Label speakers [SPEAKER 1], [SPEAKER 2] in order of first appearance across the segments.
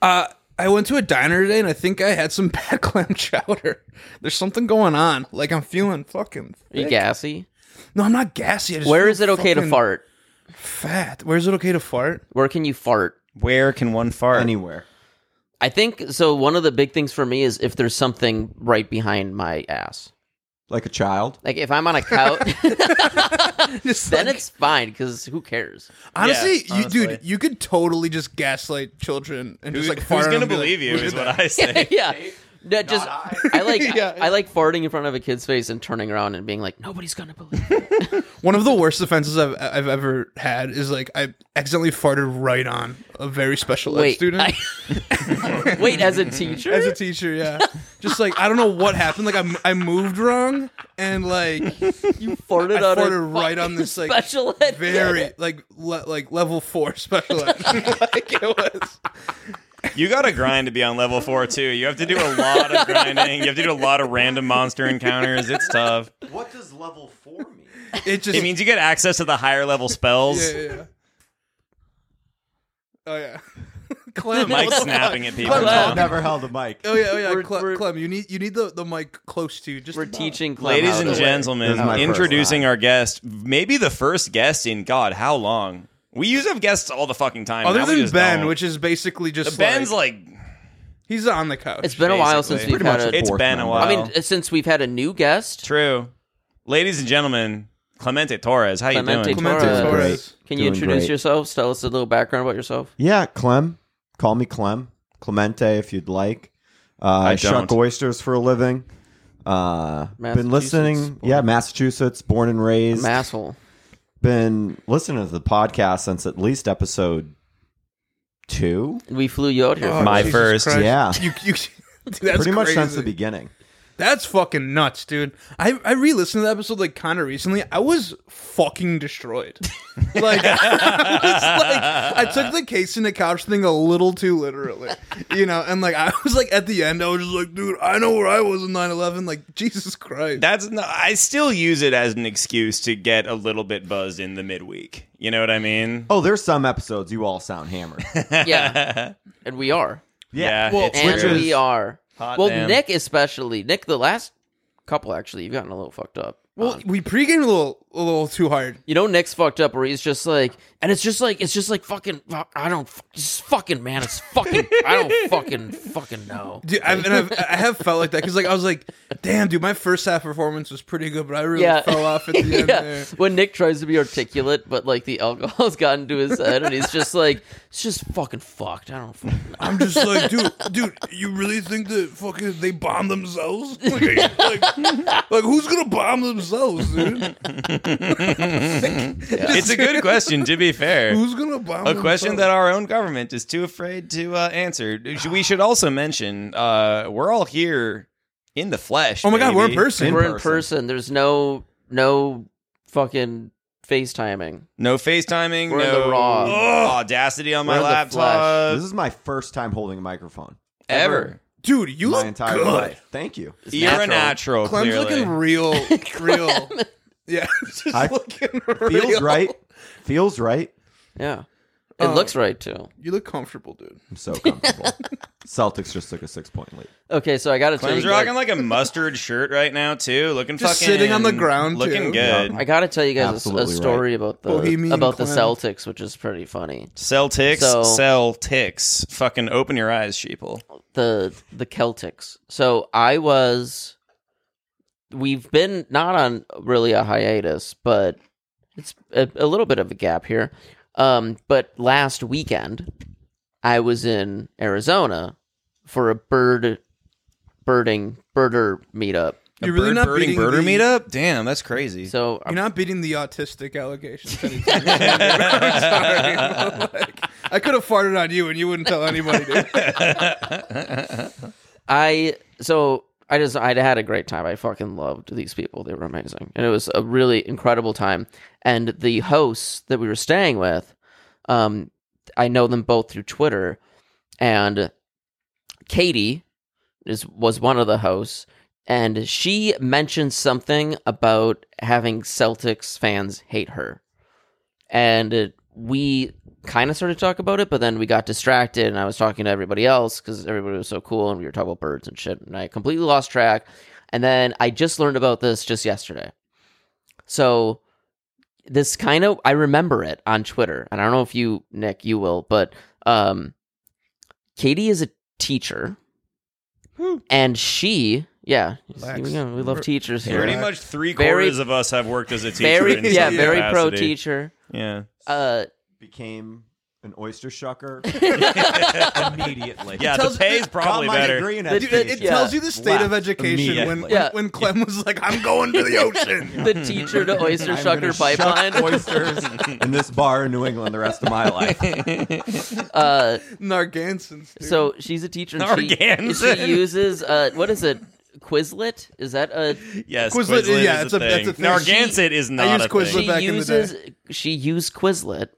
[SPEAKER 1] Uh, I went to a diner today and I think I had some bad clam chowder. There's something going on. Like I'm feeling fucking.
[SPEAKER 2] Are you
[SPEAKER 1] thick.
[SPEAKER 2] gassy?
[SPEAKER 1] No, I'm not gassy. I just
[SPEAKER 2] Where
[SPEAKER 1] feel
[SPEAKER 2] is it okay to
[SPEAKER 1] fucking
[SPEAKER 2] fart?
[SPEAKER 1] Fat. Where is it okay to fart?
[SPEAKER 2] Where can you fart?
[SPEAKER 3] Where can one fart?
[SPEAKER 4] Anywhere.
[SPEAKER 2] I think so. One of the big things for me is if there's something right behind my ass.
[SPEAKER 4] Like a child.
[SPEAKER 2] Like if I'm on a couch,
[SPEAKER 1] Just
[SPEAKER 2] then
[SPEAKER 1] like-
[SPEAKER 2] it's fine because who cares?
[SPEAKER 1] honestly,
[SPEAKER 3] Yeah,
[SPEAKER 1] you, dude,
[SPEAKER 3] honestly.
[SPEAKER 1] you could totally just gaslight children and just like fart
[SPEAKER 3] who's
[SPEAKER 1] on
[SPEAKER 3] gonna
[SPEAKER 1] them and be
[SPEAKER 3] believe
[SPEAKER 1] like,
[SPEAKER 3] you?
[SPEAKER 1] "Look
[SPEAKER 3] Is
[SPEAKER 1] at
[SPEAKER 3] what
[SPEAKER 1] that."
[SPEAKER 3] I say.
[SPEAKER 2] yeah. No, just I, like
[SPEAKER 1] Yeah.
[SPEAKER 2] I, like farting in front of a kid's face and turning around and being like, nobody's gonna believe. it."
[SPEAKER 1] One of the worst offenses I've I've ever had is like I accidentally farted right on a very special ed
[SPEAKER 2] Wait,
[SPEAKER 1] student.
[SPEAKER 2] I- wait, as a teacher,
[SPEAKER 1] as a teacher, yeah. Just like I don't know what happened. Like I, m- I moved wrong and like
[SPEAKER 2] you farted
[SPEAKER 1] I
[SPEAKER 2] on a
[SPEAKER 1] farted right on this,
[SPEAKER 2] fucking
[SPEAKER 1] like,
[SPEAKER 2] special ed.
[SPEAKER 1] very like le- like level four special ed. like it was.
[SPEAKER 3] You got to grind to be on level four too. You have to do a lot of grinding. You have to do a lot of random monster encounters. It's tough.
[SPEAKER 4] What does level four mean?
[SPEAKER 1] It just
[SPEAKER 3] It means you get access to the higher level spells.
[SPEAKER 1] yeah, yeah, yeah. Oh yeah, Clem.
[SPEAKER 3] Mike's
[SPEAKER 1] what the
[SPEAKER 3] snapping at people.
[SPEAKER 2] Wow.
[SPEAKER 4] I've
[SPEAKER 3] now.
[SPEAKER 4] never held a mic.
[SPEAKER 1] Oh yeah, oh yeah,
[SPEAKER 2] We're-
[SPEAKER 1] Cle-
[SPEAKER 2] we're-
[SPEAKER 1] Clem. You need you need the, the mic close to you. Just
[SPEAKER 2] We're
[SPEAKER 1] about.
[SPEAKER 2] teaching, Clem
[SPEAKER 3] Ladies
[SPEAKER 2] how
[SPEAKER 3] and
[SPEAKER 2] to-
[SPEAKER 4] This is my
[SPEAKER 3] gentlemen,
[SPEAKER 4] first
[SPEAKER 3] introducing
[SPEAKER 4] line.
[SPEAKER 3] our guest, maybe the first guest in God, how long? We used to have guests all the fucking time.
[SPEAKER 1] Other
[SPEAKER 3] Now we
[SPEAKER 1] than
[SPEAKER 3] just
[SPEAKER 1] Ben,
[SPEAKER 3] don't.
[SPEAKER 1] which is basically just
[SPEAKER 3] Ben's
[SPEAKER 1] like,
[SPEAKER 3] like,
[SPEAKER 1] he's on the couch.
[SPEAKER 2] It's been a while since
[SPEAKER 3] Basically.
[SPEAKER 2] we've had
[SPEAKER 4] Pretty much
[SPEAKER 2] a.
[SPEAKER 3] it's
[SPEAKER 4] Fourth
[SPEAKER 3] been a
[SPEAKER 4] member.
[SPEAKER 3] while.
[SPEAKER 2] I mean, since we've had a new guest,
[SPEAKER 3] true. Ladies and gentlemen, Clemente Torres, how you
[SPEAKER 2] Clemente
[SPEAKER 3] doing?
[SPEAKER 1] Clemente
[SPEAKER 2] Torres.
[SPEAKER 1] Torres.
[SPEAKER 2] can you
[SPEAKER 4] Doing
[SPEAKER 2] introduce
[SPEAKER 4] great.
[SPEAKER 2] yourselves? Tell us a little background about yourself.
[SPEAKER 4] Yeah, Clem. Call me Clem. Clemente, if you'd like. Uh, I, shuck
[SPEAKER 3] don't.
[SPEAKER 4] oysters for a living. Uh, been
[SPEAKER 2] Massachusetts,
[SPEAKER 4] listening.
[SPEAKER 2] born-
[SPEAKER 4] Yeah, Massachusetts, born and raised.
[SPEAKER 2] I'm asshole.
[SPEAKER 4] been listening to the podcast since at least episode two.
[SPEAKER 2] We flew you out here.
[SPEAKER 1] Oh,
[SPEAKER 3] My
[SPEAKER 1] Jesus
[SPEAKER 3] first.
[SPEAKER 1] Christ.
[SPEAKER 4] Yeah.
[SPEAKER 1] You, you, dude, that's
[SPEAKER 4] Pretty much since
[SPEAKER 1] crazy.
[SPEAKER 4] the beginning.
[SPEAKER 1] That's fucking nuts, dude. I, I re listened to the episode like kind of recently. I was fucking destroyed. like, I was, like, I took the case in the couch thing a little too literally, you know? And like, I was like, at the end, I was just like, dude, I know where I was in 9 11. Like, Jesus Christ.
[SPEAKER 3] That's not, I still use it as an excuse to get a little bit buzzed in the midweek. You know what I mean?
[SPEAKER 4] Oh, there's some episodes you all sound hammered.
[SPEAKER 2] yeah, and we are,
[SPEAKER 3] yeah.
[SPEAKER 1] Well,
[SPEAKER 3] it's
[SPEAKER 2] and
[SPEAKER 3] true.
[SPEAKER 2] we are.
[SPEAKER 3] Hot
[SPEAKER 2] well,
[SPEAKER 3] damn.
[SPEAKER 2] Nick especially. Nick, the last couple actually, you've gotten a little fucked up.
[SPEAKER 1] well,
[SPEAKER 2] on.
[SPEAKER 1] we pregame a little, a little too hard.
[SPEAKER 2] you know, Nick's fucked up where he's just like, and it's just like, it's just like fucking. fuck, I don't fuck- just fucking man. It's fucking. I don't fucking fucking know.
[SPEAKER 1] Dude, I've, and I've, I have felt like that because, like, I was like, "Damn, dude, my first half performance was pretty good, but I really
[SPEAKER 2] Yeah.
[SPEAKER 1] fell off at the end."
[SPEAKER 2] yeah,
[SPEAKER 1] there.
[SPEAKER 2] when Nick tries to be articulate, but like the alcohol's gotten to his head, and he's just like, it's just fucking fucked. I don't fucking know.
[SPEAKER 1] I'm just like, dude, dude, you really think that fucking they bomb themselves? Like, are you- like, like, who's gonna bomb themselves, dude?
[SPEAKER 3] it's a good question, to be fair.
[SPEAKER 1] Who's gonna bomb?
[SPEAKER 3] a question that
[SPEAKER 1] themselves?
[SPEAKER 3] our own government is too afraid to uh, answer. We should also mention uh, we're all here in the flesh.
[SPEAKER 1] Oh my god, we're in
[SPEAKER 3] baby.
[SPEAKER 1] person.
[SPEAKER 4] In
[SPEAKER 2] We're in
[SPEAKER 4] person.
[SPEAKER 2] person. There's no no fucking FaceTiming.
[SPEAKER 3] No FaceTiming.
[SPEAKER 2] We're in
[SPEAKER 3] no
[SPEAKER 2] the raw.
[SPEAKER 3] Audacity on
[SPEAKER 2] We're
[SPEAKER 3] my
[SPEAKER 2] in the
[SPEAKER 3] laptop.
[SPEAKER 4] this is my first time holding a microphone.
[SPEAKER 3] Ever.
[SPEAKER 1] dude, you
[SPEAKER 4] my
[SPEAKER 1] look
[SPEAKER 4] entire
[SPEAKER 1] good.
[SPEAKER 4] life. Thank you.
[SPEAKER 2] It's
[SPEAKER 3] You're a
[SPEAKER 2] natural.
[SPEAKER 3] natural,
[SPEAKER 1] Clem's
[SPEAKER 3] Oh, clearly.
[SPEAKER 1] looking real, real. Yeah, just
[SPEAKER 4] I-
[SPEAKER 1] looking
[SPEAKER 4] Feels
[SPEAKER 1] real.
[SPEAKER 4] right. Feels right.
[SPEAKER 2] Yeah. It looks right too.
[SPEAKER 1] You look comfortable, dude.
[SPEAKER 4] I'm so comfortable. Celtics just took a six point lead.
[SPEAKER 2] Okay, so I gotta tell
[SPEAKER 3] Clem's
[SPEAKER 2] you
[SPEAKER 3] rocking
[SPEAKER 2] guys,
[SPEAKER 3] like a mustard shirt right now too, looking
[SPEAKER 1] Just
[SPEAKER 3] fucking
[SPEAKER 1] sitting on the ground, too.
[SPEAKER 3] looking good.
[SPEAKER 2] I gotta tell you guys a- a,
[SPEAKER 4] Absolutely
[SPEAKER 2] story about the
[SPEAKER 1] Bohemian
[SPEAKER 2] about the
[SPEAKER 1] Clem.
[SPEAKER 2] Celtics, which is pretty funny.
[SPEAKER 3] Celtics,
[SPEAKER 2] So-
[SPEAKER 3] Celtics, fucking open your eyes, sheeple.
[SPEAKER 2] The the Celtics. So I was we've been not on really a hiatus, but it's a, a little bit of a gap here. Um, but last weekend I was in Arizona for a bird birding birder meetup.
[SPEAKER 3] A
[SPEAKER 1] You're really
[SPEAKER 3] bird
[SPEAKER 1] not
[SPEAKER 3] birding
[SPEAKER 1] beating
[SPEAKER 3] birder
[SPEAKER 1] the-
[SPEAKER 3] meetup? Damn, that's crazy.
[SPEAKER 2] So
[SPEAKER 1] You're not beating the autistic allegations. anytime soon. I'm sorry. but, like, I could have farted on you and you wouldn't tell anybody. Dude.
[SPEAKER 2] I so I just I had a great time. I fucking loved these people. They were amazing, and it was a really incredible time. And the hosts that we were staying with, um, I know them both through Twitter, and Katie is was one of the hosts, and she mentioned something about having Celtics fans hate her, and it- we kind of started to talk about it, but then we got distracted, and I was talking to everybody else because everybody was so cool, and we were talking about birds and shit, and I completely lost track. And then I just learned about this just yesterday. So this kind of I remember it on Twitter, and I don't know if you, Nick, you will, but um, Katie is a teacher, and she, yeah,
[SPEAKER 1] Relax.
[SPEAKER 2] we go, we love teachers here.
[SPEAKER 3] Pretty much three
[SPEAKER 2] Very-
[SPEAKER 3] quarters of us have worked as a teacher. in
[SPEAKER 2] Very,
[SPEAKER 3] some
[SPEAKER 2] yeah, very pro
[SPEAKER 3] capacity.
[SPEAKER 2] teacher.
[SPEAKER 3] Yeah.
[SPEAKER 2] Uh,
[SPEAKER 4] Became an oyster shucker
[SPEAKER 5] immediately.
[SPEAKER 3] Yeah, the
[SPEAKER 1] tells-
[SPEAKER 3] pay is probably
[SPEAKER 4] Got my
[SPEAKER 3] better.
[SPEAKER 4] degree in
[SPEAKER 1] Dude, it, it
[SPEAKER 4] education.
[SPEAKER 2] Yeah.
[SPEAKER 1] tells you the state of
[SPEAKER 4] Left
[SPEAKER 1] education when, when,
[SPEAKER 4] immediately.
[SPEAKER 2] Yeah.
[SPEAKER 1] when Clem was like, "I'm going to the ocean."
[SPEAKER 2] the teacher to oyster
[SPEAKER 4] I'm
[SPEAKER 2] shucker
[SPEAKER 4] gonna shuck
[SPEAKER 2] pipeline.
[SPEAKER 4] oysters in this bar in New England the rest of my life.
[SPEAKER 2] uh,
[SPEAKER 1] Nargansons. Dude.
[SPEAKER 2] so she's a teacher. And she,
[SPEAKER 3] Narragansett.
[SPEAKER 2] she uses uh, what is it? Quizlet? Is that a?
[SPEAKER 3] Yes,
[SPEAKER 1] Quizlet-
[SPEAKER 3] Quizlet,
[SPEAKER 1] yeah,
[SPEAKER 3] is
[SPEAKER 1] it's
[SPEAKER 3] a
[SPEAKER 1] a- that's
[SPEAKER 3] thing.
[SPEAKER 1] a thing.
[SPEAKER 3] Narragansett is not
[SPEAKER 1] use
[SPEAKER 3] a
[SPEAKER 1] Quizlet.
[SPEAKER 3] thing.
[SPEAKER 2] She
[SPEAKER 1] back in the
[SPEAKER 2] uses. She used Quizlet,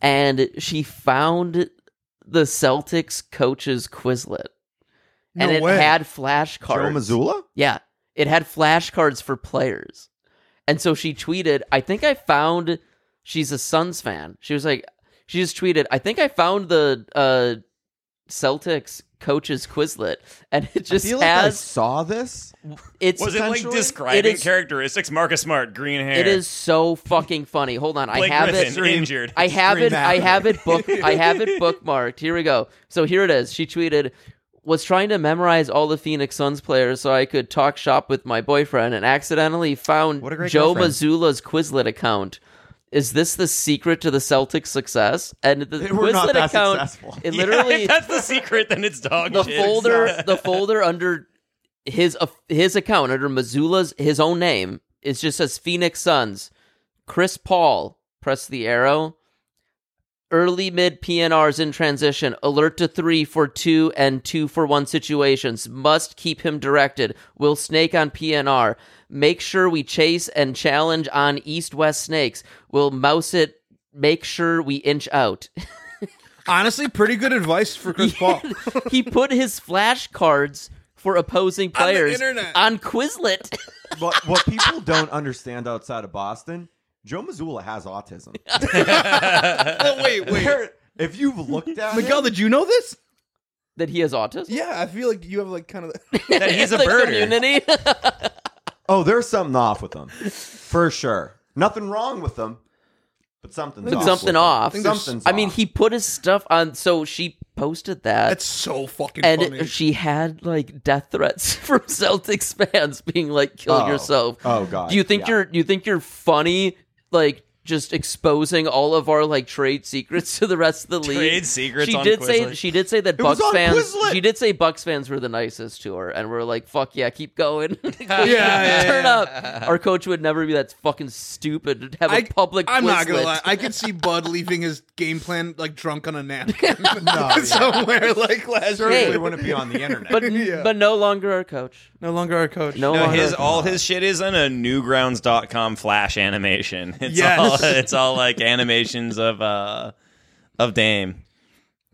[SPEAKER 2] and she found the Celtics coach's Quizlet, and
[SPEAKER 1] No
[SPEAKER 2] it
[SPEAKER 1] way.
[SPEAKER 2] had
[SPEAKER 4] Joe
[SPEAKER 2] flashcards.
[SPEAKER 4] Missoula?
[SPEAKER 2] Yeah. It had flashcards for players. And so she tweeted, I think I found she's a Suns fan. She was like she just tweeted, I think I found the uh Celtics coaches Quizlet. And it just
[SPEAKER 4] I feel like I
[SPEAKER 2] has
[SPEAKER 4] saw this.
[SPEAKER 2] it's
[SPEAKER 3] Was it like
[SPEAKER 4] Essentially,
[SPEAKER 3] describing
[SPEAKER 2] it is-
[SPEAKER 3] characteristics? Marcus Smart, green hair.
[SPEAKER 2] it is so fucking funny. Hold on,
[SPEAKER 3] Blake
[SPEAKER 2] I have
[SPEAKER 3] Griffin,
[SPEAKER 2] it.
[SPEAKER 3] injured.
[SPEAKER 2] I have it. I
[SPEAKER 4] Scream
[SPEAKER 2] have it book. I have it bookmarked. Here we go. So here it is. She tweeted, "Was trying to memorize all the Phoenix Suns players so I could talk shop with my boyfriend, and accidentally found
[SPEAKER 4] What a great
[SPEAKER 2] Joe
[SPEAKER 4] girlfriend.
[SPEAKER 2] Mazzulla's Quizlet account. Is this the secret to the Celtics' success? And the
[SPEAKER 4] They were not
[SPEAKER 2] Quizlet
[SPEAKER 4] that
[SPEAKER 2] account,
[SPEAKER 4] successful.
[SPEAKER 2] it
[SPEAKER 3] Yeah,
[SPEAKER 2] literally
[SPEAKER 3] if that's the secret, then it's dog
[SPEAKER 2] the
[SPEAKER 3] shit.
[SPEAKER 2] folder the folder under his uh, his account under Missoula's his own name it just says Phoenix Suns Chris Paul press the arrow early mid PNRs in transition alert to 3 for 2 and 2 for 1 situations must keep him directed will snake on PNR make sure we chase and challenge on east west snakes will mouse it make sure we inch out
[SPEAKER 1] honestly, pretty good advice for Chris Paul.
[SPEAKER 2] he put his flashcards for opposing
[SPEAKER 1] the
[SPEAKER 2] players
[SPEAKER 1] internet.
[SPEAKER 2] on Quizlet.
[SPEAKER 4] But what people don't understand outside of Boston, Joe Missoula has autism.
[SPEAKER 1] oh wait, wait,
[SPEAKER 4] If you've looked at
[SPEAKER 1] Miguel,
[SPEAKER 4] him,
[SPEAKER 1] did you know this?
[SPEAKER 2] that he has autism.
[SPEAKER 1] Yeah, I feel like you have like kind of.
[SPEAKER 3] that he's a
[SPEAKER 2] The
[SPEAKER 3] birder.
[SPEAKER 2] community.
[SPEAKER 4] oh, there's something off with him, for sure. Nothing wrong with him, but something's
[SPEAKER 2] But
[SPEAKER 4] off.
[SPEAKER 2] something
[SPEAKER 4] with 'em.
[SPEAKER 2] off.
[SPEAKER 1] think there's-
[SPEAKER 4] Something's.
[SPEAKER 2] I mean,
[SPEAKER 4] off.
[SPEAKER 2] he put his stuff on. So she posted that,
[SPEAKER 1] That's so fucking
[SPEAKER 2] and
[SPEAKER 1] funny.
[SPEAKER 2] she had like death threats from Celtics fans, being like, "Kill
[SPEAKER 4] Oh.
[SPEAKER 2] yourself."
[SPEAKER 4] Oh god.
[SPEAKER 2] Do you think
[SPEAKER 4] Yeah.
[SPEAKER 2] you're? You think you're funny? Like just exposing all of our like trade secrets to the rest of the league.
[SPEAKER 3] Trade secrets
[SPEAKER 2] She
[SPEAKER 3] on
[SPEAKER 2] did say
[SPEAKER 3] Quizlet.
[SPEAKER 2] she did say that
[SPEAKER 4] was
[SPEAKER 2] Bucks
[SPEAKER 4] on
[SPEAKER 2] fans.
[SPEAKER 4] Quizlet!
[SPEAKER 2] She did say Bucks fans were the nicest to her, and we're like, "Fuck yeah, keep going, yeah,
[SPEAKER 1] yeah,
[SPEAKER 2] turn
[SPEAKER 1] yeah.
[SPEAKER 2] up." Our coach would never be that fucking stupid to have a
[SPEAKER 1] I,
[SPEAKER 2] public.
[SPEAKER 1] I'm not gonna
[SPEAKER 2] Quizlet.
[SPEAKER 1] lie. I could see Bud leaving his game plan like drunk on a napkin
[SPEAKER 4] No, yeah.
[SPEAKER 1] somewhere like last
[SPEAKER 4] Certainly
[SPEAKER 2] Hey.
[SPEAKER 1] year.
[SPEAKER 4] wouldn't be on the internet.
[SPEAKER 2] but
[SPEAKER 1] Yeah.
[SPEAKER 2] but no longer our coach.
[SPEAKER 1] No longer our coach.
[SPEAKER 2] No,
[SPEAKER 3] No,
[SPEAKER 2] longer.
[SPEAKER 3] his all his shit is on a newgrounds.com flash animation. It's
[SPEAKER 1] Yes.
[SPEAKER 3] all it's all like animations of uh of Dame.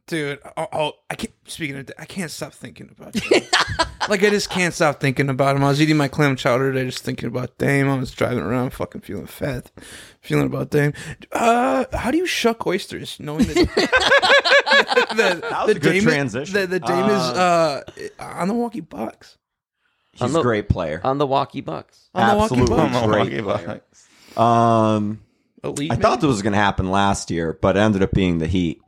[SPEAKER 1] dude. Oh, oh, I can't. Speaking of, that, I can't stop thinking about. Dame. like I just can't stop thinking about him. I was eating my clam chowder today, just thinking about Dame. I was driving around, fucking feeling fat, feeling about Dame. Uh, how do you shuck oysters, knowing that? the,
[SPEAKER 4] was a good transition.
[SPEAKER 1] The, the Dame is uh, on the Milwaukee Bucks.
[SPEAKER 4] he's
[SPEAKER 2] the-
[SPEAKER 4] a great player.
[SPEAKER 2] on the walkie bucks.
[SPEAKER 1] On the Milwaukee
[SPEAKER 4] Absolutely
[SPEAKER 1] Bucks.
[SPEAKER 4] great player. Um,
[SPEAKER 1] Elite.
[SPEAKER 4] I
[SPEAKER 1] man.
[SPEAKER 4] thought this was going to happen last year, but it ended up being the Heat,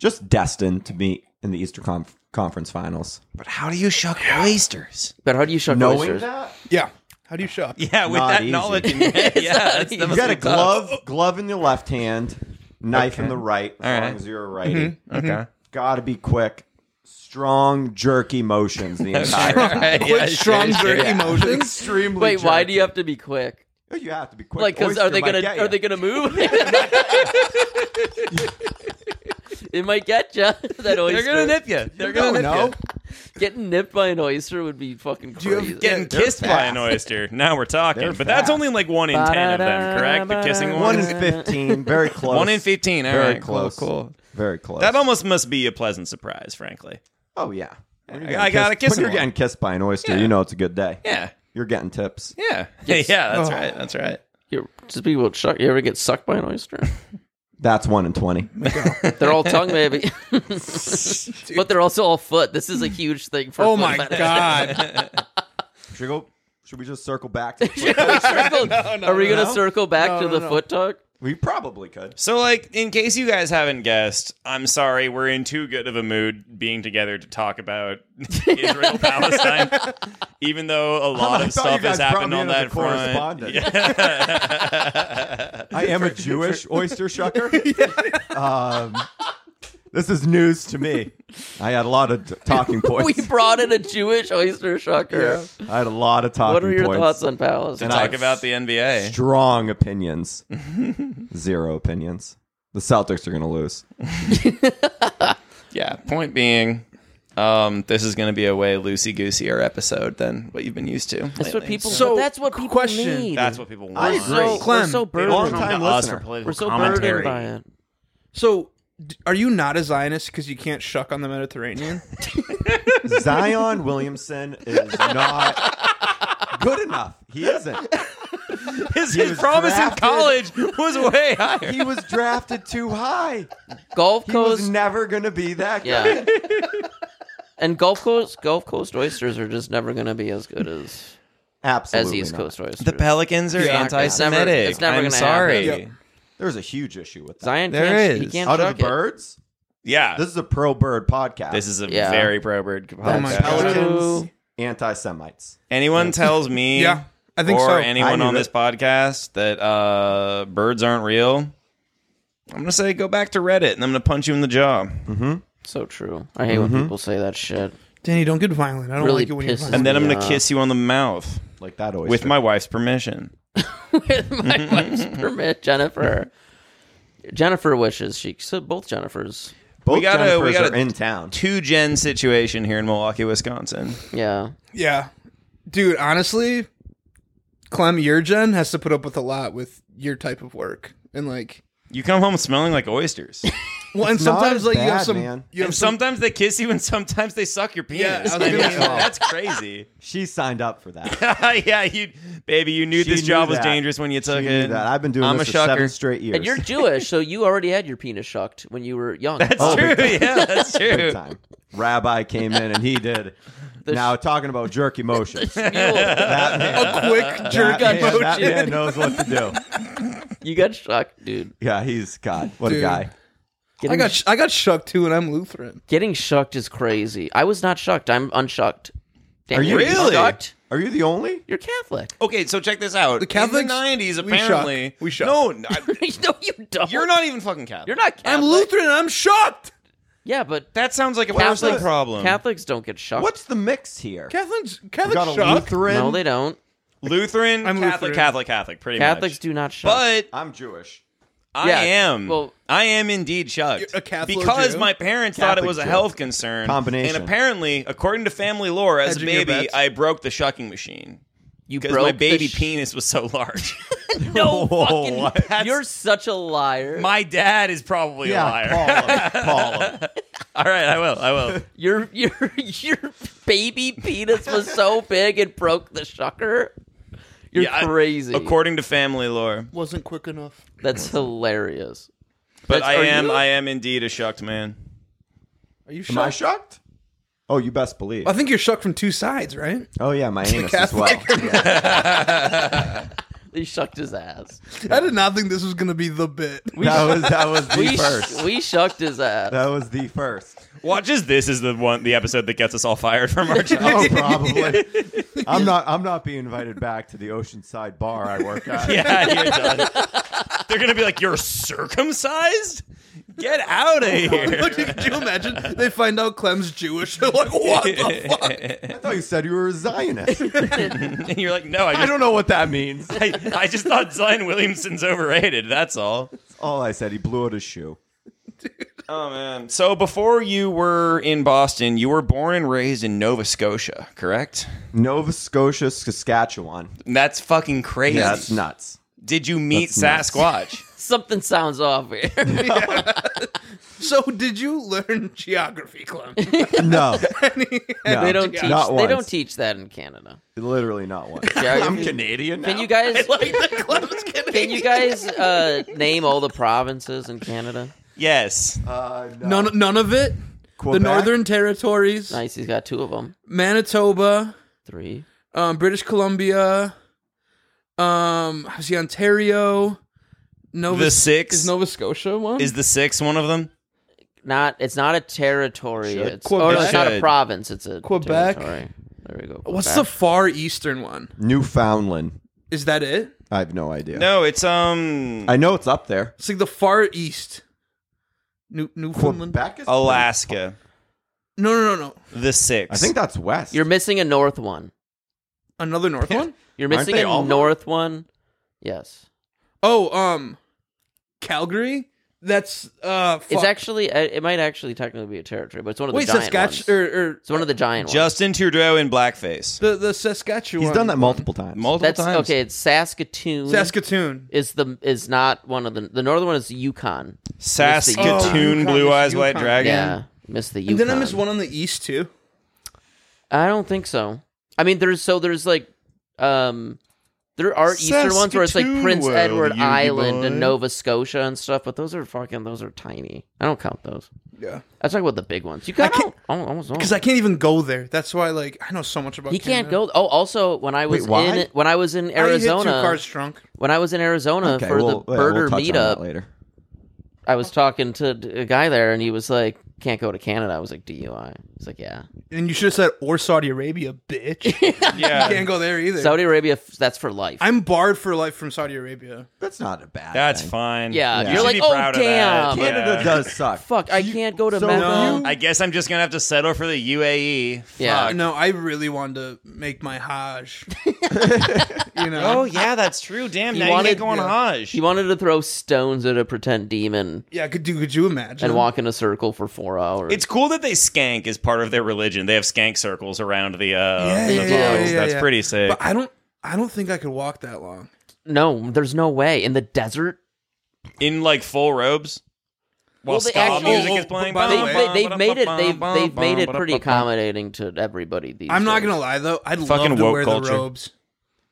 [SPEAKER 4] just destined to meet in the Easter Conf- Conference Finals.
[SPEAKER 3] But how do you shuck oysters?
[SPEAKER 2] But how do you shuck
[SPEAKER 4] Knowing
[SPEAKER 2] oysters?
[SPEAKER 4] that,
[SPEAKER 1] yeah. How do you shuck?
[SPEAKER 3] Yeah, with
[SPEAKER 4] Not
[SPEAKER 3] that
[SPEAKER 4] easy.
[SPEAKER 3] knowledge in yeah, that's the
[SPEAKER 4] you
[SPEAKER 3] most
[SPEAKER 4] got a glove, glove in your left hand, knife in the right, as
[SPEAKER 3] All
[SPEAKER 4] long
[SPEAKER 3] right.
[SPEAKER 4] as you're a righty.
[SPEAKER 2] Mm-hmm.
[SPEAKER 3] Okay.
[SPEAKER 4] Got to be quick, strong, jerky motions the entire time.
[SPEAKER 1] Quick, strong, jerky motions.
[SPEAKER 4] Extremely.
[SPEAKER 2] Wait, why do
[SPEAKER 4] jerky.
[SPEAKER 2] you have to be quick?
[SPEAKER 4] Oh, You have to be quick.
[SPEAKER 2] Like, because are
[SPEAKER 4] Oyster
[SPEAKER 2] they
[SPEAKER 4] might
[SPEAKER 2] gonna
[SPEAKER 4] get
[SPEAKER 2] are
[SPEAKER 4] ya.
[SPEAKER 2] they gonna move? it might get you. That oyster.
[SPEAKER 3] They're gonna nip you. They're
[SPEAKER 4] No,
[SPEAKER 3] gonna nip
[SPEAKER 4] no.
[SPEAKER 3] you.
[SPEAKER 2] Getting nipped by an oyster would be fucking
[SPEAKER 1] Do you have-
[SPEAKER 2] crazy.
[SPEAKER 1] get-
[SPEAKER 3] Getting kissed by an oyster. Now we're talking.
[SPEAKER 4] They're
[SPEAKER 3] but that's
[SPEAKER 4] fast.
[SPEAKER 3] only like one in ten of them, correct? The kissing
[SPEAKER 2] Ba-da-da-da-da-da.
[SPEAKER 4] One
[SPEAKER 3] one.
[SPEAKER 4] in fifteen, very close.
[SPEAKER 3] One in fifteen. All right,
[SPEAKER 4] Very
[SPEAKER 3] cool,
[SPEAKER 4] close.
[SPEAKER 3] Cool,
[SPEAKER 1] Oh
[SPEAKER 4] Very close.
[SPEAKER 3] That almost must be a pleasant surprise, frankly.
[SPEAKER 4] oh yeah. When you're
[SPEAKER 3] I-
[SPEAKER 4] getting
[SPEAKER 3] I gotta
[SPEAKER 4] kissed-
[SPEAKER 3] kiss
[SPEAKER 4] When you're
[SPEAKER 3] him all.
[SPEAKER 4] getting kissed by an oyster,
[SPEAKER 3] Yeah.
[SPEAKER 4] you know it's a good day.
[SPEAKER 3] Yeah.
[SPEAKER 4] You're getting tips. Oh.
[SPEAKER 3] Yeah. yeah, that's right. That's right.
[SPEAKER 2] You- just people shuck. You ever get sucked by an oyster?
[SPEAKER 4] That's one in twenty.
[SPEAKER 2] They're all tongue, baby. but they're also all foot. This is a huge thing for
[SPEAKER 1] Oh my
[SPEAKER 2] foot fetish.
[SPEAKER 1] god.
[SPEAKER 4] Should we, go, should we just circle back? To the
[SPEAKER 2] Are we circled- Are we going to
[SPEAKER 4] no.
[SPEAKER 2] circle back
[SPEAKER 1] No,
[SPEAKER 2] to
[SPEAKER 1] no,
[SPEAKER 2] the
[SPEAKER 1] no.
[SPEAKER 2] foot talk?
[SPEAKER 4] we probably could.
[SPEAKER 3] So, like, in case you guys haven't guessed, I'm sorry, we're in too good of a mood being together to talk about Israel Palestine, even though a lot
[SPEAKER 4] I
[SPEAKER 3] of stuff
[SPEAKER 4] thought you
[SPEAKER 3] has
[SPEAKER 4] guys brought
[SPEAKER 3] happened on
[SPEAKER 4] me in as
[SPEAKER 3] that
[SPEAKER 4] a
[SPEAKER 3] front.
[SPEAKER 4] correspondent.
[SPEAKER 3] Yeah.
[SPEAKER 4] I am a Jewish oyster shucker. um, this is news to me. I had a lot of t- talking
[SPEAKER 2] We
[SPEAKER 4] points.
[SPEAKER 2] brought in a Jewish oyster shucker.
[SPEAKER 4] I had a lot of talking
[SPEAKER 2] What are your
[SPEAKER 4] points.
[SPEAKER 2] thoughts on Palestine?
[SPEAKER 4] And I-
[SPEAKER 3] Talk about the NBA.
[SPEAKER 4] Strong opinions. Zero opinions. The Celtics are going to lose.
[SPEAKER 3] Yeah. Point being, um, this is going to be a way loosey goosier episode than what you've been used to.
[SPEAKER 2] that's what people.
[SPEAKER 1] So,
[SPEAKER 2] but that's what people
[SPEAKER 1] question.
[SPEAKER 2] need.
[SPEAKER 3] That's what people want.
[SPEAKER 4] I
[SPEAKER 2] we're
[SPEAKER 4] agree.
[SPEAKER 2] so, we're
[SPEAKER 1] Clem,
[SPEAKER 2] so
[SPEAKER 3] They don't
[SPEAKER 2] burdened.
[SPEAKER 3] come
[SPEAKER 4] Long-time
[SPEAKER 3] to us
[SPEAKER 4] listener.
[SPEAKER 3] for political
[SPEAKER 2] We're so
[SPEAKER 3] commentary.
[SPEAKER 2] burdened by it.
[SPEAKER 1] So, d- are you not a Zionist because you can't shuck on the Mediterranean?
[SPEAKER 4] Zion Williamson is not good enough. He isn't.
[SPEAKER 3] His,
[SPEAKER 4] was
[SPEAKER 3] promise
[SPEAKER 4] drafted-
[SPEAKER 3] in college was way higher.
[SPEAKER 4] He was drafted too high.
[SPEAKER 2] Gulf
[SPEAKER 4] He was
[SPEAKER 2] Coast,
[SPEAKER 4] never going to be that good.
[SPEAKER 2] yeah. and Gulf Coast, Gulf Coast oysters are just never going to be as good as as
[SPEAKER 4] Absolutely
[SPEAKER 2] East
[SPEAKER 4] not.
[SPEAKER 2] Coast oysters.
[SPEAKER 3] The Pelicans are
[SPEAKER 1] Yeah.
[SPEAKER 3] anti-Semitic.
[SPEAKER 2] It's never- it's never
[SPEAKER 3] I'm
[SPEAKER 2] gonna
[SPEAKER 3] sorry.
[SPEAKER 1] happen. Yep.
[SPEAKER 4] There's a huge issue with that.
[SPEAKER 2] Zion
[SPEAKER 3] There
[SPEAKER 2] can't, he
[SPEAKER 3] is.
[SPEAKER 2] can't
[SPEAKER 4] Out of
[SPEAKER 2] shuck
[SPEAKER 4] the
[SPEAKER 2] it.
[SPEAKER 4] birds?
[SPEAKER 3] Yeah,
[SPEAKER 4] This is a pro bird podcast.
[SPEAKER 3] This is a
[SPEAKER 2] Yeah.
[SPEAKER 3] very pro bird
[SPEAKER 1] Oh
[SPEAKER 3] podcast.
[SPEAKER 1] my
[SPEAKER 4] Pelicans,
[SPEAKER 1] god.
[SPEAKER 2] True.
[SPEAKER 4] anti Semites.
[SPEAKER 3] Anyone tells me
[SPEAKER 1] Yeah, I think
[SPEAKER 3] or
[SPEAKER 1] so.
[SPEAKER 3] anyone
[SPEAKER 4] I
[SPEAKER 3] on
[SPEAKER 4] knew
[SPEAKER 3] this podcast that uh, birds aren't real, I'm going to say go back to Reddit and I'm going to punch you in the jaw.
[SPEAKER 2] So true. I hate when people say that shit.
[SPEAKER 1] Danny, don't get violent. I don't
[SPEAKER 2] Really
[SPEAKER 1] like it when you're
[SPEAKER 2] pisses
[SPEAKER 1] violent.
[SPEAKER 3] And then I'm going to
[SPEAKER 2] Yeah.
[SPEAKER 3] kiss you on the mouth
[SPEAKER 4] Like that oyster.
[SPEAKER 3] with my wife's permission.
[SPEAKER 2] With my wife's permit, Jennifer. Jennifer wishes she. So both Jennifers.
[SPEAKER 4] Both
[SPEAKER 3] We gotta-
[SPEAKER 4] Jennifers
[SPEAKER 3] we gotta-
[SPEAKER 4] are in town.
[SPEAKER 3] Two gen situation here in Milwaukee, Wisconsin.
[SPEAKER 2] Yeah.
[SPEAKER 1] Yeah. Dude, honestly, Clem, your gen has to put up with a lot with your type of work. And like
[SPEAKER 3] You come home smelling like oysters.
[SPEAKER 1] well, and
[SPEAKER 4] It's not
[SPEAKER 1] sometimes
[SPEAKER 4] as
[SPEAKER 1] like you have
[SPEAKER 4] bad,
[SPEAKER 1] some
[SPEAKER 4] man.
[SPEAKER 1] you have
[SPEAKER 3] and
[SPEAKER 1] some,
[SPEAKER 3] sometimes they kiss you and sometimes they suck your penis.
[SPEAKER 1] Yeah, I was
[SPEAKER 3] I mean,
[SPEAKER 1] gonna say.
[SPEAKER 3] that's crazy.
[SPEAKER 4] She signed up for that.
[SPEAKER 3] yeah, you baby, you knew
[SPEAKER 4] She
[SPEAKER 3] this
[SPEAKER 4] knew
[SPEAKER 3] job was
[SPEAKER 4] that.
[SPEAKER 3] dangerous when you took
[SPEAKER 4] She
[SPEAKER 3] it.
[SPEAKER 4] knew that. I've been doing
[SPEAKER 3] I'm
[SPEAKER 4] this
[SPEAKER 3] a
[SPEAKER 4] for seven
[SPEAKER 3] shucker.
[SPEAKER 4] straight years.
[SPEAKER 2] And you're Jewish, so you already had your penis shucked when you were young.
[SPEAKER 3] That's true. Yeah, that's
[SPEAKER 4] Big
[SPEAKER 3] true.
[SPEAKER 4] time. Rabbi came in and he did. now talking about jerk emotions. Oh, that
[SPEAKER 2] Mule,
[SPEAKER 4] man,
[SPEAKER 1] a quick jerk
[SPEAKER 4] that man, that
[SPEAKER 1] emoji.
[SPEAKER 4] man knows what to do.
[SPEAKER 2] you got shucked, dude.
[SPEAKER 4] Yeah, he's God. What
[SPEAKER 1] Dude.
[SPEAKER 4] a guy.
[SPEAKER 2] Getting,
[SPEAKER 1] I got sh- I got shook too and I'm Lutheran.
[SPEAKER 2] getting shucked is crazy. I was not shucked. I'm unshucked. Damn,
[SPEAKER 4] Are you
[SPEAKER 2] getting
[SPEAKER 3] really?
[SPEAKER 2] Shucked?
[SPEAKER 4] Are you the only?
[SPEAKER 2] You're Catholic.
[SPEAKER 3] Okay, so check this out.
[SPEAKER 1] The Catholics,
[SPEAKER 3] in the nineties,
[SPEAKER 1] we shuck.
[SPEAKER 3] apparently
[SPEAKER 1] We shuck.
[SPEAKER 3] No, n- I-
[SPEAKER 2] no, you don't.
[SPEAKER 3] you're not even fucking Catholic.
[SPEAKER 2] You're not Catholic.
[SPEAKER 1] I'm Lutheran and I'm shocked.
[SPEAKER 2] Yeah, but
[SPEAKER 3] That sounds like a
[SPEAKER 2] Catholics-
[SPEAKER 3] personal problem.
[SPEAKER 2] Catholics don't get shucked.
[SPEAKER 4] What's the mix here?
[SPEAKER 1] Catholics
[SPEAKER 4] We got a
[SPEAKER 1] Catholics shocked.
[SPEAKER 4] Lutheran.
[SPEAKER 2] No, they don't.
[SPEAKER 3] Lutheran,
[SPEAKER 1] I'm
[SPEAKER 3] Catholic,
[SPEAKER 1] Lutheran.
[SPEAKER 3] Catholic, Catholic, pretty
[SPEAKER 2] Catholics
[SPEAKER 3] much.
[SPEAKER 2] do not shuck.
[SPEAKER 3] But
[SPEAKER 4] I'm Jewish.
[SPEAKER 3] I
[SPEAKER 2] Yeah,
[SPEAKER 3] am.
[SPEAKER 2] well-
[SPEAKER 3] I am indeed shocked
[SPEAKER 1] You're a Catholic
[SPEAKER 3] because
[SPEAKER 1] Jew?
[SPEAKER 3] my parents thought it
[SPEAKER 4] Catholic
[SPEAKER 3] was a
[SPEAKER 4] Jew.
[SPEAKER 3] health concern.
[SPEAKER 4] Combination.
[SPEAKER 3] And apparently, according to family lore, as a
[SPEAKER 1] Hedging your
[SPEAKER 3] baby,
[SPEAKER 1] bets.
[SPEAKER 3] I broke the shucking machine
[SPEAKER 2] you
[SPEAKER 3] because my
[SPEAKER 2] the
[SPEAKER 3] baby
[SPEAKER 2] sh-
[SPEAKER 3] penis was so large.
[SPEAKER 2] No
[SPEAKER 4] Whoa,
[SPEAKER 2] fucking.
[SPEAKER 4] what?
[SPEAKER 2] You're such a liar.
[SPEAKER 3] my dad is probably a liar.
[SPEAKER 4] Yeah, Paul. Paul.
[SPEAKER 3] All right, I will. I will.
[SPEAKER 2] your your your baby penis was so big it broke the shucker. You're
[SPEAKER 3] Yeah, I-
[SPEAKER 2] crazy.
[SPEAKER 3] According to family lore,
[SPEAKER 1] Wasn't quick enough.
[SPEAKER 2] That's hilarious.
[SPEAKER 3] but
[SPEAKER 2] That's-
[SPEAKER 3] I
[SPEAKER 2] are
[SPEAKER 3] am.
[SPEAKER 2] you-
[SPEAKER 3] I am indeed a shucked man.
[SPEAKER 1] Are you
[SPEAKER 4] Am I
[SPEAKER 1] shocked?
[SPEAKER 4] shocked? Oh, you best believe.
[SPEAKER 1] I think you're shocked from two sides, right?
[SPEAKER 4] Oh yeah, my anus as well.
[SPEAKER 1] Catholic.
[SPEAKER 2] They shucked his ass.
[SPEAKER 1] I did not think this was going to be the bit.
[SPEAKER 4] that was that was the
[SPEAKER 2] We
[SPEAKER 4] first.
[SPEAKER 2] sh- we shucked his ass.
[SPEAKER 4] that was the first.
[SPEAKER 3] Watch as this is the one the episode that gets us all fired from our job.
[SPEAKER 4] Oh, probably. I'm not. I'm not being invited back to the Oceanside bar I work at.
[SPEAKER 3] yeah, you're done. They're gonna be like, "You're circumcised? Get out of here!"
[SPEAKER 1] Could you imagine? They find out Clem's Jewish. They're like, what the fuck?
[SPEAKER 4] I thought you said you were a Zionist.
[SPEAKER 3] and you're like, "No, I
[SPEAKER 4] I
[SPEAKER 3] just,
[SPEAKER 4] don't know what that means.
[SPEAKER 3] I, I just thought Zion Williamson's overrated. That's all."
[SPEAKER 4] All I said, he blew out his shoe.
[SPEAKER 3] Oh man. So before you were in Boston, you were born and raised in Nova Scotia, correct?
[SPEAKER 4] Nova Scotia, Saskatchewan.
[SPEAKER 3] That's fucking crazy.
[SPEAKER 4] Yeah, that's nuts.
[SPEAKER 3] Did you meet
[SPEAKER 4] That's nuts.
[SPEAKER 3] Sasquatch?
[SPEAKER 2] Something sounds off here.
[SPEAKER 1] So, did you learn geography, Clem?
[SPEAKER 4] No,
[SPEAKER 1] Any-
[SPEAKER 4] No.
[SPEAKER 2] They don't
[SPEAKER 1] Yeah.
[SPEAKER 2] teach.
[SPEAKER 4] Not
[SPEAKER 2] They
[SPEAKER 4] once.
[SPEAKER 2] don't teach that in Canada.
[SPEAKER 4] literally not one.
[SPEAKER 2] Geography-
[SPEAKER 4] Canadian.
[SPEAKER 2] Can you guys?
[SPEAKER 1] Like the Clem's Canadian.
[SPEAKER 2] Can you guys uh, name all the provinces in Canada?
[SPEAKER 3] Yes.
[SPEAKER 4] Uh, no.
[SPEAKER 1] None, none of it.
[SPEAKER 4] Quebec?
[SPEAKER 1] The Northern Territories,
[SPEAKER 2] Nice. He's got two of them.
[SPEAKER 1] Manitoba,
[SPEAKER 2] Three.
[SPEAKER 1] um, British Columbia. Um, I see Ontario, Nova.
[SPEAKER 3] The six
[SPEAKER 1] is Nova Scotia one.
[SPEAKER 3] is the six one of them.
[SPEAKER 2] Not. It's not a territory.
[SPEAKER 1] Should.
[SPEAKER 2] It's, oh, no,
[SPEAKER 1] Quebec.
[SPEAKER 2] it's not a
[SPEAKER 3] Should.
[SPEAKER 2] province. It's a
[SPEAKER 1] Quebec.
[SPEAKER 2] Territory. There we go.
[SPEAKER 1] What's the
[SPEAKER 2] Quebec.
[SPEAKER 1] far eastern one?
[SPEAKER 4] Newfoundland.
[SPEAKER 1] Is that it?
[SPEAKER 4] I have no idea.
[SPEAKER 3] No, it's um
[SPEAKER 4] I know it's up there.
[SPEAKER 1] It's like the far east. New Newfoundland.
[SPEAKER 4] Quebec is.
[SPEAKER 3] Alaska.
[SPEAKER 1] No, no, no, no.
[SPEAKER 3] The six.
[SPEAKER 4] I think that's west.
[SPEAKER 2] You're missing a north one.
[SPEAKER 1] Another north one.
[SPEAKER 2] You're
[SPEAKER 4] Aren't
[SPEAKER 2] missing
[SPEAKER 4] they
[SPEAKER 2] a
[SPEAKER 4] all
[SPEAKER 2] north
[SPEAKER 4] north?
[SPEAKER 2] one. Yes.
[SPEAKER 1] Oh, um, Calgary. That's uh. Fuck.
[SPEAKER 2] It's actually. uh, It might actually technically be a territory, but it's one of the
[SPEAKER 1] wait er,
[SPEAKER 2] giant
[SPEAKER 1] Saskatch
[SPEAKER 2] ones.
[SPEAKER 1] or, or
[SPEAKER 2] it's one of the giant ones.
[SPEAKER 3] Justin Trudeau in blackface.
[SPEAKER 1] the the Saskatchewan.
[SPEAKER 4] He's done that multiple times.
[SPEAKER 3] Multiple
[SPEAKER 2] That's
[SPEAKER 3] times.
[SPEAKER 2] okay. It's Saskatoon.
[SPEAKER 1] Saskatoon.
[SPEAKER 2] is the is not one of the the northern one is Yukon.
[SPEAKER 1] Oh,
[SPEAKER 3] Saskatoon,
[SPEAKER 1] Yukon,
[SPEAKER 3] blue eyes, white
[SPEAKER 1] Yukon.
[SPEAKER 3] dragon.
[SPEAKER 2] Yeah, miss the
[SPEAKER 1] And
[SPEAKER 2] Yukon.
[SPEAKER 1] then I missed one on the east too.
[SPEAKER 2] I don't think so. I mean, there's so there's like, um, there are eastern ones where it's like
[SPEAKER 3] Saskatoon
[SPEAKER 2] Prince
[SPEAKER 3] world,
[SPEAKER 2] Edward
[SPEAKER 3] you
[SPEAKER 2] Island
[SPEAKER 3] boy.
[SPEAKER 2] and Nova Scotia and stuff, but those are fucking those are tiny. I don't count those.
[SPEAKER 1] Yeah.
[SPEAKER 2] I talk about the big ones. You got
[SPEAKER 1] can't-
[SPEAKER 2] almost all.
[SPEAKER 1] Because I can't even go there. That's why, like, I know so much about.
[SPEAKER 2] He can't
[SPEAKER 1] Canada.
[SPEAKER 2] go. Oh, also when I was
[SPEAKER 4] Wait, why?
[SPEAKER 2] in when I was in
[SPEAKER 1] I hit two
[SPEAKER 2] Arizona,
[SPEAKER 1] cars drunk.
[SPEAKER 2] when I was in Arizona
[SPEAKER 4] Okay,
[SPEAKER 2] for
[SPEAKER 4] we'll-
[SPEAKER 2] the
[SPEAKER 4] yeah, we'll
[SPEAKER 2] birder
[SPEAKER 4] touch on that
[SPEAKER 2] meetup,
[SPEAKER 4] later.
[SPEAKER 2] I was talking to d- a guy there, and he was like, "Can't go to Canada." I was like, "DUI." He's like, "Yeah."
[SPEAKER 1] And you should have said or Saudi Arabia, bitch. you
[SPEAKER 3] Yeah.
[SPEAKER 1] can't go there either.
[SPEAKER 2] Saudi Arabia, f- that's for life.
[SPEAKER 1] I'm barred for life from Saudi Arabia.
[SPEAKER 4] That's not a bad.
[SPEAKER 3] That's
[SPEAKER 4] thing.
[SPEAKER 3] fine.
[SPEAKER 2] Yeah,
[SPEAKER 4] Yeah.
[SPEAKER 2] you're
[SPEAKER 4] Should
[SPEAKER 2] like,
[SPEAKER 3] be
[SPEAKER 2] "Oh
[SPEAKER 3] proud of that.
[SPEAKER 2] damn,
[SPEAKER 3] Yeah.
[SPEAKER 4] Canada does suck.
[SPEAKER 2] fuck, I
[SPEAKER 4] You-
[SPEAKER 2] can't go to
[SPEAKER 4] so
[SPEAKER 2] Mecca."
[SPEAKER 4] you-
[SPEAKER 3] I guess I'm just gonna have to settle for the UAE.
[SPEAKER 2] Yeah.
[SPEAKER 3] Fuck.
[SPEAKER 1] Uh, No, I really wanted to make my Hajj. you know.
[SPEAKER 3] Oh yeah, that's true. Damn,
[SPEAKER 2] He
[SPEAKER 3] now you
[SPEAKER 2] wanted-
[SPEAKER 3] can go on
[SPEAKER 1] yeah.
[SPEAKER 3] Hajj.
[SPEAKER 2] He wanted to throw stones at a pretend demon
[SPEAKER 1] Yeah, could do. Could you imagine?
[SPEAKER 2] and walk in a circle for four hours.
[SPEAKER 3] It's cool that they skank as part of their religion. They have skank circles around the uh
[SPEAKER 1] Yeah,
[SPEAKER 3] the
[SPEAKER 1] yeah, yeah,
[SPEAKER 3] lines.
[SPEAKER 1] yeah,
[SPEAKER 3] That's
[SPEAKER 1] yeah.
[SPEAKER 3] pretty sick.
[SPEAKER 1] But I don't. I don't think I could walk that long.
[SPEAKER 2] no, there's no way in the desert.
[SPEAKER 3] In like full robes. While
[SPEAKER 2] Well, they
[SPEAKER 3] ska
[SPEAKER 2] actually-
[SPEAKER 3] music
[SPEAKER 1] Oh,
[SPEAKER 3] is playing.
[SPEAKER 1] by the
[SPEAKER 2] They,
[SPEAKER 1] way-
[SPEAKER 2] they, have made it. They've, they've made it pretty accommodating to everybody. These
[SPEAKER 1] I'm not
[SPEAKER 2] days.
[SPEAKER 1] gonna lie though. I'd
[SPEAKER 3] Fucking
[SPEAKER 1] love to
[SPEAKER 3] woke
[SPEAKER 1] wear
[SPEAKER 3] culture.
[SPEAKER 1] the robes.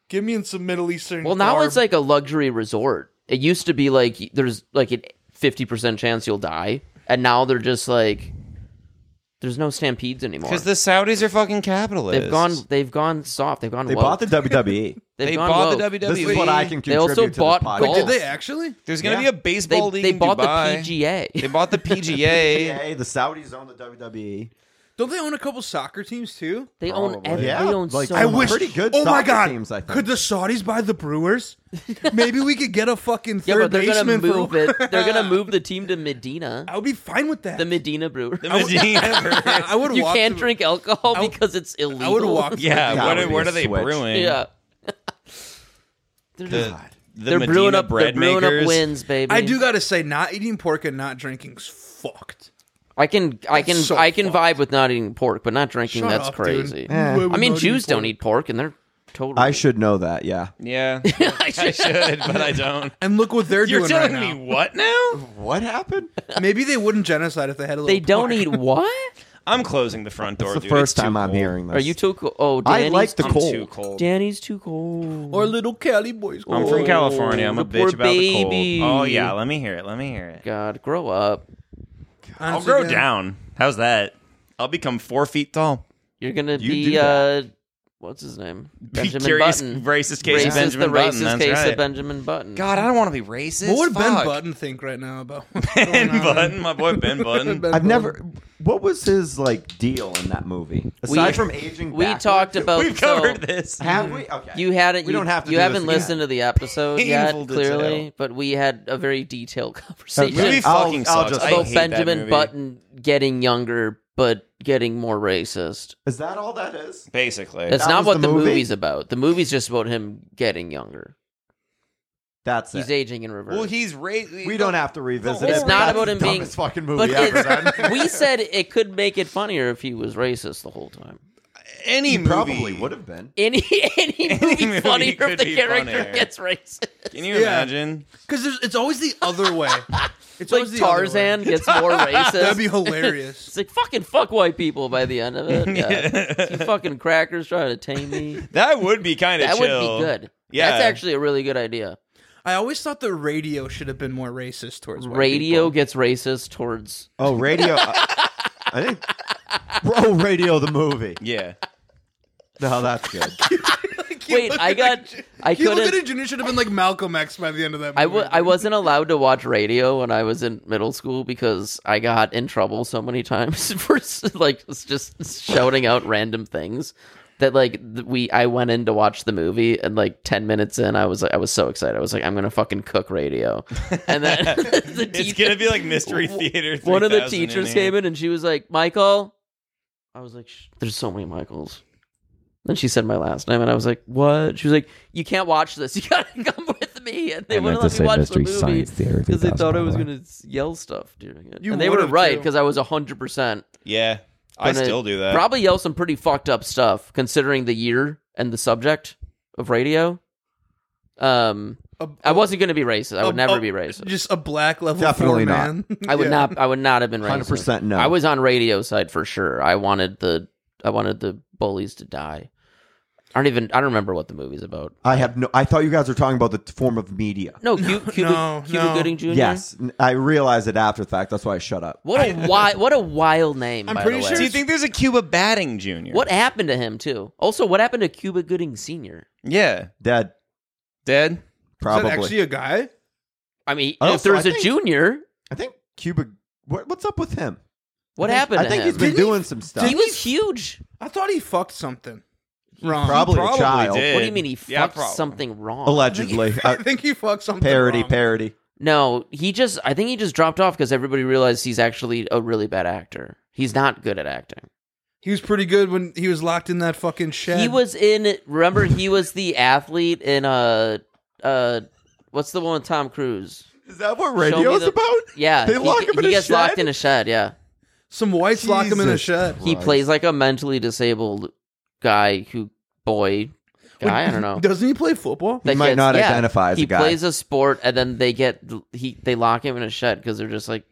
[SPEAKER 1] Give me in some Middle Eastern.
[SPEAKER 2] Well, now
[SPEAKER 1] garb.
[SPEAKER 2] it's like a luxury resort. It used to be like there's like a fifty percent chance you'll die, and now they're just like there's no stampedes anymore.
[SPEAKER 3] Because the Saudis are fucking capitalists.
[SPEAKER 2] they've gone, they've gone soft. They've gone.
[SPEAKER 4] They
[SPEAKER 2] woke.
[SPEAKER 4] bought the WWE.
[SPEAKER 2] They've
[SPEAKER 3] They
[SPEAKER 2] gone
[SPEAKER 3] bought
[SPEAKER 2] woke.
[SPEAKER 3] the WWE.
[SPEAKER 4] This is what I can
[SPEAKER 2] E. They also
[SPEAKER 4] contribute to
[SPEAKER 2] bought
[SPEAKER 4] this podcast.
[SPEAKER 2] gold.
[SPEAKER 1] Did they actually?
[SPEAKER 3] There's gonna
[SPEAKER 4] Yeah.
[SPEAKER 3] be a baseball
[SPEAKER 2] They,
[SPEAKER 3] league.
[SPEAKER 2] they
[SPEAKER 3] in
[SPEAKER 2] bought the
[SPEAKER 3] Dubai.
[SPEAKER 2] PGA.
[SPEAKER 3] They bought the PGA.
[SPEAKER 4] Yeah, the Saudis own the E. WWE.
[SPEAKER 1] Don't they own a couple soccer teams too?
[SPEAKER 2] They own.
[SPEAKER 4] Probably.
[SPEAKER 2] Every,
[SPEAKER 4] Yeah,
[SPEAKER 2] They own
[SPEAKER 4] like,
[SPEAKER 2] so
[SPEAKER 1] I
[SPEAKER 4] Some
[SPEAKER 2] much.
[SPEAKER 1] wish.
[SPEAKER 4] pretty good
[SPEAKER 1] oh my
[SPEAKER 4] soccer
[SPEAKER 1] god!
[SPEAKER 4] teams, I think.
[SPEAKER 1] Could the Saudis buy the Brewers? Maybe we could get a fucking
[SPEAKER 2] Yeah,
[SPEAKER 1] third
[SPEAKER 2] but they're gonna
[SPEAKER 1] baseman.
[SPEAKER 2] move
[SPEAKER 1] for-
[SPEAKER 2] it. They're gonna move the team to Medina,
[SPEAKER 1] I would be fine with that.
[SPEAKER 2] the Medina Brewer.
[SPEAKER 3] The Medina.
[SPEAKER 1] I would.
[SPEAKER 2] you
[SPEAKER 1] walk
[SPEAKER 2] can't
[SPEAKER 1] to-
[SPEAKER 2] drink alcohol
[SPEAKER 1] would-
[SPEAKER 2] because it's illegal.
[SPEAKER 1] I would walk.
[SPEAKER 3] yeah.
[SPEAKER 4] That
[SPEAKER 3] What,
[SPEAKER 4] would
[SPEAKER 3] are-
[SPEAKER 4] be
[SPEAKER 3] what
[SPEAKER 4] a
[SPEAKER 3] are they
[SPEAKER 4] switch.
[SPEAKER 3] brewing?
[SPEAKER 2] Yeah. They're just-
[SPEAKER 3] The, the
[SPEAKER 2] they're
[SPEAKER 3] Medina
[SPEAKER 2] brewing up.
[SPEAKER 3] bread
[SPEAKER 2] they're brewing
[SPEAKER 3] makers.
[SPEAKER 2] up wins, baby.
[SPEAKER 1] I do gotta say, not eating pork and not drinking's fucked.
[SPEAKER 2] I can I can
[SPEAKER 1] so
[SPEAKER 2] I can
[SPEAKER 1] fucked.
[SPEAKER 2] vibe with not eating pork, but not drinking
[SPEAKER 1] Shut
[SPEAKER 2] that's
[SPEAKER 1] up, dude.
[SPEAKER 2] crazy.
[SPEAKER 1] You would
[SPEAKER 2] I mean
[SPEAKER 1] not
[SPEAKER 2] Jews don't
[SPEAKER 1] pork.
[SPEAKER 2] eat pork and they're totally
[SPEAKER 4] I should know that. Yeah.
[SPEAKER 3] Yeah, I should, but I don't.
[SPEAKER 1] And look what they're
[SPEAKER 3] You're
[SPEAKER 1] doing right
[SPEAKER 3] telling
[SPEAKER 1] now.
[SPEAKER 3] me what now?
[SPEAKER 4] What happened?
[SPEAKER 1] Maybe they wouldn't genocide if they had a little.
[SPEAKER 2] They don't
[SPEAKER 1] pork.
[SPEAKER 2] eat what?
[SPEAKER 3] I'm closing the front door.
[SPEAKER 4] It's the
[SPEAKER 3] dude.
[SPEAKER 4] first
[SPEAKER 3] too
[SPEAKER 4] time I'm
[SPEAKER 3] cold.
[SPEAKER 4] hearing this.
[SPEAKER 2] Are you too cold? Oh,
[SPEAKER 4] I
[SPEAKER 2] Danny's
[SPEAKER 4] like the
[SPEAKER 3] I'm
[SPEAKER 4] cold.
[SPEAKER 3] too cold.
[SPEAKER 2] Danny's too cold.
[SPEAKER 1] Or little Cali boys.
[SPEAKER 3] I'm from
[SPEAKER 2] Oh,
[SPEAKER 3] California. I'm a
[SPEAKER 2] the poor
[SPEAKER 3] bitch about the
[SPEAKER 2] baby.
[SPEAKER 3] cold. Oh yeah, let me hear it. Let me hear it.
[SPEAKER 2] God, grow up.
[SPEAKER 3] I'll
[SPEAKER 1] Honestly,
[SPEAKER 3] grow
[SPEAKER 1] yeah.
[SPEAKER 3] down. How's that? I'll become four feet tall.
[SPEAKER 2] You're gonna
[SPEAKER 4] You do
[SPEAKER 2] be uh,
[SPEAKER 4] that.
[SPEAKER 2] what's his name?
[SPEAKER 3] Be
[SPEAKER 2] Benjamin
[SPEAKER 3] curious,
[SPEAKER 2] Button.
[SPEAKER 3] racist case
[SPEAKER 2] racist,
[SPEAKER 3] of Benjamin
[SPEAKER 2] the racist
[SPEAKER 3] Button. That's
[SPEAKER 2] case
[SPEAKER 3] right.
[SPEAKER 2] of Benjamin Button.
[SPEAKER 3] God, I don't want to be racist.
[SPEAKER 1] What would Ben
[SPEAKER 3] Fuck.
[SPEAKER 1] Button think right now about what's
[SPEAKER 3] Ben
[SPEAKER 1] going on?
[SPEAKER 3] Button, my boy Ben Button.
[SPEAKER 1] Ben
[SPEAKER 4] I've
[SPEAKER 1] Button.
[SPEAKER 4] never. What was his like deal in that movie? Aside from aging,
[SPEAKER 2] we
[SPEAKER 4] backwards-
[SPEAKER 2] talked about
[SPEAKER 3] We've
[SPEAKER 2] so-
[SPEAKER 3] covered this.
[SPEAKER 4] Have we? Okay.
[SPEAKER 2] You had it.
[SPEAKER 4] We
[SPEAKER 2] you,
[SPEAKER 4] don't have to
[SPEAKER 2] You
[SPEAKER 4] do this
[SPEAKER 2] haven't
[SPEAKER 4] again.
[SPEAKER 2] listened to the episode
[SPEAKER 3] Painful
[SPEAKER 2] yet,
[SPEAKER 3] detail.
[SPEAKER 2] clearly, but we had a very detailed
[SPEAKER 4] That
[SPEAKER 2] conversation.
[SPEAKER 3] Movie
[SPEAKER 4] I'll-
[SPEAKER 3] fucking
[SPEAKER 4] I'll
[SPEAKER 3] sucks.
[SPEAKER 4] just-
[SPEAKER 3] I
[SPEAKER 2] about
[SPEAKER 3] hate that
[SPEAKER 2] Benjamin
[SPEAKER 3] movie.
[SPEAKER 2] Button getting younger but getting more racist.
[SPEAKER 4] Is that all that is?
[SPEAKER 3] Basically,
[SPEAKER 2] That's
[SPEAKER 4] That
[SPEAKER 2] not
[SPEAKER 4] was
[SPEAKER 2] what
[SPEAKER 4] the
[SPEAKER 2] the
[SPEAKER 4] movie?
[SPEAKER 2] movie's about. The movie's just about him getting younger.
[SPEAKER 4] That's
[SPEAKER 2] He's
[SPEAKER 4] it.
[SPEAKER 2] aging in reverse.
[SPEAKER 3] well, he's racist.
[SPEAKER 4] we don't have to revisit
[SPEAKER 3] It's
[SPEAKER 4] it.
[SPEAKER 3] not
[SPEAKER 4] That's
[SPEAKER 2] about
[SPEAKER 4] the
[SPEAKER 2] him being-
[SPEAKER 4] dumbest fucking
[SPEAKER 2] but
[SPEAKER 4] movie
[SPEAKER 2] it-
[SPEAKER 4] ever. then.
[SPEAKER 2] we said it could make it funnier if he was racist the whole time.
[SPEAKER 3] any
[SPEAKER 4] He
[SPEAKER 3] movie
[SPEAKER 4] probably would have been.
[SPEAKER 2] Any any movie
[SPEAKER 3] movie
[SPEAKER 2] funnier
[SPEAKER 3] could
[SPEAKER 2] if the
[SPEAKER 3] be
[SPEAKER 2] character
[SPEAKER 3] funnier.
[SPEAKER 2] gets racist.
[SPEAKER 3] Can you
[SPEAKER 1] Yeah.
[SPEAKER 3] imagine?
[SPEAKER 1] Because it's always the other way. It's always
[SPEAKER 2] Like
[SPEAKER 1] the other way.
[SPEAKER 2] Tarzan gets more racist.
[SPEAKER 1] That'd be
[SPEAKER 2] It's
[SPEAKER 1] hilarious.
[SPEAKER 2] like fucking fuck white people by the end of it. Yeah. you fucking crackers trying to tame me.
[SPEAKER 3] That would be kind of
[SPEAKER 2] That would
[SPEAKER 3] chill.
[SPEAKER 2] be good.
[SPEAKER 3] Yeah.
[SPEAKER 2] That's actually a really good idea.
[SPEAKER 1] I always thought the radio should have been more racist towards white
[SPEAKER 2] Radio
[SPEAKER 1] people.
[SPEAKER 2] gets racist towards
[SPEAKER 4] Oh, radio. I, I think. Oh, radio the movie.
[SPEAKER 3] Yeah.
[SPEAKER 4] No, that's good.
[SPEAKER 1] You
[SPEAKER 2] Wait,
[SPEAKER 1] look
[SPEAKER 2] I
[SPEAKER 1] at
[SPEAKER 2] got
[SPEAKER 1] it-
[SPEAKER 2] I
[SPEAKER 1] You look at
[SPEAKER 2] couldn't
[SPEAKER 1] it, Junior should have been like Malcolm X by the end of that. Movie.
[SPEAKER 2] I, w- I wasn't allowed to watch radio when I was in middle school because I got in trouble so many times for like just shouting out random things that like th- we I went in to watch the movie and like 10 minutes in I was like I was so excited. I was like I'm going to fucking cook radio. And then the
[SPEAKER 3] It's
[SPEAKER 2] teacher-
[SPEAKER 3] going to be like Mystery Theater.
[SPEAKER 2] one of the
[SPEAKER 3] 3000
[SPEAKER 2] teachers
[SPEAKER 3] in
[SPEAKER 2] came
[SPEAKER 3] here.
[SPEAKER 2] in and she was like, "Michael." I was like, Shh, "There's so many Michaels." Then she said my last name, and I was like, "What?" She was like, "You can't watch this. You gotta come with me." And they wouldn't let me watch the movie
[SPEAKER 5] Theater
[SPEAKER 2] because they thought I was gonna s- yell stuff during it.
[SPEAKER 1] You
[SPEAKER 2] and they were
[SPEAKER 1] would've,
[SPEAKER 2] right
[SPEAKER 1] too.
[SPEAKER 2] because I was hundred percent.
[SPEAKER 3] Yeah. I
[SPEAKER 2] gonna
[SPEAKER 3] still do that.
[SPEAKER 2] Probably yell some pretty fucked up stuff considering the year and the subject of radio. Um,
[SPEAKER 1] A-
[SPEAKER 2] I wasn't gonna be racist. I would
[SPEAKER 1] a-
[SPEAKER 2] never
[SPEAKER 1] a-
[SPEAKER 2] be racist.
[SPEAKER 1] Just a black level.
[SPEAKER 4] Definitely
[SPEAKER 1] four
[SPEAKER 4] not.
[SPEAKER 1] Man.
[SPEAKER 2] I would
[SPEAKER 1] Yeah.
[SPEAKER 2] not. I would not have been racist.
[SPEAKER 4] 100% no.
[SPEAKER 2] I was on radio side for sure. I wanted the. I wanted the bullies to die. I don't even. I don't remember what the movie's about.
[SPEAKER 4] I have no. I thought you guys were talking about the form of media.
[SPEAKER 2] No, Cu- Cuba,
[SPEAKER 1] no,
[SPEAKER 2] Cuba
[SPEAKER 1] no.
[SPEAKER 2] Gooding Jr.
[SPEAKER 4] Yes, n- I realized it after the fact. That's why I shut up.
[SPEAKER 2] What a wild. What a wild name.
[SPEAKER 1] I'm
[SPEAKER 2] by
[SPEAKER 1] pretty
[SPEAKER 2] the way.
[SPEAKER 1] sure-
[SPEAKER 3] Do you think there's a Cuba batting junior?
[SPEAKER 2] What happened to him too? Also, what happened to Cuba Gooding Sr.?
[SPEAKER 3] Yeah.
[SPEAKER 4] Dead,
[SPEAKER 3] Dead?
[SPEAKER 1] Is
[SPEAKER 4] probably.
[SPEAKER 1] that actually a guy?
[SPEAKER 2] I mean,
[SPEAKER 4] Oh,
[SPEAKER 2] if
[SPEAKER 4] so
[SPEAKER 2] there was
[SPEAKER 4] I
[SPEAKER 2] a
[SPEAKER 4] think-
[SPEAKER 2] junior,
[SPEAKER 4] I think Cuba. What, what's up with him?
[SPEAKER 2] what
[SPEAKER 4] I think-
[SPEAKER 2] happened?
[SPEAKER 4] I think
[SPEAKER 2] to
[SPEAKER 4] he's been
[SPEAKER 1] Didn't he-
[SPEAKER 4] doing some stuff.
[SPEAKER 2] him? He was huge.
[SPEAKER 1] I thought he fucked something. Wrong.
[SPEAKER 4] probably,
[SPEAKER 3] Probably
[SPEAKER 4] a child,
[SPEAKER 3] did.
[SPEAKER 2] What do you mean he fucked
[SPEAKER 3] Yeah, probably.
[SPEAKER 2] something wrong?
[SPEAKER 4] allegedly.
[SPEAKER 1] I
[SPEAKER 4] uh,
[SPEAKER 1] think he fucked something.
[SPEAKER 4] parody,
[SPEAKER 1] wrong.
[SPEAKER 4] parody.
[SPEAKER 2] No, he just. I think he just dropped off because everybody realized he's actually a really bad actor. He's not good at acting.
[SPEAKER 1] He was pretty good when he was locked in that fucking shed.
[SPEAKER 2] He was in. Remember, he was the athlete in uh uh, what's the one with Tom Cruise?
[SPEAKER 4] Is that what
[SPEAKER 2] Show me
[SPEAKER 4] radio's
[SPEAKER 2] the-
[SPEAKER 4] about?
[SPEAKER 2] Yeah,
[SPEAKER 4] They
[SPEAKER 2] he,
[SPEAKER 4] lock him in
[SPEAKER 2] he
[SPEAKER 4] a
[SPEAKER 2] gets locked
[SPEAKER 4] shed?
[SPEAKER 2] in a shed. Yeah,
[SPEAKER 1] some whites locked him in a
[SPEAKER 4] Jesus
[SPEAKER 1] shed.
[SPEAKER 2] he
[SPEAKER 4] Right.
[SPEAKER 2] plays like a mentally disabled guy who boy guy. I don't know.
[SPEAKER 1] Doesn't he play football?
[SPEAKER 2] That
[SPEAKER 4] might
[SPEAKER 2] gets-
[SPEAKER 4] not identify as a
[SPEAKER 2] he
[SPEAKER 4] guy.
[SPEAKER 2] plays a sport, and then they get he they lock him in a shed because they're just like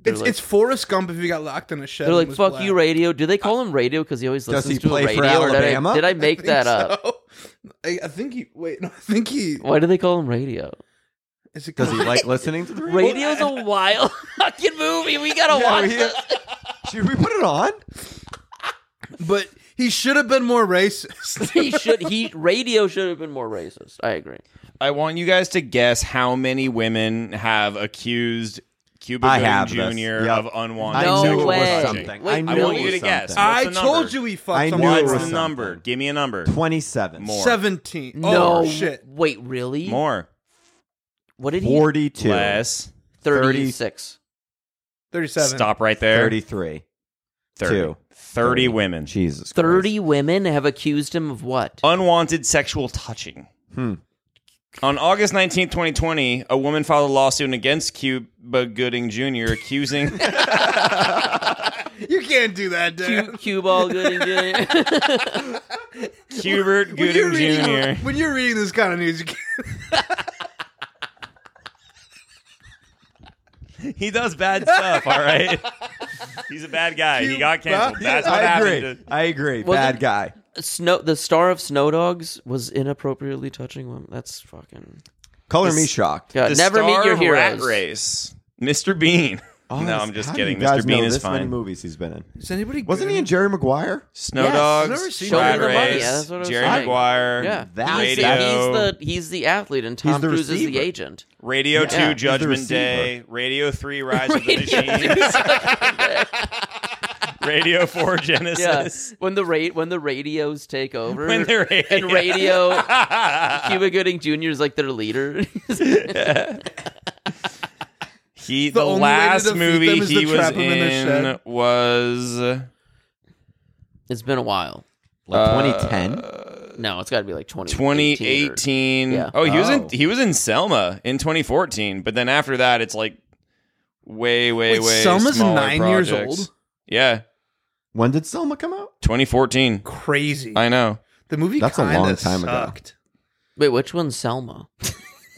[SPEAKER 2] they're
[SPEAKER 1] It's
[SPEAKER 2] like,
[SPEAKER 1] it's Forrest Gump if he got locked in a shed.
[SPEAKER 2] they're
[SPEAKER 1] and
[SPEAKER 2] like
[SPEAKER 1] was
[SPEAKER 2] fuck
[SPEAKER 1] black.
[SPEAKER 2] you radio. Do they call him radio because he always
[SPEAKER 4] Does
[SPEAKER 2] listens
[SPEAKER 4] he
[SPEAKER 2] to
[SPEAKER 4] play
[SPEAKER 2] a
[SPEAKER 4] for
[SPEAKER 2] radio? or did I-
[SPEAKER 4] Alabama?
[SPEAKER 2] Did I
[SPEAKER 1] I
[SPEAKER 2] make
[SPEAKER 1] think
[SPEAKER 2] that up?
[SPEAKER 1] so. I, I think he. Wait, no, I think he.
[SPEAKER 2] Why do they call him radio?
[SPEAKER 1] Is it
[SPEAKER 4] Does he like listening to the radio?
[SPEAKER 2] Radio's a wild fucking movie. We gotta
[SPEAKER 4] Yeah,
[SPEAKER 2] watch
[SPEAKER 4] we-
[SPEAKER 2] this.
[SPEAKER 4] Should we put it on?
[SPEAKER 1] But he should have been more racist.
[SPEAKER 2] he should he radio should have been more racist. I agree.
[SPEAKER 3] I want you guys to guess how many women have accused Cuba
[SPEAKER 4] I
[SPEAKER 3] Gooding
[SPEAKER 4] have this.
[SPEAKER 3] Jr.
[SPEAKER 4] Yep.
[SPEAKER 3] of unwanted
[SPEAKER 4] I
[SPEAKER 2] No
[SPEAKER 4] knew
[SPEAKER 3] sexual
[SPEAKER 2] way.
[SPEAKER 4] it was
[SPEAKER 3] touching.
[SPEAKER 4] something.
[SPEAKER 2] Wait,
[SPEAKER 4] I knew
[SPEAKER 3] I
[SPEAKER 2] no,
[SPEAKER 3] want
[SPEAKER 4] it
[SPEAKER 3] you
[SPEAKER 4] was
[SPEAKER 3] to
[SPEAKER 4] something.
[SPEAKER 3] guess. What's
[SPEAKER 1] I
[SPEAKER 3] the
[SPEAKER 1] told
[SPEAKER 3] number?
[SPEAKER 1] you he
[SPEAKER 4] I
[SPEAKER 1] fucked
[SPEAKER 4] knew it
[SPEAKER 3] What's
[SPEAKER 1] someone.
[SPEAKER 4] was
[SPEAKER 3] the
[SPEAKER 1] What's
[SPEAKER 4] something.
[SPEAKER 3] number? Give me a number.
[SPEAKER 4] Twenty-seven.
[SPEAKER 3] More.
[SPEAKER 1] Seventeen.
[SPEAKER 2] No
[SPEAKER 1] Oh, shit.
[SPEAKER 2] wait, really?
[SPEAKER 3] More.
[SPEAKER 2] What did he
[SPEAKER 4] Forty-two.
[SPEAKER 3] Less.
[SPEAKER 2] thirty six.
[SPEAKER 1] Thirty-seven.
[SPEAKER 3] Stop right there.
[SPEAKER 4] Thirty-three.
[SPEAKER 3] 30.
[SPEAKER 4] Two.
[SPEAKER 3] 30 women.
[SPEAKER 4] Jesus. Christ.
[SPEAKER 2] Thirty women have accused him of what?
[SPEAKER 3] Oh, Unwanted sexual touching.
[SPEAKER 4] Hmm.
[SPEAKER 3] On August 19, 2020, a woman filed a lawsuit against Cuba Gooding Jr. accusing
[SPEAKER 1] You can't do that,
[SPEAKER 2] Cu-
[SPEAKER 1] Dan.
[SPEAKER 2] Cue ball Gooding Jr.
[SPEAKER 3] Hubert
[SPEAKER 1] When you're,
[SPEAKER 3] Gooding
[SPEAKER 1] reading,
[SPEAKER 3] Jr.
[SPEAKER 1] when you're reading this kind of news, you can't.
[SPEAKER 3] He does bad stuff, all right? He's a bad guy. he got canceled. That's what
[SPEAKER 4] I
[SPEAKER 3] happened.
[SPEAKER 4] agree.
[SPEAKER 3] to-
[SPEAKER 4] I agree.
[SPEAKER 2] Well,
[SPEAKER 4] Bad
[SPEAKER 2] then-
[SPEAKER 4] guy.
[SPEAKER 2] Snow the star of Snow Dogs was inappropriately touching women. That's fucking
[SPEAKER 4] Color me shocked.
[SPEAKER 2] God,
[SPEAKER 3] the
[SPEAKER 2] never
[SPEAKER 3] star
[SPEAKER 2] meet your
[SPEAKER 3] of Rat
[SPEAKER 2] heroes.
[SPEAKER 3] Race, Mr. Bean. no,
[SPEAKER 4] this-
[SPEAKER 3] I'm just
[SPEAKER 4] Oh, how do
[SPEAKER 3] kidding.
[SPEAKER 4] You guys
[SPEAKER 3] Mr. Bean
[SPEAKER 4] know
[SPEAKER 3] is
[SPEAKER 4] this Many
[SPEAKER 3] fine.
[SPEAKER 4] movies he's been in.
[SPEAKER 1] Is anybody?
[SPEAKER 4] Wasn't he
[SPEAKER 1] good?
[SPEAKER 4] in Jerry Maguire?
[SPEAKER 3] Snow
[SPEAKER 2] Yes.
[SPEAKER 1] I've never
[SPEAKER 3] Dogs,
[SPEAKER 1] seen
[SPEAKER 3] Show Rat
[SPEAKER 1] Show Me the
[SPEAKER 2] Money.
[SPEAKER 3] Race,
[SPEAKER 2] Yeah, that's what I was
[SPEAKER 3] Jerry
[SPEAKER 2] saying.
[SPEAKER 3] Maguire,
[SPEAKER 2] Yeah.
[SPEAKER 4] That-
[SPEAKER 2] he's,
[SPEAKER 3] Radio,
[SPEAKER 2] the, he's the he's the athlete and Tom
[SPEAKER 4] the
[SPEAKER 2] Cruise is the
[SPEAKER 4] receiver.
[SPEAKER 2] agent.
[SPEAKER 3] Radio
[SPEAKER 2] Yeah. He's the
[SPEAKER 3] 2 Judgment
[SPEAKER 4] receiver.
[SPEAKER 3] Day, Radio 3 Rise of
[SPEAKER 2] Radio
[SPEAKER 3] the Machines, Radio 4
[SPEAKER 2] Yeah.
[SPEAKER 3] Genesis.
[SPEAKER 2] When the rate when the radios take over
[SPEAKER 3] When they're
[SPEAKER 2] and radio Cuba Gooding Jr. is like their leader.
[SPEAKER 3] He
[SPEAKER 1] The
[SPEAKER 3] the,
[SPEAKER 1] only way to
[SPEAKER 3] last
[SPEAKER 1] defeat
[SPEAKER 3] movie
[SPEAKER 1] them is to
[SPEAKER 3] he was
[SPEAKER 1] trap 'em in their
[SPEAKER 3] in
[SPEAKER 1] shed.
[SPEAKER 3] was
[SPEAKER 2] it's been a while.
[SPEAKER 4] Like 2010.
[SPEAKER 2] No, it's got to be like 2018.
[SPEAKER 3] 2018.
[SPEAKER 2] Yeah.
[SPEAKER 3] Oh, he was in
[SPEAKER 4] Oh.
[SPEAKER 3] he was in Selma in 2014, but then after that it's like way way
[SPEAKER 1] Wait,
[SPEAKER 3] way
[SPEAKER 1] Selma's
[SPEAKER 3] smaller
[SPEAKER 1] nine years
[SPEAKER 3] projects.
[SPEAKER 1] old?
[SPEAKER 3] Yeah.
[SPEAKER 4] When did Selma come out?
[SPEAKER 3] 2014.
[SPEAKER 1] Crazy.
[SPEAKER 3] I know.
[SPEAKER 1] the movie
[SPEAKER 4] That's a
[SPEAKER 1] kinda
[SPEAKER 4] long time ago.
[SPEAKER 1] sucked.
[SPEAKER 2] Wait, which one's Selma?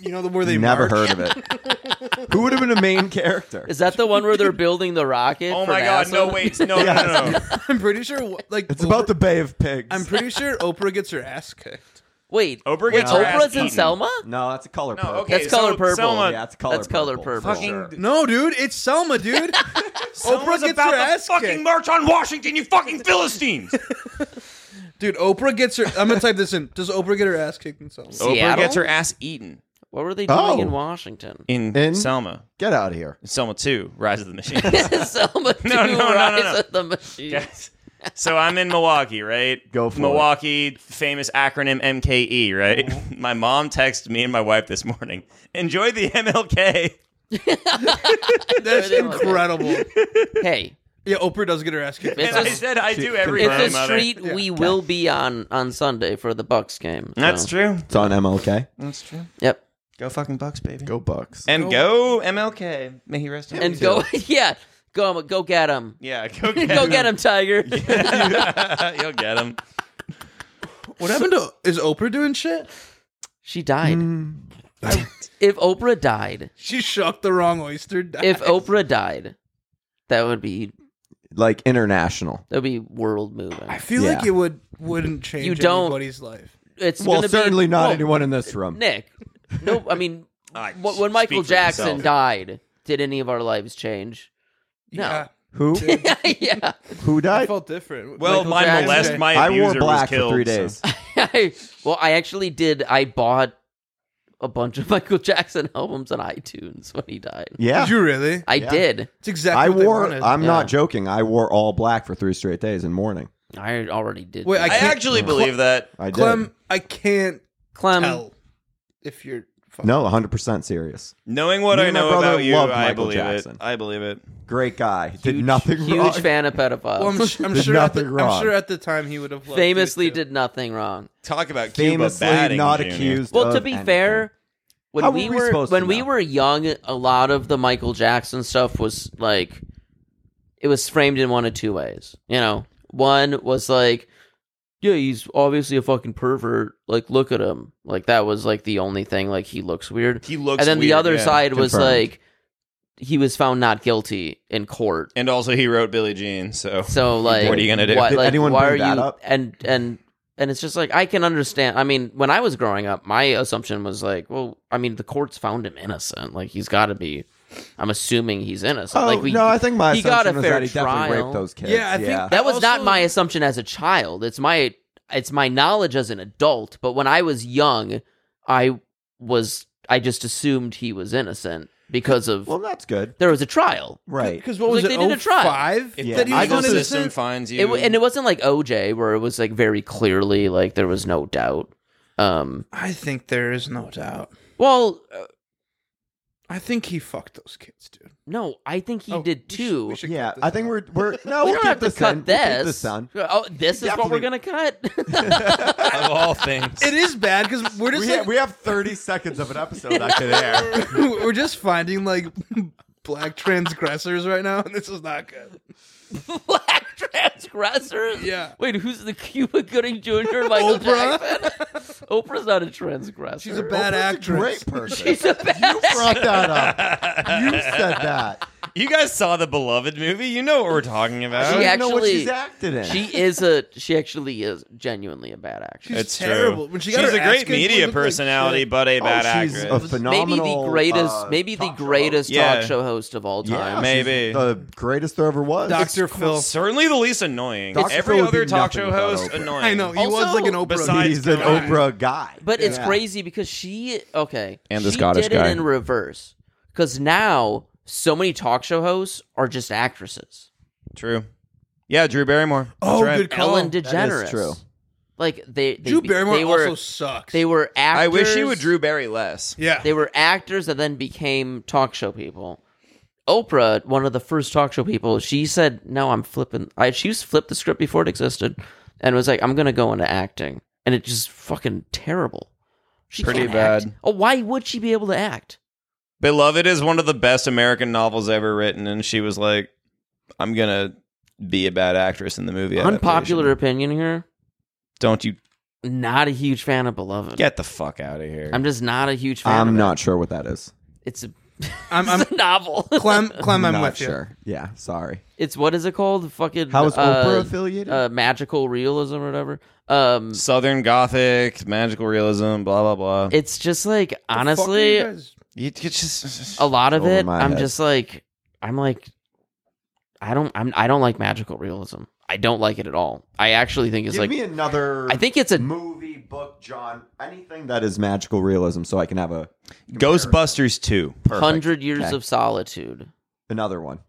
[SPEAKER 1] You know the where they
[SPEAKER 4] Never
[SPEAKER 1] march?
[SPEAKER 4] heard of it. Who would have been a main character?
[SPEAKER 2] Is that the one where they're building the rocket?
[SPEAKER 3] Oh
[SPEAKER 2] for
[SPEAKER 3] my god!
[SPEAKER 2] NASA?
[SPEAKER 3] No, wait, no, no, no, no.
[SPEAKER 1] I'm pretty sure like
[SPEAKER 4] It's about
[SPEAKER 1] Oprah-
[SPEAKER 4] the Bay of Pigs.
[SPEAKER 1] I'm pretty sure Oprah gets her ass kicked.
[SPEAKER 2] Wait, wait,
[SPEAKER 3] Oprah gets her
[SPEAKER 2] Oprah's
[SPEAKER 3] ass
[SPEAKER 2] in
[SPEAKER 3] eaten.
[SPEAKER 2] Selma.
[SPEAKER 4] no, that's a color
[SPEAKER 3] No,
[SPEAKER 4] purple.
[SPEAKER 3] okay.
[SPEAKER 2] That's color
[SPEAKER 3] Sel-
[SPEAKER 2] purple.
[SPEAKER 3] Selma,
[SPEAKER 4] Yeah, it's color
[SPEAKER 2] That's color purple.
[SPEAKER 4] for
[SPEAKER 3] fucking
[SPEAKER 4] sure.
[SPEAKER 1] No, dude, it's Selma, dude.
[SPEAKER 3] Selma's
[SPEAKER 1] Oprah gets
[SPEAKER 3] about
[SPEAKER 1] her
[SPEAKER 3] the
[SPEAKER 1] ass
[SPEAKER 3] fucking
[SPEAKER 1] kicked.
[SPEAKER 3] march on Washington. You fucking Philistines.
[SPEAKER 1] dude, Oprah gets her. I'm gonna type this in. Does Oprah get her ass kicked in Selma?
[SPEAKER 2] Seattle?
[SPEAKER 3] ass eaten
[SPEAKER 2] What were they doing
[SPEAKER 4] Oh.
[SPEAKER 2] in Washington?
[SPEAKER 3] in,
[SPEAKER 4] In-
[SPEAKER 3] Selma.
[SPEAKER 4] Get out of here.
[SPEAKER 3] Selma Two: Rise of the Machines.
[SPEAKER 2] Selma two
[SPEAKER 3] No, no, no, no,
[SPEAKER 2] Rise
[SPEAKER 3] no.
[SPEAKER 2] of the Machine.
[SPEAKER 3] Yes. So I'm in Milwaukee, right?
[SPEAKER 4] Go for it.
[SPEAKER 3] Milwaukee, famous acronym MKE,
[SPEAKER 4] Mm-hmm.
[SPEAKER 3] right? My mom texted me and my wife this morning. Enjoy the MLK.
[SPEAKER 1] That's
[SPEAKER 2] There they are.
[SPEAKER 1] incredible.
[SPEAKER 2] Hey,
[SPEAKER 1] Yeah, Oprah does get her ass kicked.
[SPEAKER 2] It's
[SPEAKER 3] And
[SPEAKER 2] a
[SPEAKER 3] I
[SPEAKER 2] s-
[SPEAKER 3] said I do every
[SPEAKER 2] it's
[SPEAKER 3] day,
[SPEAKER 2] a
[SPEAKER 3] mother.
[SPEAKER 2] street we will be on on Sunday for the Bucks game. so-
[SPEAKER 3] That's true.
[SPEAKER 4] It's on MLK.
[SPEAKER 3] That's true.
[SPEAKER 2] Yep.
[SPEAKER 3] Go fucking Bucks, baby.
[SPEAKER 4] Go Bucks.
[SPEAKER 3] And go MLK. May he rest in
[SPEAKER 2] And
[SPEAKER 3] peace.
[SPEAKER 2] go, yeah, go, go get him.
[SPEAKER 3] Yeah, go get
[SPEAKER 2] Go
[SPEAKER 3] him.
[SPEAKER 2] get him, Tiger.
[SPEAKER 3] You'll get him.
[SPEAKER 1] What happened to? Is Oprah doing shit?
[SPEAKER 2] She died. if Oprah died,
[SPEAKER 1] She shucked the wrong oyster. Died.
[SPEAKER 2] if Oprah died, that would be
[SPEAKER 4] like international.
[SPEAKER 2] that would be world moving.
[SPEAKER 1] I feel
[SPEAKER 4] Yeah.
[SPEAKER 1] like it would wouldn't change
[SPEAKER 2] You don't-
[SPEAKER 1] anybody's life.
[SPEAKER 2] It's
[SPEAKER 4] Well,
[SPEAKER 2] gonna
[SPEAKER 4] certainly
[SPEAKER 2] be,
[SPEAKER 4] not
[SPEAKER 2] well,
[SPEAKER 4] anyone in this room.
[SPEAKER 2] Nick, no, I mean,
[SPEAKER 3] I
[SPEAKER 2] wh- when
[SPEAKER 3] speak
[SPEAKER 2] Michael
[SPEAKER 3] for
[SPEAKER 2] Jackson
[SPEAKER 3] myself.
[SPEAKER 2] died, did any of our lives change? No.
[SPEAKER 1] Yeah,
[SPEAKER 4] Who?
[SPEAKER 2] yeah,
[SPEAKER 4] Who
[SPEAKER 1] I
[SPEAKER 4] died?
[SPEAKER 1] felt different.
[SPEAKER 3] Well,
[SPEAKER 2] Michael
[SPEAKER 3] my
[SPEAKER 2] Jackson.
[SPEAKER 3] molest, my
[SPEAKER 4] I
[SPEAKER 3] abuser
[SPEAKER 4] wore black
[SPEAKER 3] was killed.
[SPEAKER 4] for three
[SPEAKER 3] so-
[SPEAKER 4] days.
[SPEAKER 2] I, well, I actually did. I bought a bunch of Michael Jackson albums on iTunes when he died.
[SPEAKER 4] Yeah.
[SPEAKER 1] did you really?
[SPEAKER 2] I
[SPEAKER 4] Yeah.
[SPEAKER 2] did.
[SPEAKER 1] It's exactly.
[SPEAKER 4] I
[SPEAKER 1] what they
[SPEAKER 4] wore,
[SPEAKER 1] wanted.
[SPEAKER 4] I'm
[SPEAKER 2] Yeah.
[SPEAKER 4] not joking. I wore all black for three straight days in mourning.
[SPEAKER 2] I already did.
[SPEAKER 1] Wait,
[SPEAKER 2] that.
[SPEAKER 1] I
[SPEAKER 3] I
[SPEAKER 1] can't-
[SPEAKER 3] actually believe that.
[SPEAKER 4] I did.
[SPEAKER 1] Clem. I can't
[SPEAKER 2] Clem,
[SPEAKER 1] tell if you're. fucking-
[SPEAKER 4] No, 100% serious.
[SPEAKER 3] Knowing what
[SPEAKER 4] Me
[SPEAKER 3] I
[SPEAKER 4] and my
[SPEAKER 3] know
[SPEAKER 4] brother
[SPEAKER 3] about you,
[SPEAKER 4] loved
[SPEAKER 3] I
[SPEAKER 4] Michael
[SPEAKER 3] believe
[SPEAKER 4] Jackson.
[SPEAKER 3] it. I believe it.
[SPEAKER 4] Great guy. He did
[SPEAKER 2] huge-
[SPEAKER 4] nothing
[SPEAKER 2] Huge
[SPEAKER 4] wrong.
[SPEAKER 2] fan of pedophiles.
[SPEAKER 1] Well, I'm, sh- I'm
[SPEAKER 4] Did
[SPEAKER 1] sure. At the,
[SPEAKER 4] nothing wrong.
[SPEAKER 1] I'm sure at the time he would have loved you,
[SPEAKER 2] famously
[SPEAKER 1] too.
[SPEAKER 2] did nothing wrong.
[SPEAKER 3] Talk about
[SPEAKER 4] Famously
[SPEAKER 3] Cuba batting
[SPEAKER 4] not
[SPEAKER 3] Junior.
[SPEAKER 4] accused
[SPEAKER 2] Well, to
[SPEAKER 4] of
[SPEAKER 2] be
[SPEAKER 4] anything.
[SPEAKER 2] fair, when
[SPEAKER 4] How
[SPEAKER 2] we
[SPEAKER 4] were we
[SPEAKER 2] were
[SPEAKER 4] supposed to
[SPEAKER 2] when we
[SPEAKER 4] know?
[SPEAKER 2] were young, a lot of the Michael Jackson stuff was like it was framed in one of two ways. You know, one was like, yeah, he's obviously a fucking pervert. Like, look at him. Like that was like the only thing. Like he looks weird.
[SPEAKER 3] He looks.
[SPEAKER 2] and then the
[SPEAKER 3] weird,
[SPEAKER 2] other
[SPEAKER 3] yeah.
[SPEAKER 2] side was
[SPEAKER 4] Confirmed.
[SPEAKER 2] like he was found not guilty in court.
[SPEAKER 3] and also he wrote Billie Jean. So
[SPEAKER 2] So like,
[SPEAKER 3] What are you gonna do?
[SPEAKER 2] What,
[SPEAKER 4] Did
[SPEAKER 2] like,
[SPEAKER 4] anyone
[SPEAKER 2] why
[SPEAKER 4] bring
[SPEAKER 2] are
[SPEAKER 4] that
[SPEAKER 2] you?
[SPEAKER 4] up?
[SPEAKER 2] And and and it's just like I can understand. I mean, when I was growing up, my assumption was like, well, I mean, the courts found him innocent. Like he's got to be. I'm assuming he's innocent.
[SPEAKER 4] Oh,
[SPEAKER 2] like we,
[SPEAKER 4] no, I think my
[SPEAKER 2] he got a
[SPEAKER 4] assumption was
[SPEAKER 2] fair
[SPEAKER 4] that he definitely
[SPEAKER 2] trial.
[SPEAKER 4] raped those kids.
[SPEAKER 1] Yeah, I think
[SPEAKER 2] that was not
[SPEAKER 1] Also-
[SPEAKER 2] my assumption as a child. It's my it's my knowledge as an adult. But when I was young, I was I just assumed he was innocent because of
[SPEAKER 4] Well, that's good.
[SPEAKER 2] there was a trial.
[SPEAKER 4] Right.
[SPEAKER 1] Because what was
[SPEAKER 2] Like,
[SPEAKER 1] it?
[SPEAKER 2] they did a trial.
[SPEAKER 1] 05?
[SPEAKER 3] if the
[SPEAKER 4] Yeah.
[SPEAKER 1] That he was
[SPEAKER 3] legal
[SPEAKER 1] innocent?
[SPEAKER 3] system finds you,
[SPEAKER 2] It, w- and it wasn't like OJ where it was like very clearly like there was no doubt. Um,
[SPEAKER 1] I think there is no doubt.
[SPEAKER 2] well, uh,
[SPEAKER 1] I think he fucked those kids, dude.
[SPEAKER 2] no, I think he
[SPEAKER 1] Oh,
[SPEAKER 2] did
[SPEAKER 1] we should-
[SPEAKER 2] too.
[SPEAKER 1] we should
[SPEAKER 4] Yeah,
[SPEAKER 1] cut this
[SPEAKER 4] I think
[SPEAKER 1] out.
[SPEAKER 4] we're we're no.
[SPEAKER 2] We
[SPEAKER 4] we'll
[SPEAKER 2] don't
[SPEAKER 4] keep
[SPEAKER 2] have to
[SPEAKER 4] this in.
[SPEAKER 2] cut
[SPEAKER 4] We'll keep
[SPEAKER 2] this.
[SPEAKER 4] this in.
[SPEAKER 2] Oh, this is what we're gonna cut.
[SPEAKER 3] of all things,
[SPEAKER 1] It is bad because we're just
[SPEAKER 4] We
[SPEAKER 1] like,
[SPEAKER 4] have, we have 30 seconds of an episode that could air.
[SPEAKER 1] we're just finding like black transgressors right now, and this is not good.
[SPEAKER 2] Black transgressors.
[SPEAKER 1] Yeah.
[SPEAKER 2] Wait, who's the Cuba Gooding Jr. Michael
[SPEAKER 1] Oprah.
[SPEAKER 2] Jackson? Oprah's not a transgressor.
[SPEAKER 1] She's a bad actress.
[SPEAKER 4] Great person.
[SPEAKER 2] She's a bad.
[SPEAKER 4] brought that up. You said that.
[SPEAKER 3] you guys saw the Beloved movie. You know what we're talking
[SPEAKER 4] I
[SPEAKER 3] about.
[SPEAKER 4] don't
[SPEAKER 2] She
[SPEAKER 4] even know what
[SPEAKER 2] actually-
[SPEAKER 4] she's acted in.
[SPEAKER 2] She is a. She actually is genuinely a bad actress.
[SPEAKER 1] She's
[SPEAKER 3] It's
[SPEAKER 1] terrible.
[SPEAKER 3] true.
[SPEAKER 1] When she got
[SPEAKER 3] She's
[SPEAKER 1] her
[SPEAKER 3] a
[SPEAKER 1] ass
[SPEAKER 3] great
[SPEAKER 1] kicked, she
[SPEAKER 3] media
[SPEAKER 1] looked like
[SPEAKER 3] personality,
[SPEAKER 1] shit.
[SPEAKER 3] but a
[SPEAKER 4] Oh,
[SPEAKER 3] bad
[SPEAKER 4] she's
[SPEAKER 3] actress.
[SPEAKER 4] a phenomenal.
[SPEAKER 2] maybe the greatest.
[SPEAKER 4] uh,
[SPEAKER 2] maybe the
[SPEAKER 4] talk show
[SPEAKER 2] greatest
[SPEAKER 3] Yeah.
[SPEAKER 2] talk show host of all
[SPEAKER 4] host. Yeah,
[SPEAKER 2] time.
[SPEAKER 4] she's
[SPEAKER 3] Maybe.
[SPEAKER 4] the greatest there ever was.
[SPEAKER 1] Doctor Phil.
[SPEAKER 3] Certainly the least annoying.
[SPEAKER 4] Dr.
[SPEAKER 3] Every
[SPEAKER 4] Phil would
[SPEAKER 3] other
[SPEAKER 4] be
[SPEAKER 3] talk
[SPEAKER 4] nothing
[SPEAKER 3] show
[SPEAKER 4] without
[SPEAKER 3] host,
[SPEAKER 4] Oprah.
[SPEAKER 3] annoying.
[SPEAKER 1] I know he was
[SPEAKER 2] Also,
[SPEAKER 1] like an Oprah.
[SPEAKER 3] besides-
[SPEAKER 4] He's an
[SPEAKER 3] God.
[SPEAKER 4] Oprah guy.
[SPEAKER 2] But it's
[SPEAKER 4] Yeah.
[SPEAKER 2] crazy because she okay,
[SPEAKER 3] And the
[SPEAKER 2] she
[SPEAKER 3] Scottish
[SPEAKER 2] did
[SPEAKER 3] guy.
[SPEAKER 2] it in reverse because now so many talk show hosts are just actresses.
[SPEAKER 3] True. Yeah, Drew Barrymore.
[SPEAKER 1] oh,
[SPEAKER 3] That's right.
[SPEAKER 1] good call.
[SPEAKER 2] Ellen
[SPEAKER 4] is
[SPEAKER 2] DeGeneres,
[SPEAKER 4] true.
[SPEAKER 2] Like they, they
[SPEAKER 1] Drew
[SPEAKER 2] be-
[SPEAKER 1] Barrymore
[SPEAKER 2] they were
[SPEAKER 1] also sucks.
[SPEAKER 2] they were actors.
[SPEAKER 3] I wish he would Drew Barry less.
[SPEAKER 1] yeah,
[SPEAKER 2] They were actors that then became talk show people. Oprah, one of the first talk show people, she said, "No, I'm flipping." I she was flipped the script before it existed, and was like, "I'm gonna go into acting," and it just fucking terrible. She
[SPEAKER 3] Pretty
[SPEAKER 2] can't act.
[SPEAKER 3] bad.
[SPEAKER 2] Oh, why would she be able to act?
[SPEAKER 3] Beloved is one of the best American novels ever written, and she was like, "I'm gonna be a bad actress in the movie.
[SPEAKER 2] Unpopular
[SPEAKER 3] adaptation.
[SPEAKER 2] opinion here.
[SPEAKER 3] Don't you
[SPEAKER 2] Not a huge fan of Beloved.
[SPEAKER 3] get the fuck out of here?
[SPEAKER 2] I'm just not a huge fan. of
[SPEAKER 4] I'm
[SPEAKER 2] it.
[SPEAKER 4] not sure what that is.
[SPEAKER 2] It's a,
[SPEAKER 1] I'm, I'm
[SPEAKER 2] it's a novel.
[SPEAKER 1] Clem. Clem, I'm
[SPEAKER 4] not
[SPEAKER 1] with you.
[SPEAKER 4] sure. Yeah, sorry.
[SPEAKER 2] it's what is it called? Fucking
[SPEAKER 4] How is Oprah
[SPEAKER 2] uh,
[SPEAKER 4] affiliated?
[SPEAKER 2] uh, magical realism or whatever. Um,
[SPEAKER 3] Southern Gothic, magical realism, blah blah blah.
[SPEAKER 2] it's just like
[SPEAKER 1] The fuck are
[SPEAKER 2] honestly,
[SPEAKER 1] you guys-
[SPEAKER 3] You- you just
[SPEAKER 2] a lot of
[SPEAKER 4] Over
[SPEAKER 2] it.
[SPEAKER 4] my
[SPEAKER 2] I'm
[SPEAKER 4] head.
[SPEAKER 2] just like, I'm like, I don't, I'm, I don't like magical realism. I don't like it at all. I actually think it's
[SPEAKER 4] Give
[SPEAKER 2] like,
[SPEAKER 4] me another.
[SPEAKER 2] I think it's a
[SPEAKER 4] movie, book, John, anything that is magical realism, so I can have a
[SPEAKER 3] Ghostbusters two. Perfect.
[SPEAKER 2] hundred years
[SPEAKER 4] Okay.
[SPEAKER 2] of solitude.
[SPEAKER 4] another one.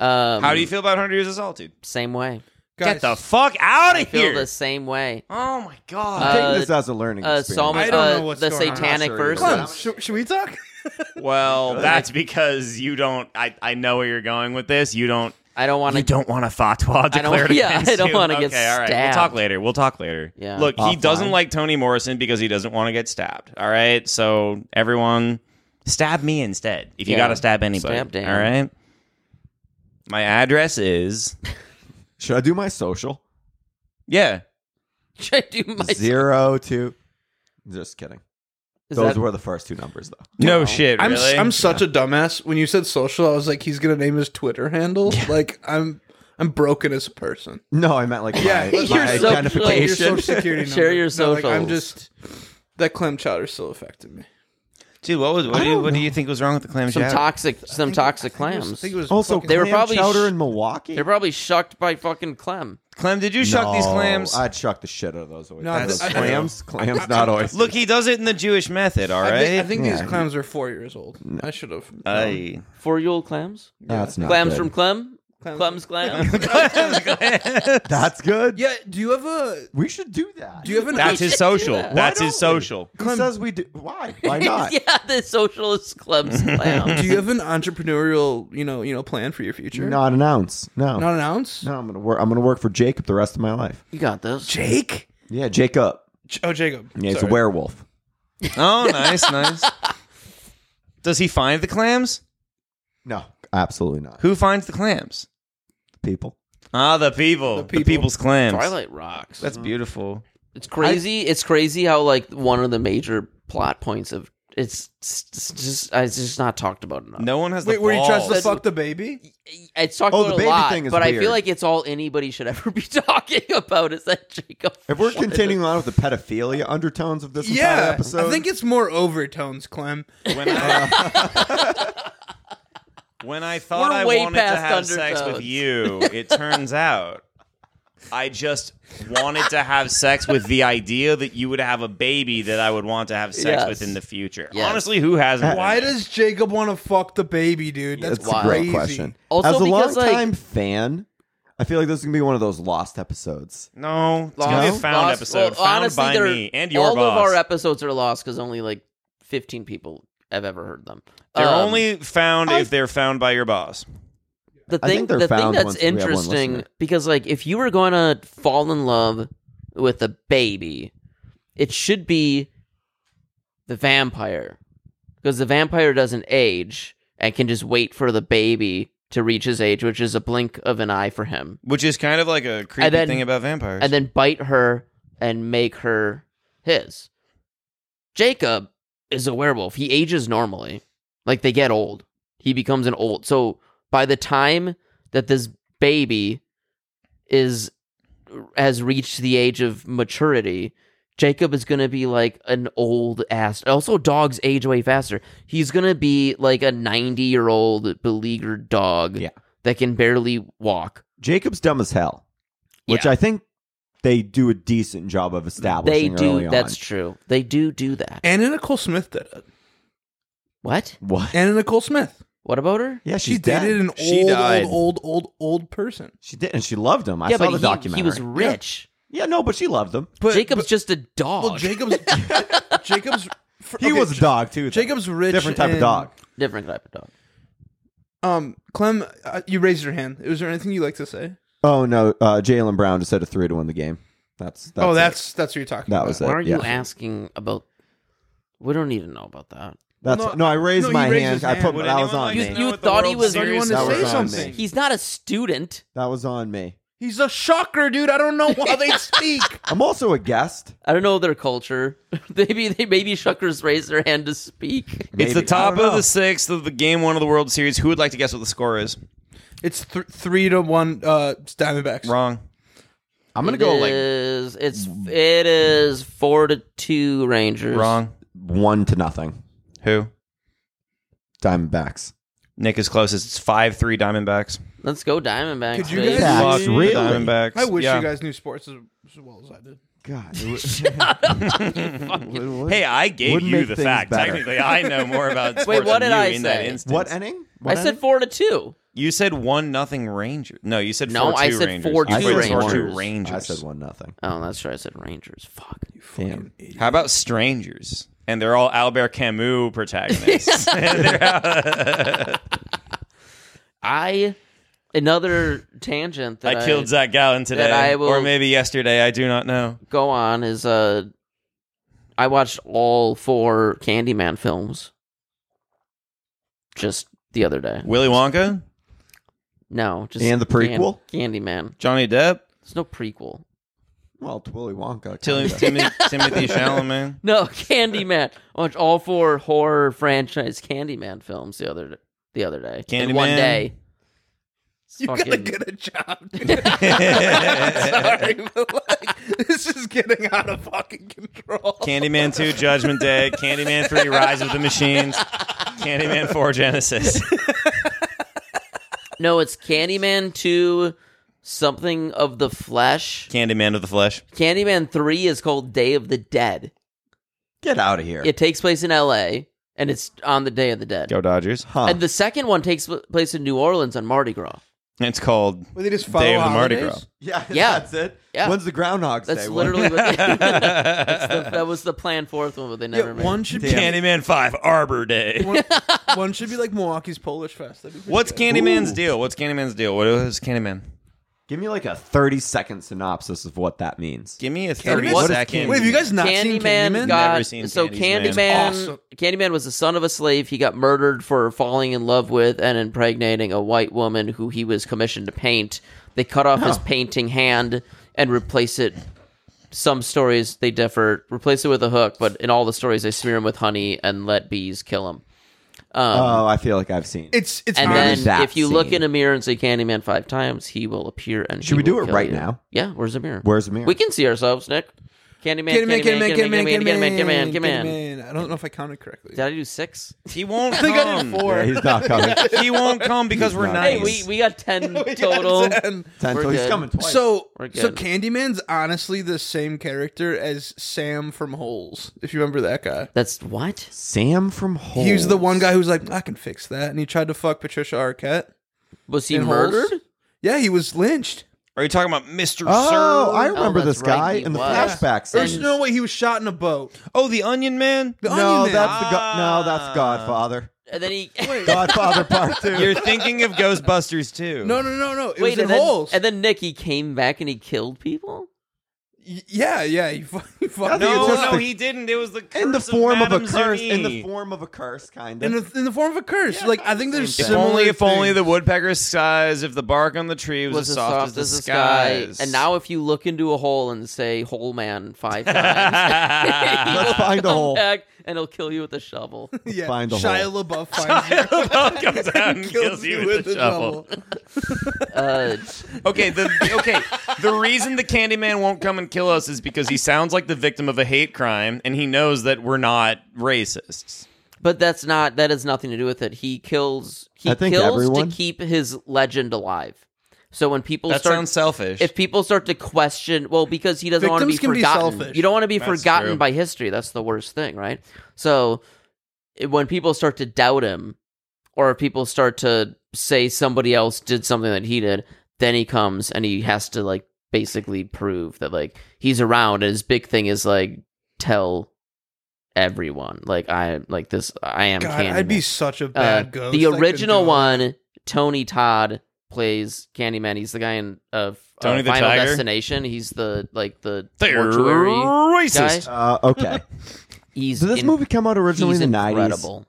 [SPEAKER 2] Um,
[SPEAKER 3] How do you feel about Hundred Years of Solitude?
[SPEAKER 2] Same way.
[SPEAKER 1] Guys,
[SPEAKER 3] Get the fuck out
[SPEAKER 2] I
[SPEAKER 3] of
[SPEAKER 2] feel
[SPEAKER 3] here!
[SPEAKER 2] the same way.
[SPEAKER 3] Oh my
[SPEAKER 2] Uh,
[SPEAKER 3] god!
[SPEAKER 4] Take this as a learning
[SPEAKER 2] Uh,
[SPEAKER 4] experience.
[SPEAKER 2] Psalm,
[SPEAKER 1] I don't know
[SPEAKER 2] uh,
[SPEAKER 1] what's
[SPEAKER 2] the
[SPEAKER 1] going on.
[SPEAKER 2] satanic
[SPEAKER 4] Sure, you
[SPEAKER 2] verse.
[SPEAKER 1] Clem, sh- should we talk?
[SPEAKER 3] well, that's because you don't. I, I know where you're going with this. You don't.
[SPEAKER 2] I don't want
[SPEAKER 3] You
[SPEAKER 2] to.
[SPEAKER 3] don't want a fatwa
[SPEAKER 2] I don't-
[SPEAKER 3] declared
[SPEAKER 2] yeah,
[SPEAKER 3] against
[SPEAKER 2] I don't
[SPEAKER 3] you.
[SPEAKER 2] wanna
[SPEAKER 3] okay,
[SPEAKER 2] get
[SPEAKER 3] all right. We'll
[SPEAKER 2] stabbed.
[SPEAKER 3] talk later. We'll talk later.
[SPEAKER 2] Yeah.
[SPEAKER 3] Look, he
[SPEAKER 4] Offline.
[SPEAKER 3] doesn't like Tony Morrison because he doesn't want to get stabbed. All right. So everyone, stab me instead. If you
[SPEAKER 2] Yeah.
[SPEAKER 3] got to stab anybody.
[SPEAKER 2] Stab Dan.
[SPEAKER 3] All right. My address is
[SPEAKER 4] Should I do my social?
[SPEAKER 3] yeah.
[SPEAKER 2] Should I do my?
[SPEAKER 4] Zero two. Just kidding.
[SPEAKER 2] is
[SPEAKER 4] Those
[SPEAKER 2] that-
[SPEAKER 4] were the first two numbers, though.
[SPEAKER 3] No shit.
[SPEAKER 1] I'm
[SPEAKER 3] Really.
[SPEAKER 1] I'm such a dumbass. When you said social, I was like, he's gonna name his Twitter handle. Like I'm I'm broken as a person.
[SPEAKER 4] No, I meant like
[SPEAKER 1] Yeah,
[SPEAKER 4] my,
[SPEAKER 1] you're
[SPEAKER 4] my
[SPEAKER 2] so-
[SPEAKER 1] Like, your
[SPEAKER 4] identification.
[SPEAKER 1] social security number.
[SPEAKER 2] Share your
[SPEAKER 1] No, like, I'm
[SPEAKER 2] socials.
[SPEAKER 1] just that Clem chowder still affected me.
[SPEAKER 3] dude. What was what do you what do you think was wrong with the clam
[SPEAKER 2] some
[SPEAKER 3] chowder?
[SPEAKER 2] toxic, some toxic
[SPEAKER 1] I think it was-
[SPEAKER 2] clams.
[SPEAKER 1] I think it was
[SPEAKER 4] also,
[SPEAKER 1] fucking-
[SPEAKER 2] They were
[SPEAKER 4] clam
[SPEAKER 2] probably
[SPEAKER 4] chowder
[SPEAKER 2] sh-
[SPEAKER 4] in Milwaukee.
[SPEAKER 2] They're probably shucked by fucking Clem.
[SPEAKER 3] Clem, did you shuck these
[SPEAKER 4] No,
[SPEAKER 3] clams?
[SPEAKER 4] I'd chuck the shit out of those. oysters.
[SPEAKER 1] No, I-
[SPEAKER 4] Those
[SPEAKER 1] I- I-
[SPEAKER 4] clams, clams, not oysters.
[SPEAKER 3] Look, he does it in the Jewish method. All
[SPEAKER 1] I
[SPEAKER 3] right. uh,
[SPEAKER 1] think, I think
[SPEAKER 4] Yeah.
[SPEAKER 1] these clams are four years old. I should have.
[SPEAKER 3] Aye.
[SPEAKER 2] Four-year-old clams.
[SPEAKER 4] that's not
[SPEAKER 2] clams
[SPEAKER 4] good. Oh
[SPEAKER 2] from Clem.
[SPEAKER 1] Clem.
[SPEAKER 2] Clem's clam.
[SPEAKER 4] That's good.
[SPEAKER 1] Yeah. Do you have a?
[SPEAKER 4] we should do that.
[SPEAKER 1] Do you have an?
[SPEAKER 3] That's his social.
[SPEAKER 2] Why
[SPEAKER 3] That's his
[SPEAKER 4] don't we?
[SPEAKER 3] social.
[SPEAKER 4] Who says we do? Why? Why not?
[SPEAKER 2] yeah, the socialist Clem's clam.
[SPEAKER 1] Do you have an entrepreneurial, you know, you know, plan for your future?
[SPEAKER 4] Not an ounce. No.
[SPEAKER 1] Not an ounce.
[SPEAKER 4] No, I'm gonna work. I'm gonna work for Jacob the rest of my life.
[SPEAKER 2] You got this.
[SPEAKER 1] Jake.
[SPEAKER 4] Yeah, Jacob.
[SPEAKER 1] J- Oh, Jacob.
[SPEAKER 4] Yeah, he's a
[SPEAKER 1] Sorry.
[SPEAKER 4] werewolf.
[SPEAKER 3] Oh, nice, nice. Does he find the clams?
[SPEAKER 4] No, absolutely not.
[SPEAKER 3] Who finds the clams?
[SPEAKER 4] People.
[SPEAKER 3] Ah, the people. The,
[SPEAKER 1] The people.
[SPEAKER 3] people's clams.
[SPEAKER 2] Twilight rocks.
[SPEAKER 3] That's beautiful.
[SPEAKER 2] It's crazy. it's crazy how like one of the major plot points of it's, it's just it's just not talked about enough.
[SPEAKER 3] No one has
[SPEAKER 1] Wait,
[SPEAKER 3] the
[SPEAKER 1] were you trying to
[SPEAKER 3] balls.
[SPEAKER 1] fuck the baby?
[SPEAKER 2] It's talked
[SPEAKER 4] Oh,
[SPEAKER 2] about
[SPEAKER 4] the
[SPEAKER 2] a
[SPEAKER 4] baby
[SPEAKER 2] lot,
[SPEAKER 4] thing is
[SPEAKER 2] but I
[SPEAKER 4] weird.
[SPEAKER 2] feel like it's all anybody should ever be talking about. Is that Jacob?
[SPEAKER 4] If we're
[SPEAKER 2] Schwartz.
[SPEAKER 4] continuing on with the pedophilia undertones of this entire
[SPEAKER 1] Yeah.
[SPEAKER 4] episode,
[SPEAKER 1] I think it's more overtones, Clem.
[SPEAKER 3] When I, when I thought
[SPEAKER 2] We're
[SPEAKER 3] I
[SPEAKER 2] way
[SPEAKER 3] wanted to
[SPEAKER 2] past
[SPEAKER 3] have sex with
[SPEAKER 2] undertones.
[SPEAKER 3] you, it turns out I just wanted to have sex with the idea that you would have a baby that I would want to have sex
[SPEAKER 2] Yes.
[SPEAKER 3] with in the future.
[SPEAKER 2] Yes.
[SPEAKER 3] Honestly, who hasn't?
[SPEAKER 1] Why does Jacob want to fuck the baby, dude? That's
[SPEAKER 4] it's
[SPEAKER 2] wild.
[SPEAKER 4] a great
[SPEAKER 1] crazy.
[SPEAKER 4] question.
[SPEAKER 2] Also
[SPEAKER 4] As a
[SPEAKER 2] because, like-
[SPEAKER 4] longtime fan, I feel like this is gonna be one of those lost episodes.
[SPEAKER 3] No, it's gonna be a
[SPEAKER 4] Lost-
[SPEAKER 3] found
[SPEAKER 2] Lost-
[SPEAKER 3] episode.
[SPEAKER 2] well,
[SPEAKER 3] found
[SPEAKER 2] honestly,
[SPEAKER 3] by
[SPEAKER 2] they're-
[SPEAKER 3] me and your
[SPEAKER 2] all
[SPEAKER 3] boss.
[SPEAKER 2] of our episodes are lost because only like fifteen people have ever heard them.
[SPEAKER 3] They're
[SPEAKER 2] Um,
[SPEAKER 3] only found
[SPEAKER 4] I-
[SPEAKER 3] if they're found by your boss.
[SPEAKER 2] the
[SPEAKER 4] I
[SPEAKER 2] thing.
[SPEAKER 4] think they're
[SPEAKER 2] The thing
[SPEAKER 4] found
[SPEAKER 2] that's
[SPEAKER 4] once we have one
[SPEAKER 2] interesting
[SPEAKER 4] listener.
[SPEAKER 2] because like if you were going to fall in love with a baby, it should be the vampire because the vampire doesn't age and can just wait for the baby to reach his age, which is a blink of an eye for him.
[SPEAKER 3] Which is kind of like a creepy
[SPEAKER 2] And then-
[SPEAKER 3] thing about vampires.
[SPEAKER 2] and then bite her and make her his. Jacob is a werewolf. He ages normally. Like they get old. He becomes an old. So by the time that this baby is has reached the age of maturity, Jacob is going to be like an old ass. Also dogs age way faster. He's going to be like a 90-year-old beleaguered dog
[SPEAKER 4] Yeah.
[SPEAKER 2] that can barely walk.
[SPEAKER 4] Jacob's dumb as hell, which
[SPEAKER 2] Yeah.
[SPEAKER 4] I think they do a decent job of
[SPEAKER 2] They
[SPEAKER 4] establishing. early
[SPEAKER 2] do.
[SPEAKER 4] on.
[SPEAKER 2] That's true. They do do that.
[SPEAKER 1] Anna Nicole Smith did it.
[SPEAKER 2] What?
[SPEAKER 4] what?
[SPEAKER 1] Anna Nicole Smith.
[SPEAKER 2] What about her?
[SPEAKER 4] Yeah,
[SPEAKER 1] She
[SPEAKER 4] she's dead.
[SPEAKER 1] dated an
[SPEAKER 3] She
[SPEAKER 1] old,
[SPEAKER 3] died.
[SPEAKER 1] old, old, old, old person.
[SPEAKER 4] She did, and she loved him. I saw the
[SPEAKER 2] he,
[SPEAKER 4] documentary.
[SPEAKER 2] he was rich.
[SPEAKER 4] Yeah, no, but she loved him.
[SPEAKER 1] But
[SPEAKER 2] Jacob's
[SPEAKER 1] but-
[SPEAKER 2] just a dog.
[SPEAKER 1] well, Jacob's Jacob's fr-
[SPEAKER 4] He
[SPEAKER 1] okay,
[SPEAKER 4] was a
[SPEAKER 1] Ja-
[SPEAKER 4] dog too. though.
[SPEAKER 1] Jacob's rich.
[SPEAKER 4] different type of
[SPEAKER 1] and-
[SPEAKER 4] dog.
[SPEAKER 2] Different type of dog.
[SPEAKER 1] Um, Clem, uh, you raised your hand. Was there anything you'd like to say?
[SPEAKER 4] Oh no, uh, Jalen Brown just had a three to win the game. That's, that's
[SPEAKER 1] oh,
[SPEAKER 4] it.
[SPEAKER 1] that's that's what you're talking
[SPEAKER 4] That
[SPEAKER 1] about.
[SPEAKER 4] was it.
[SPEAKER 2] Why are
[SPEAKER 4] yeah.
[SPEAKER 2] you asking about? We don't need to know about that.
[SPEAKER 4] That's
[SPEAKER 1] Well,
[SPEAKER 4] no, I raised
[SPEAKER 1] no, he
[SPEAKER 4] my
[SPEAKER 1] raised
[SPEAKER 4] hand.
[SPEAKER 1] his
[SPEAKER 4] I put
[SPEAKER 1] hand. Would
[SPEAKER 4] that was
[SPEAKER 3] anyone
[SPEAKER 4] on
[SPEAKER 3] like
[SPEAKER 2] You,
[SPEAKER 3] to
[SPEAKER 4] me.
[SPEAKER 3] know
[SPEAKER 2] you
[SPEAKER 3] what the
[SPEAKER 2] thought he
[SPEAKER 3] World
[SPEAKER 2] was.
[SPEAKER 3] Series
[SPEAKER 1] Anyone to
[SPEAKER 4] That
[SPEAKER 1] say
[SPEAKER 4] was on
[SPEAKER 1] something.
[SPEAKER 4] me.
[SPEAKER 2] He's not a student.
[SPEAKER 4] That was on me.
[SPEAKER 1] He's a shocker, dude. I don't know how they speak.
[SPEAKER 4] I'm also a guest.
[SPEAKER 2] I don't know their culture. maybe they maybe shuckers raise their hand to speak.
[SPEAKER 3] It's the
[SPEAKER 4] Maybe. I
[SPEAKER 3] top
[SPEAKER 4] don't
[SPEAKER 3] of
[SPEAKER 4] know.
[SPEAKER 3] the sixth of the game one of the World Series. Who would like to guess what the score is?
[SPEAKER 1] It's th- three to one. Uh, Diamondbacks.
[SPEAKER 3] Wrong.
[SPEAKER 4] I'm gonna go like
[SPEAKER 2] is, it's it is four to two Rangers.
[SPEAKER 3] Wrong.
[SPEAKER 4] one to nothing.
[SPEAKER 3] Who?
[SPEAKER 4] Diamondbacks.
[SPEAKER 3] Nick is closest. It's five three Diamondbacks.
[SPEAKER 2] Let's go Diamondbacks.
[SPEAKER 1] Could you
[SPEAKER 2] baby.
[SPEAKER 1] guys- Yeah.
[SPEAKER 4] Facts,
[SPEAKER 3] Fuck the
[SPEAKER 4] really?
[SPEAKER 3] Diamondbacks.
[SPEAKER 1] I wish
[SPEAKER 3] Yeah.
[SPEAKER 1] you guys knew sports as, as well as I did.
[SPEAKER 4] God.
[SPEAKER 3] Hey, I gave
[SPEAKER 4] Wouldn't
[SPEAKER 3] you
[SPEAKER 4] make
[SPEAKER 3] the
[SPEAKER 4] things
[SPEAKER 3] fact.
[SPEAKER 4] better.
[SPEAKER 3] Technically, I know more about sports
[SPEAKER 2] what
[SPEAKER 3] than
[SPEAKER 2] did
[SPEAKER 3] you
[SPEAKER 2] I
[SPEAKER 3] in that
[SPEAKER 2] say?
[SPEAKER 3] instance.
[SPEAKER 4] what inning?
[SPEAKER 2] I
[SPEAKER 4] What
[SPEAKER 2] said
[SPEAKER 4] inning?
[SPEAKER 2] four to two.
[SPEAKER 3] You said one nothing Rangers. No, you said
[SPEAKER 2] No,
[SPEAKER 3] Four,
[SPEAKER 2] I
[SPEAKER 3] two
[SPEAKER 2] said
[SPEAKER 3] Rangers.
[SPEAKER 2] four,
[SPEAKER 3] You
[SPEAKER 4] two
[SPEAKER 3] said four,
[SPEAKER 4] Rangers.
[SPEAKER 3] two Rangers.
[SPEAKER 4] I said one nothing.
[SPEAKER 2] Oh, that's right. I said Rangers. Fuck.
[SPEAKER 4] Damn.
[SPEAKER 3] How about strangers? And they're all Albert Camus protagonists.
[SPEAKER 2] I another tangent that
[SPEAKER 3] I killed Zach Gallen today,
[SPEAKER 2] that I will-
[SPEAKER 3] or maybe yesterday. I do not know.
[SPEAKER 2] go on is uh I watched all four Candyman films just the other day.
[SPEAKER 3] Willy Wonka,
[SPEAKER 2] No, just
[SPEAKER 4] And the prequel?
[SPEAKER 2] Can- Candyman.
[SPEAKER 3] Johnny Depp,
[SPEAKER 2] There's no prequel.
[SPEAKER 4] Well, it's Willy Wonka.
[SPEAKER 3] Tim-
[SPEAKER 4] kinda.
[SPEAKER 3] Tim- Timothy Chalamet.
[SPEAKER 2] No, Candyman. I watched all four horror franchise Candyman films the other the other day. in one
[SPEAKER 3] Candyman.
[SPEAKER 2] day. It's
[SPEAKER 1] You gotta
[SPEAKER 2] fucking-
[SPEAKER 1] get a job. dude. Sorry, but like this is getting out of fucking control.
[SPEAKER 3] Candyman 2, Judgment Day. Candyman 3, Rise of the Machines. Candyman 4, Genesis.
[SPEAKER 2] no, it's Candyman two, something of the flesh.
[SPEAKER 3] Candyman of the Flesh.
[SPEAKER 2] Candyman three is called Day of the Dead.
[SPEAKER 4] Get out of here.
[SPEAKER 2] It takes place in L.A. and it's on the Day of the Dead.
[SPEAKER 3] Go Dodgers.
[SPEAKER 4] huh.
[SPEAKER 2] And the second one takes pl- place in New Orleans on Mardi Gras.
[SPEAKER 3] It's called
[SPEAKER 1] Well, they just follow
[SPEAKER 3] Day of the Mardi
[SPEAKER 1] holidays?
[SPEAKER 3] Gras.
[SPEAKER 4] yeah,
[SPEAKER 2] Yeah.
[SPEAKER 4] that's it.
[SPEAKER 2] Yeah.
[SPEAKER 4] When's the Groundhog's
[SPEAKER 2] That's
[SPEAKER 4] Day?
[SPEAKER 2] literally what they, that's the, that was the planned fourth one, but they
[SPEAKER 1] Yeah,
[SPEAKER 2] never made.
[SPEAKER 1] one should be
[SPEAKER 3] Candyman 5, Arbor Day.
[SPEAKER 1] one, one should be like Milwaukee's Polish Fest. That'd be pretty
[SPEAKER 3] What's
[SPEAKER 1] good.
[SPEAKER 3] Candyman's deal? What's Candyman's deal? What is Candyman?
[SPEAKER 4] Give me like a 30 second synopsis of what that means.
[SPEAKER 3] Give me a
[SPEAKER 1] Candyman?
[SPEAKER 3] 30
[SPEAKER 1] What
[SPEAKER 2] is
[SPEAKER 3] second-
[SPEAKER 1] Wait, have you guys not seen
[SPEAKER 2] Candyman
[SPEAKER 1] Candyman?
[SPEAKER 2] got
[SPEAKER 3] Never seen
[SPEAKER 2] so
[SPEAKER 3] Candyman.
[SPEAKER 2] Candyman.
[SPEAKER 1] Awesome.
[SPEAKER 2] Candyman was the son of a slave. He got murdered for falling in love with and impregnating a white woman who he was commissioned to paint. They cut off his painting hand and replace it. Some stories they differ. Replace it with a hook, but in all the stories they smear him with honey and let bees kill him.
[SPEAKER 4] Oh, I feel like I've seen. it.
[SPEAKER 1] It's it's
[SPEAKER 2] And
[SPEAKER 1] honest-
[SPEAKER 4] Remember
[SPEAKER 2] then
[SPEAKER 4] that
[SPEAKER 2] if you look
[SPEAKER 4] scene.
[SPEAKER 2] in a mirror and say Candyman five times, he will appear and
[SPEAKER 4] Should
[SPEAKER 2] he
[SPEAKER 4] we do
[SPEAKER 2] will
[SPEAKER 4] it
[SPEAKER 2] kill
[SPEAKER 4] right
[SPEAKER 2] you.
[SPEAKER 4] now?
[SPEAKER 2] Yeah, where's the mirror?
[SPEAKER 4] Where's the mirror?
[SPEAKER 2] We can see ourselves, Nick. Candyman, Candyman, Candyman, Candyman, Candyman, Candyman, Candyman, Candyman.
[SPEAKER 1] I don't know if I counted correctly.
[SPEAKER 2] Did I do six?
[SPEAKER 3] He won't
[SPEAKER 1] I think I did
[SPEAKER 3] come.
[SPEAKER 1] four.
[SPEAKER 4] Yeah, he's not coming.
[SPEAKER 3] He won't come because we're
[SPEAKER 4] not.
[SPEAKER 2] Hey,
[SPEAKER 3] nice.
[SPEAKER 2] we, we got ten
[SPEAKER 1] We got
[SPEAKER 2] total.
[SPEAKER 1] 10.
[SPEAKER 4] Ten,
[SPEAKER 2] We're
[SPEAKER 4] so he's
[SPEAKER 2] good.
[SPEAKER 4] coming twice.
[SPEAKER 1] So,
[SPEAKER 2] We're
[SPEAKER 1] so
[SPEAKER 2] good.
[SPEAKER 1] Candyman's honestly the same character as Sam from Holes, if you remember that guy.
[SPEAKER 2] That's what?
[SPEAKER 4] Sam from Holes.
[SPEAKER 1] He was the one guy who was like, I can fix that. And he tried to fuck Patricia Arquette.
[SPEAKER 2] Was he
[SPEAKER 1] In Holes?
[SPEAKER 2] murdered?
[SPEAKER 1] Yeah, he was lynched.
[SPEAKER 3] Are you talking about Mr.
[SPEAKER 4] Oh,
[SPEAKER 3] Sir?
[SPEAKER 4] I remember
[SPEAKER 2] that's
[SPEAKER 4] this guy
[SPEAKER 2] right, he
[SPEAKER 4] in the
[SPEAKER 2] was.
[SPEAKER 4] flashbacks.
[SPEAKER 1] Or,
[SPEAKER 2] And-
[SPEAKER 1] no, wait, he was shot in a boat.
[SPEAKER 3] oh, the Onion Man?
[SPEAKER 1] The
[SPEAKER 4] No,
[SPEAKER 1] Onion Man.
[SPEAKER 4] that's the go- no,
[SPEAKER 3] Ah.
[SPEAKER 4] that's Godfather.
[SPEAKER 2] And then he
[SPEAKER 4] Godfather Part Two.
[SPEAKER 3] You're thinking of Ghostbusters too.
[SPEAKER 1] No, no, no, no. It
[SPEAKER 2] wait,
[SPEAKER 1] was in
[SPEAKER 2] and then,
[SPEAKER 1] Holes.
[SPEAKER 2] and then Nick he came back and he killed people.
[SPEAKER 1] Y- yeah, yeah. He, fu- he fucked
[SPEAKER 4] think
[SPEAKER 3] No,
[SPEAKER 4] it's just
[SPEAKER 3] no,
[SPEAKER 4] the-
[SPEAKER 3] he didn't. It was the curse
[SPEAKER 4] in the form of,
[SPEAKER 3] Madame
[SPEAKER 4] a curse.
[SPEAKER 3] Zuni.
[SPEAKER 4] In the form of a curse, kind
[SPEAKER 1] in,
[SPEAKER 4] of.
[SPEAKER 1] the- in the form of a curse. like, I think there's
[SPEAKER 4] If
[SPEAKER 3] if
[SPEAKER 1] similar
[SPEAKER 3] only, if only
[SPEAKER 1] things.
[SPEAKER 3] the woodpecker's size, if the bark on the tree was,
[SPEAKER 2] Was as
[SPEAKER 3] as soft, as, the skies.
[SPEAKER 2] And now if you look into a hole and say "hole man" five times, he will
[SPEAKER 4] Let's find a
[SPEAKER 2] come
[SPEAKER 4] hole.
[SPEAKER 2] back and he'll kill you with a shovel.
[SPEAKER 1] yeah,
[SPEAKER 4] find a
[SPEAKER 1] Shia LaBeouf finds you
[SPEAKER 3] comes out and kills you with a shovel.
[SPEAKER 2] Uh,
[SPEAKER 3] Okay, the okay. The reason the Candyman won't come and kill us is because he sounds like the victim of a hate crime, and he knows that we're not racists.
[SPEAKER 2] but that's not that has nothing to do with it. He kills he
[SPEAKER 4] I think
[SPEAKER 2] kills
[SPEAKER 4] everyone-
[SPEAKER 2] to keep his legend alive. So when people
[SPEAKER 3] That
[SPEAKER 2] start
[SPEAKER 3] sounds selfish.
[SPEAKER 2] if people start to question, well, because he doesn't want to be
[SPEAKER 1] Victims can be
[SPEAKER 2] forgotten.
[SPEAKER 1] selfish.
[SPEAKER 2] you don't want to be
[SPEAKER 3] That's
[SPEAKER 2] forgotten
[SPEAKER 3] true.
[SPEAKER 2] by history. That's the worst thing, right? So it- when people start to doubt him, or if people start to say somebody else did something that he did, then he comes and he has to like basically prove that like he's around. And his big thing is like tell everyone, like I like this. I am.
[SPEAKER 1] God, I'd
[SPEAKER 2] Candyman.
[SPEAKER 1] be such a
[SPEAKER 2] Uh,
[SPEAKER 1] bad ghost. I
[SPEAKER 2] the
[SPEAKER 1] couldn't
[SPEAKER 2] original
[SPEAKER 1] do it.
[SPEAKER 2] one, Tony Todd plays Candyman. He's the guy in uh,
[SPEAKER 3] Tony
[SPEAKER 2] uh,
[SPEAKER 3] the
[SPEAKER 2] Final
[SPEAKER 3] Tiger?
[SPEAKER 2] Destination. He's the like the
[SPEAKER 3] they're
[SPEAKER 2] mortuary.
[SPEAKER 3] racist.
[SPEAKER 2] guy.
[SPEAKER 4] Uh, okay.
[SPEAKER 2] he's
[SPEAKER 4] Did this
[SPEAKER 2] in-
[SPEAKER 4] movie come out originally
[SPEAKER 2] he's
[SPEAKER 4] in the nineties?
[SPEAKER 2] incredible.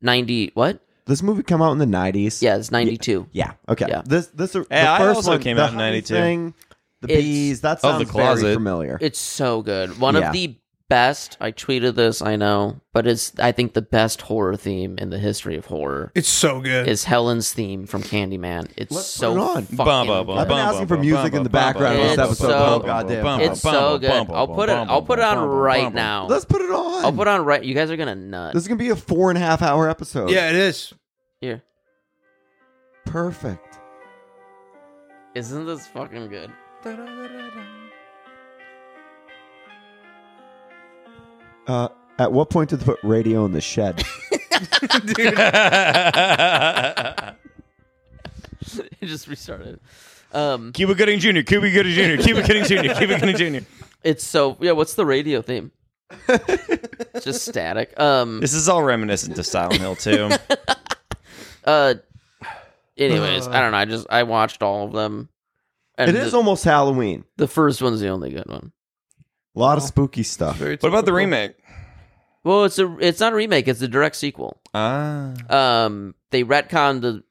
[SPEAKER 2] Ninety what?
[SPEAKER 4] This movie come out in the nineties.
[SPEAKER 2] Yeah, it's ninety two.
[SPEAKER 4] Yeah. Okay.
[SPEAKER 2] Yeah.
[SPEAKER 4] This this the
[SPEAKER 3] I
[SPEAKER 4] first
[SPEAKER 3] also
[SPEAKER 4] one,
[SPEAKER 3] came
[SPEAKER 4] the
[SPEAKER 3] out in
[SPEAKER 4] honey
[SPEAKER 3] 92.
[SPEAKER 4] Thing, the
[SPEAKER 2] It's-
[SPEAKER 4] bees. That
[SPEAKER 6] Oh, the
[SPEAKER 4] sounds very
[SPEAKER 6] closet.
[SPEAKER 4] familiar.
[SPEAKER 2] It's so good. One
[SPEAKER 4] Yeah.
[SPEAKER 2] of the best. I tweeted this. I know, but it's I think the best horror theme in the history of horror
[SPEAKER 1] It's so good.
[SPEAKER 2] is Helen's theme from Candyman. It's
[SPEAKER 4] Let's
[SPEAKER 2] so
[SPEAKER 4] put it on.
[SPEAKER 2] fucking
[SPEAKER 3] Bah, bah, bah,
[SPEAKER 2] good.
[SPEAKER 4] I've been
[SPEAKER 3] Bum,
[SPEAKER 4] asking
[SPEAKER 3] bum,
[SPEAKER 4] for
[SPEAKER 3] bum,
[SPEAKER 4] music
[SPEAKER 3] bum,
[SPEAKER 4] in the
[SPEAKER 3] bum,
[SPEAKER 4] background
[SPEAKER 2] bum,
[SPEAKER 4] this
[SPEAKER 2] bum,
[SPEAKER 4] episode.
[SPEAKER 2] bum,
[SPEAKER 4] Oh
[SPEAKER 2] bum,
[SPEAKER 4] goddamn!
[SPEAKER 3] bum,
[SPEAKER 2] It's
[SPEAKER 3] bum,
[SPEAKER 2] so
[SPEAKER 3] bum,
[SPEAKER 2] good.
[SPEAKER 3] bum, bum,
[SPEAKER 2] I'll put it.
[SPEAKER 3] bum,
[SPEAKER 2] I'll put it
[SPEAKER 3] bum,
[SPEAKER 2] on
[SPEAKER 3] bum,
[SPEAKER 2] right
[SPEAKER 3] bum, bum.
[SPEAKER 2] now.
[SPEAKER 4] Let's put it on.
[SPEAKER 2] I'll put on right. You guys are gonna nut.
[SPEAKER 4] This is gonna be a four and a half hour episode.
[SPEAKER 1] yeah, it is.
[SPEAKER 2] Here,
[SPEAKER 4] Perfect.
[SPEAKER 2] isn't this fucking good?
[SPEAKER 4] Uh, at what point did they put radio in the shed?
[SPEAKER 2] it just restarted. Um,
[SPEAKER 3] Cuba Gooding Jr., Cuba Gooding Jr., Cuba Gooding Jr., Cuba Gooding Jr.
[SPEAKER 2] it's so yeah. What's the radio theme? just static. Um.
[SPEAKER 3] This is all reminiscent to Silent Hill too.
[SPEAKER 2] Uh. Anyways, I don't know. I just I watched all of them. And
[SPEAKER 4] Uh. it is
[SPEAKER 2] the,
[SPEAKER 4] almost Halloween.
[SPEAKER 2] the first one's the only good one.
[SPEAKER 4] A lot
[SPEAKER 2] Oh.
[SPEAKER 4] of spooky stuff.
[SPEAKER 3] What about the remake?
[SPEAKER 2] Well, it's a it's not a remake. It's a direct sequel.
[SPEAKER 3] Ah,
[SPEAKER 2] Um, they retconned the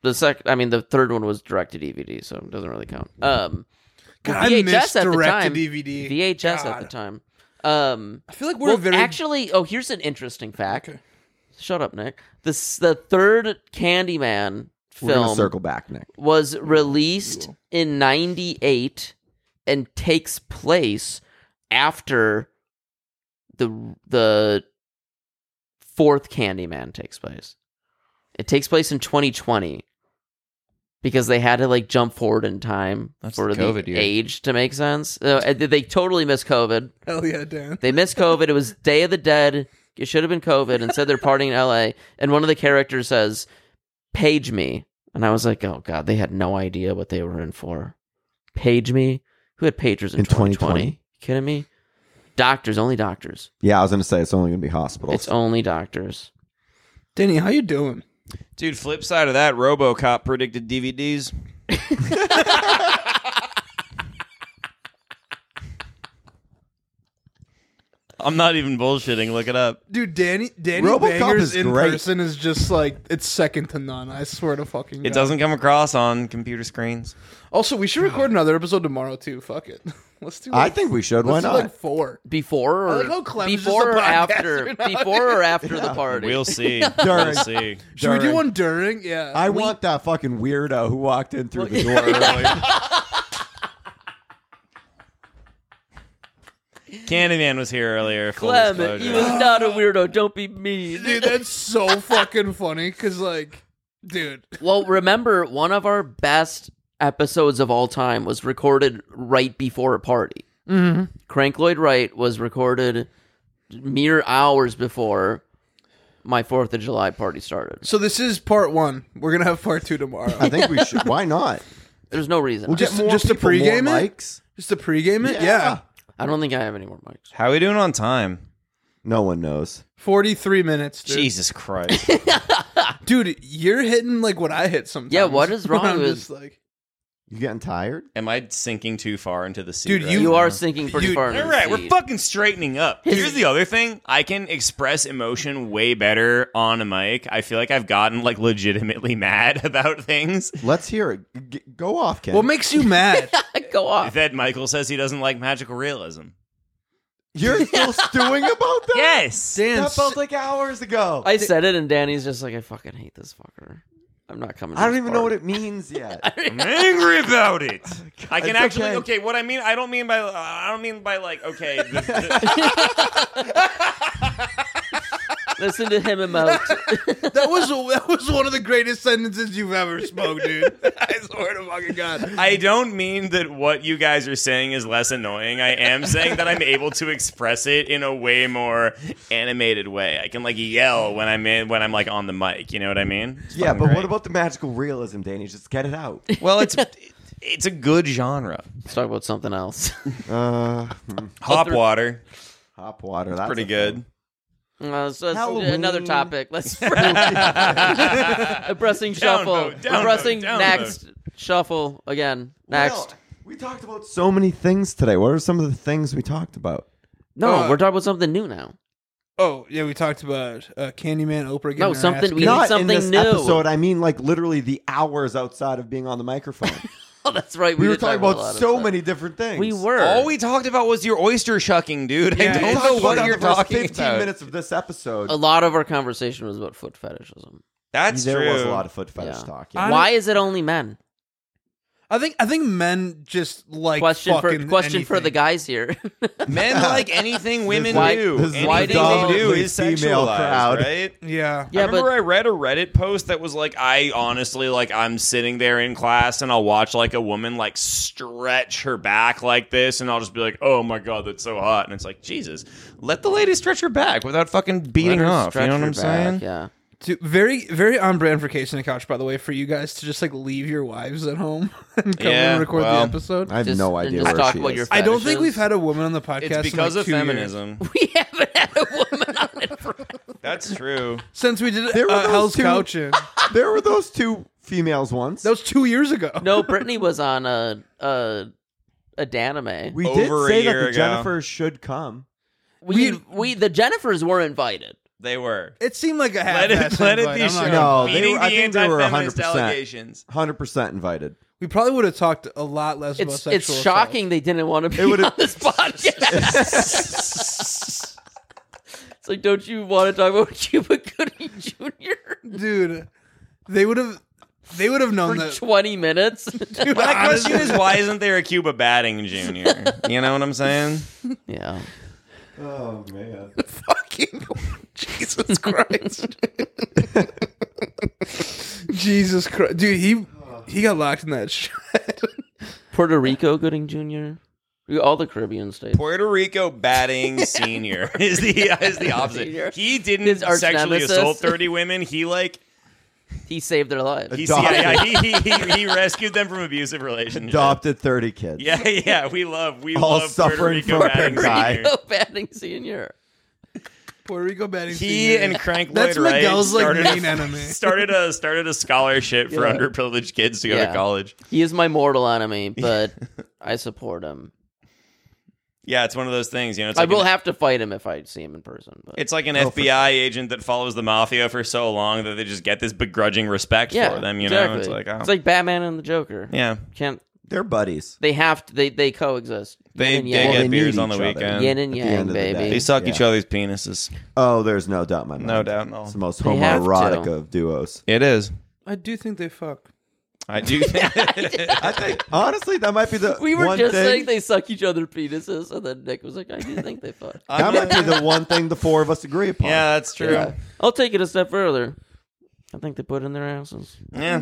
[SPEAKER 2] the second. I mean, the third one was direct to DVD, so it doesn't really count. Um,
[SPEAKER 1] God,
[SPEAKER 2] VHS
[SPEAKER 1] I missed
[SPEAKER 2] at the
[SPEAKER 1] direct to
[SPEAKER 2] time.
[SPEAKER 1] DVD.
[SPEAKER 2] VHS at
[SPEAKER 1] God.
[SPEAKER 2] the time. Um,
[SPEAKER 1] I feel like we're
[SPEAKER 2] well,
[SPEAKER 1] very
[SPEAKER 2] actually, oh, here's an interesting fact.
[SPEAKER 1] Okay.
[SPEAKER 2] Shut up, Nick. This the third Candyman
[SPEAKER 4] We're gonna
[SPEAKER 2] film
[SPEAKER 4] circle back, Nick.
[SPEAKER 2] was released in 98 and takes place after the the fourth Candyman takes place. It takes place in 2020 because they had to like jump forward in time
[SPEAKER 6] That's
[SPEAKER 2] for
[SPEAKER 6] the
[SPEAKER 2] the,
[SPEAKER 6] COVID year.
[SPEAKER 2] age to make sense. Uh, and they totally missed COVID.
[SPEAKER 1] hell yeah, Dan.
[SPEAKER 2] They missed COVID. It was Day of the Dead. It should have been COVID. Instead, they're partying in LA. And one of the characters says, Page me. And I was like, oh, God, they had no idea what they were in for. Page me? Who had pagers in,
[SPEAKER 4] In
[SPEAKER 2] 2020?
[SPEAKER 4] 2020?
[SPEAKER 2] You kidding me? Doctors, only doctors.
[SPEAKER 4] Yeah, I was gonna say it's only gonna be hospitals.
[SPEAKER 2] It's only doctors.
[SPEAKER 1] Danny, how you doing?
[SPEAKER 3] dude. Flip side of that, RoboCop predicted DVDs. I'm not even bullshitting. Look it up.
[SPEAKER 1] Dude, Danny Danny
[SPEAKER 4] RoboCop
[SPEAKER 1] Banger's
[SPEAKER 4] is
[SPEAKER 1] in
[SPEAKER 4] great.
[SPEAKER 1] person is just like it's second to none. I swear to fucking God.
[SPEAKER 3] It doesn't come across on computer screens.
[SPEAKER 1] Also, we should record another episode tomorrow too. Fuck it. Let's do
[SPEAKER 4] I
[SPEAKER 1] like-
[SPEAKER 4] think we should. Why
[SPEAKER 1] Let's
[SPEAKER 4] not?
[SPEAKER 1] do like four.
[SPEAKER 2] Before
[SPEAKER 1] I
[SPEAKER 2] or,
[SPEAKER 1] like how Clem is just
[SPEAKER 2] before
[SPEAKER 1] a
[SPEAKER 2] or
[SPEAKER 1] podcaster
[SPEAKER 2] after?
[SPEAKER 1] now.
[SPEAKER 2] Before or after the party?
[SPEAKER 3] We'll see.
[SPEAKER 4] Darn.
[SPEAKER 3] we'll see.
[SPEAKER 1] Should we do
[SPEAKER 4] During-
[SPEAKER 1] one during? Yeah.
[SPEAKER 4] I want that fucking weirdo who walked in through the door.
[SPEAKER 3] Candyman was here earlier. full
[SPEAKER 2] Clem,
[SPEAKER 3] disclosure.
[SPEAKER 2] you was not a weirdo. Don't be mean.
[SPEAKER 1] dude, that's so fucking funny because like, dude,
[SPEAKER 2] Well, remember, one of our best episodes of all time was recorded right before a party. Mm-hmm. Crank Lloyd Wright was recorded mere hours before my Fourth of July party started.
[SPEAKER 1] so this is part one. We're gonna have part two tomorrow.
[SPEAKER 4] I think we should. Why not?
[SPEAKER 2] There's no reason.
[SPEAKER 4] We'll
[SPEAKER 1] Just-
[SPEAKER 4] get more
[SPEAKER 1] just to
[SPEAKER 4] people,
[SPEAKER 1] pregame
[SPEAKER 4] more
[SPEAKER 1] it?
[SPEAKER 4] mics.
[SPEAKER 1] Just to pregame it. Yeah.
[SPEAKER 2] I don't think I have any more mics.
[SPEAKER 3] How are we doing on time?
[SPEAKER 4] No one knows.
[SPEAKER 1] Forty-three minutes, dude.
[SPEAKER 3] Jesus Christ.
[SPEAKER 1] Dude, you're hitting like what I hit sometimes.
[SPEAKER 2] Yeah, what is wrong
[SPEAKER 1] I'm
[SPEAKER 2] with-
[SPEAKER 1] just like,
[SPEAKER 4] You getting tired?
[SPEAKER 3] Am I sinking too far into the sea?
[SPEAKER 1] Dude,
[SPEAKER 3] right
[SPEAKER 1] you-
[SPEAKER 2] You
[SPEAKER 3] now?
[SPEAKER 2] are sinking pretty
[SPEAKER 1] You-
[SPEAKER 2] far.
[SPEAKER 3] All
[SPEAKER 2] into the
[SPEAKER 3] right, we're
[SPEAKER 2] sea.
[SPEAKER 3] fucking straightening up. Here's the other thing: I can express emotion way better on a mic. I feel like I've gotten like legitimately mad about things
[SPEAKER 4] Let's hear it. G- go off, Ken.
[SPEAKER 1] what makes you mad?
[SPEAKER 2] Go off.
[SPEAKER 3] that Michael says he doesn't like magical realism.
[SPEAKER 4] You're still stewing about that?
[SPEAKER 3] Yes,
[SPEAKER 1] Dan,
[SPEAKER 4] That felt like hours ago. I,
[SPEAKER 2] I said it, and Danny's just like, I fucking hate this fucker. I'm not coming. To
[SPEAKER 4] don't even know what it means yet.
[SPEAKER 3] I'm angry about it. I can
[SPEAKER 4] It's
[SPEAKER 3] actually
[SPEAKER 4] okay.
[SPEAKER 3] okay. What I mean, I don't mean by I don't mean by like okay. The, the,
[SPEAKER 2] Listen to him emote.
[SPEAKER 1] that was that was one of the greatest sentences you've ever spoke, dude. I swear to fucking God.
[SPEAKER 3] I don't mean that what you guys are saying is less annoying. I am saying that I'm able to express it in a way more animated way. I can like yell when I'm in when I'm like on the mic. You know what I mean? It's
[SPEAKER 4] yeah,
[SPEAKER 3] fucking
[SPEAKER 4] but
[SPEAKER 3] great.
[SPEAKER 4] what about the magical realism, Danny? Just get it out.
[SPEAKER 3] well, it's it's a good genre.
[SPEAKER 2] Let's talk about something else.
[SPEAKER 4] Uh, hmm,
[SPEAKER 3] Hop water,
[SPEAKER 4] hop water. That's
[SPEAKER 3] pretty
[SPEAKER 4] a-
[SPEAKER 3] good.
[SPEAKER 2] Uh, so it's
[SPEAKER 4] Halloween.
[SPEAKER 2] another topic. Let's pressing shuffle.
[SPEAKER 3] Downvote, downvote,
[SPEAKER 2] pressing
[SPEAKER 3] downvote.
[SPEAKER 2] next shuffle again. Next.
[SPEAKER 4] Well, we talked about so many things today. What are some of the things we talked about?
[SPEAKER 2] no,
[SPEAKER 1] Uh,
[SPEAKER 2] we're talking about something new now.
[SPEAKER 1] Oh yeah, we talked about uh, Candyman, Oprah. getting
[SPEAKER 2] No,
[SPEAKER 1] her
[SPEAKER 2] something
[SPEAKER 1] ass kicked.
[SPEAKER 2] we- need
[SPEAKER 4] Not in
[SPEAKER 2] something
[SPEAKER 4] this
[SPEAKER 2] new.
[SPEAKER 4] episode. I mean, like literally the hours outside of being on the microphone.
[SPEAKER 2] Oh, that's right.
[SPEAKER 4] we were
[SPEAKER 2] did talk
[SPEAKER 4] talking
[SPEAKER 2] a lot
[SPEAKER 4] about
[SPEAKER 2] of
[SPEAKER 4] so
[SPEAKER 2] stuff.
[SPEAKER 4] many different things.
[SPEAKER 2] We were.
[SPEAKER 3] All we talked about was your oyster shucking, dude.
[SPEAKER 1] Yeah.
[SPEAKER 3] I
[SPEAKER 4] We
[SPEAKER 1] I
[SPEAKER 3] don't
[SPEAKER 4] talked
[SPEAKER 3] know
[SPEAKER 4] about
[SPEAKER 3] what
[SPEAKER 4] that
[SPEAKER 3] you're
[SPEAKER 4] the first
[SPEAKER 3] talking
[SPEAKER 4] 15
[SPEAKER 3] about.
[SPEAKER 4] minutes of this episode.
[SPEAKER 2] a lot of our conversation was about foot fetishism.
[SPEAKER 3] That's
[SPEAKER 4] there
[SPEAKER 3] true.
[SPEAKER 4] was a lot of foot fetish
[SPEAKER 2] Yeah.
[SPEAKER 4] talk.
[SPEAKER 1] I-
[SPEAKER 4] Yeah.
[SPEAKER 2] Why is it only men?
[SPEAKER 1] I think I think men just like
[SPEAKER 2] question for
[SPEAKER 1] fucking
[SPEAKER 2] question for the
[SPEAKER 1] anything.
[SPEAKER 2] guys here.
[SPEAKER 3] Men like anything women
[SPEAKER 2] Why-
[SPEAKER 3] do.
[SPEAKER 4] this is
[SPEAKER 3] anything
[SPEAKER 2] why do
[SPEAKER 3] they
[SPEAKER 2] you-
[SPEAKER 3] do is
[SPEAKER 4] female
[SPEAKER 3] sexualized,
[SPEAKER 4] crowd.
[SPEAKER 3] right?
[SPEAKER 1] Yeah.
[SPEAKER 2] yeah,
[SPEAKER 3] I remember
[SPEAKER 2] but
[SPEAKER 3] I read a Reddit post that was like, I honestly like I'm sitting there in class and I'll watch like a woman like stretch her back like this, and I'll just be like, Oh my god, that's so hot. And it's like, Jesus, let the lady stretch her back without fucking
[SPEAKER 2] Let
[SPEAKER 3] beating
[SPEAKER 2] her
[SPEAKER 3] off. You
[SPEAKER 2] stretch
[SPEAKER 3] know what
[SPEAKER 2] her
[SPEAKER 3] I'm
[SPEAKER 2] back,
[SPEAKER 3] saying?
[SPEAKER 2] Yeah.
[SPEAKER 1] Dude, very very on brand for Case in the Couch, by the way, for you guys to just like leave your wives at home and come
[SPEAKER 3] Yeah,
[SPEAKER 1] and record
[SPEAKER 3] well,
[SPEAKER 1] the episode.
[SPEAKER 4] I have
[SPEAKER 2] Just-
[SPEAKER 4] no
[SPEAKER 2] and
[SPEAKER 4] idea
[SPEAKER 2] just
[SPEAKER 4] where
[SPEAKER 2] talk
[SPEAKER 4] she
[SPEAKER 2] about
[SPEAKER 4] is.
[SPEAKER 2] your
[SPEAKER 1] I don't think
[SPEAKER 2] fetishes.
[SPEAKER 1] we've had a woman on the podcast.
[SPEAKER 3] It's
[SPEAKER 1] in,
[SPEAKER 3] because
[SPEAKER 1] like,
[SPEAKER 3] of
[SPEAKER 1] two years.
[SPEAKER 3] feminism.
[SPEAKER 2] We haven't had a woman on it forever.
[SPEAKER 3] That's true.
[SPEAKER 1] since we did
[SPEAKER 4] There were
[SPEAKER 1] uh, Hell's
[SPEAKER 4] those two-
[SPEAKER 1] Couch. In. That
[SPEAKER 4] there were those two females once.
[SPEAKER 1] was two years ago.
[SPEAKER 2] No, Brittany was on a a a Daname. We
[SPEAKER 4] we
[SPEAKER 3] Over a
[SPEAKER 4] did say that
[SPEAKER 3] year
[SPEAKER 4] the
[SPEAKER 3] ago.
[SPEAKER 4] Jennifers should come.
[SPEAKER 2] we, the Jennifers were invited.
[SPEAKER 3] They were.
[SPEAKER 1] It seemed like a half
[SPEAKER 3] Let it, let it be shown.
[SPEAKER 4] gonna- No, they
[SPEAKER 3] Beating
[SPEAKER 4] were- I
[SPEAKER 3] the
[SPEAKER 4] think they were
[SPEAKER 3] anti-feminist
[SPEAKER 4] 100%.
[SPEAKER 3] allegations.
[SPEAKER 4] 100% invited.
[SPEAKER 1] We probably would have talked a lot less about
[SPEAKER 2] It's
[SPEAKER 1] sexual
[SPEAKER 2] it's
[SPEAKER 1] assault.
[SPEAKER 2] shocking they didn't want to be
[SPEAKER 4] would've-
[SPEAKER 2] on this podcast. it's like, don't you want to talk about Cuba Gooding Jr.
[SPEAKER 1] Dude, they would have they would have known
[SPEAKER 2] for
[SPEAKER 1] that
[SPEAKER 2] twenty minutes?
[SPEAKER 3] My question is, why isn't there a Cuba batting junior? You know what I'm saying?
[SPEAKER 2] yeah.
[SPEAKER 4] Oh, man.
[SPEAKER 1] fucking Jesus Christ. Jesus Christ. Dude, he he got locked in that shed.
[SPEAKER 2] Puerto Rico Gooding Jr. All the Caribbean states.
[SPEAKER 3] Puerto Rico batting senior is the is the
[SPEAKER 2] Senior.
[SPEAKER 3] opposite. He didn't
[SPEAKER 2] His arch
[SPEAKER 3] sexually
[SPEAKER 2] nemesis.
[SPEAKER 3] assault thirty women. He like
[SPEAKER 2] he saved their lives.
[SPEAKER 3] he,
[SPEAKER 4] Adopted.
[SPEAKER 3] yeah, yeah, he, he, he he rescued them from abusive relationships.
[SPEAKER 4] Adopted 30 kids.
[SPEAKER 3] Yeah, yeah, we love we
[SPEAKER 4] All
[SPEAKER 3] love Puerto
[SPEAKER 4] suffering
[SPEAKER 3] Rico
[SPEAKER 4] from
[SPEAKER 3] batting
[SPEAKER 4] anxiety.
[SPEAKER 3] senior.
[SPEAKER 2] Rico batting senior.
[SPEAKER 1] Puerto Rico batting.
[SPEAKER 3] He and Crank Lloyd
[SPEAKER 1] That's
[SPEAKER 3] Wright
[SPEAKER 1] Miguel's, like,
[SPEAKER 3] started,
[SPEAKER 1] main enemy.
[SPEAKER 3] started a started a scholarship for
[SPEAKER 2] Yeah.
[SPEAKER 3] underprivileged kids to go to
[SPEAKER 2] Yeah.
[SPEAKER 3] college.
[SPEAKER 2] He is my mortal enemy, but I support him.
[SPEAKER 3] Yeah, it's one of those things, you know. It's
[SPEAKER 2] I
[SPEAKER 3] like an-
[SPEAKER 2] will have to fight him if I see him in person. But
[SPEAKER 3] It's like an
[SPEAKER 4] Oh, for
[SPEAKER 3] FBI agent that follows the mafia for so long that they just get this begrudging respect
[SPEAKER 2] yeah,
[SPEAKER 3] for them. You
[SPEAKER 2] exactly.
[SPEAKER 3] know, it's like, oh,
[SPEAKER 2] it's like Batman and the Joker.
[SPEAKER 3] yeah,
[SPEAKER 2] Can't
[SPEAKER 4] They're buddies.
[SPEAKER 2] they have to? They they coexist. yin
[SPEAKER 3] they
[SPEAKER 2] and
[SPEAKER 3] they
[SPEAKER 2] yang.
[SPEAKER 3] get
[SPEAKER 4] Well, they
[SPEAKER 3] beers
[SPEAKER 4] need
[SPEAKER 3] on the
[SPEAKER 4] each other.
[SPEAKER 3] weekend.
[SPEAKER 2] yin and
[SPEAKER 4] the
[SPEAKER 2] yang,
[SPEAKER 4] end of the
[SPEAKER 2] baby.
[SPEAKER 4] day.
[SPEAKER 3] they suck each
[SPEAKER 4] Yeah.
[SPEAKER 3] other's penises.
[SPEAKER 4] Oh, there's no doubt in my mind.
[SPEAKER 3] No doubt in all.
[SPEAKER 4] It's the most
[SPEAKER 2] They have
[SPEAKER 4] homoerotic
[SPEAKER 2] to.
[SPEAKER 4] of duos.
[SPEAKER 3] It is.
[SPEAKER 1] I do think they fuck.
[SPEAKER 3] I do. think
[SPEAKER 4] I think, honestly, that might be the
[SPEAKER 2] we were
[SPEAKER 4] one
[SPEAKER 2] just
[SPEAKER 4] thing,
[SPEAKER 2] saying they suck each other penises, and then Nick was like, "I do think they fuck."
[SPEAKER 4] That might be the one thing the four of us agree upon.
[SPEAKER 3] Yeah, that's true.
[SPEAKER 2] yeah.
[SPEAKER 3] Yeah,
[SPEAKER 2] I'll take it a step further. I think they put in their asses.
[SPEAKER 3] you know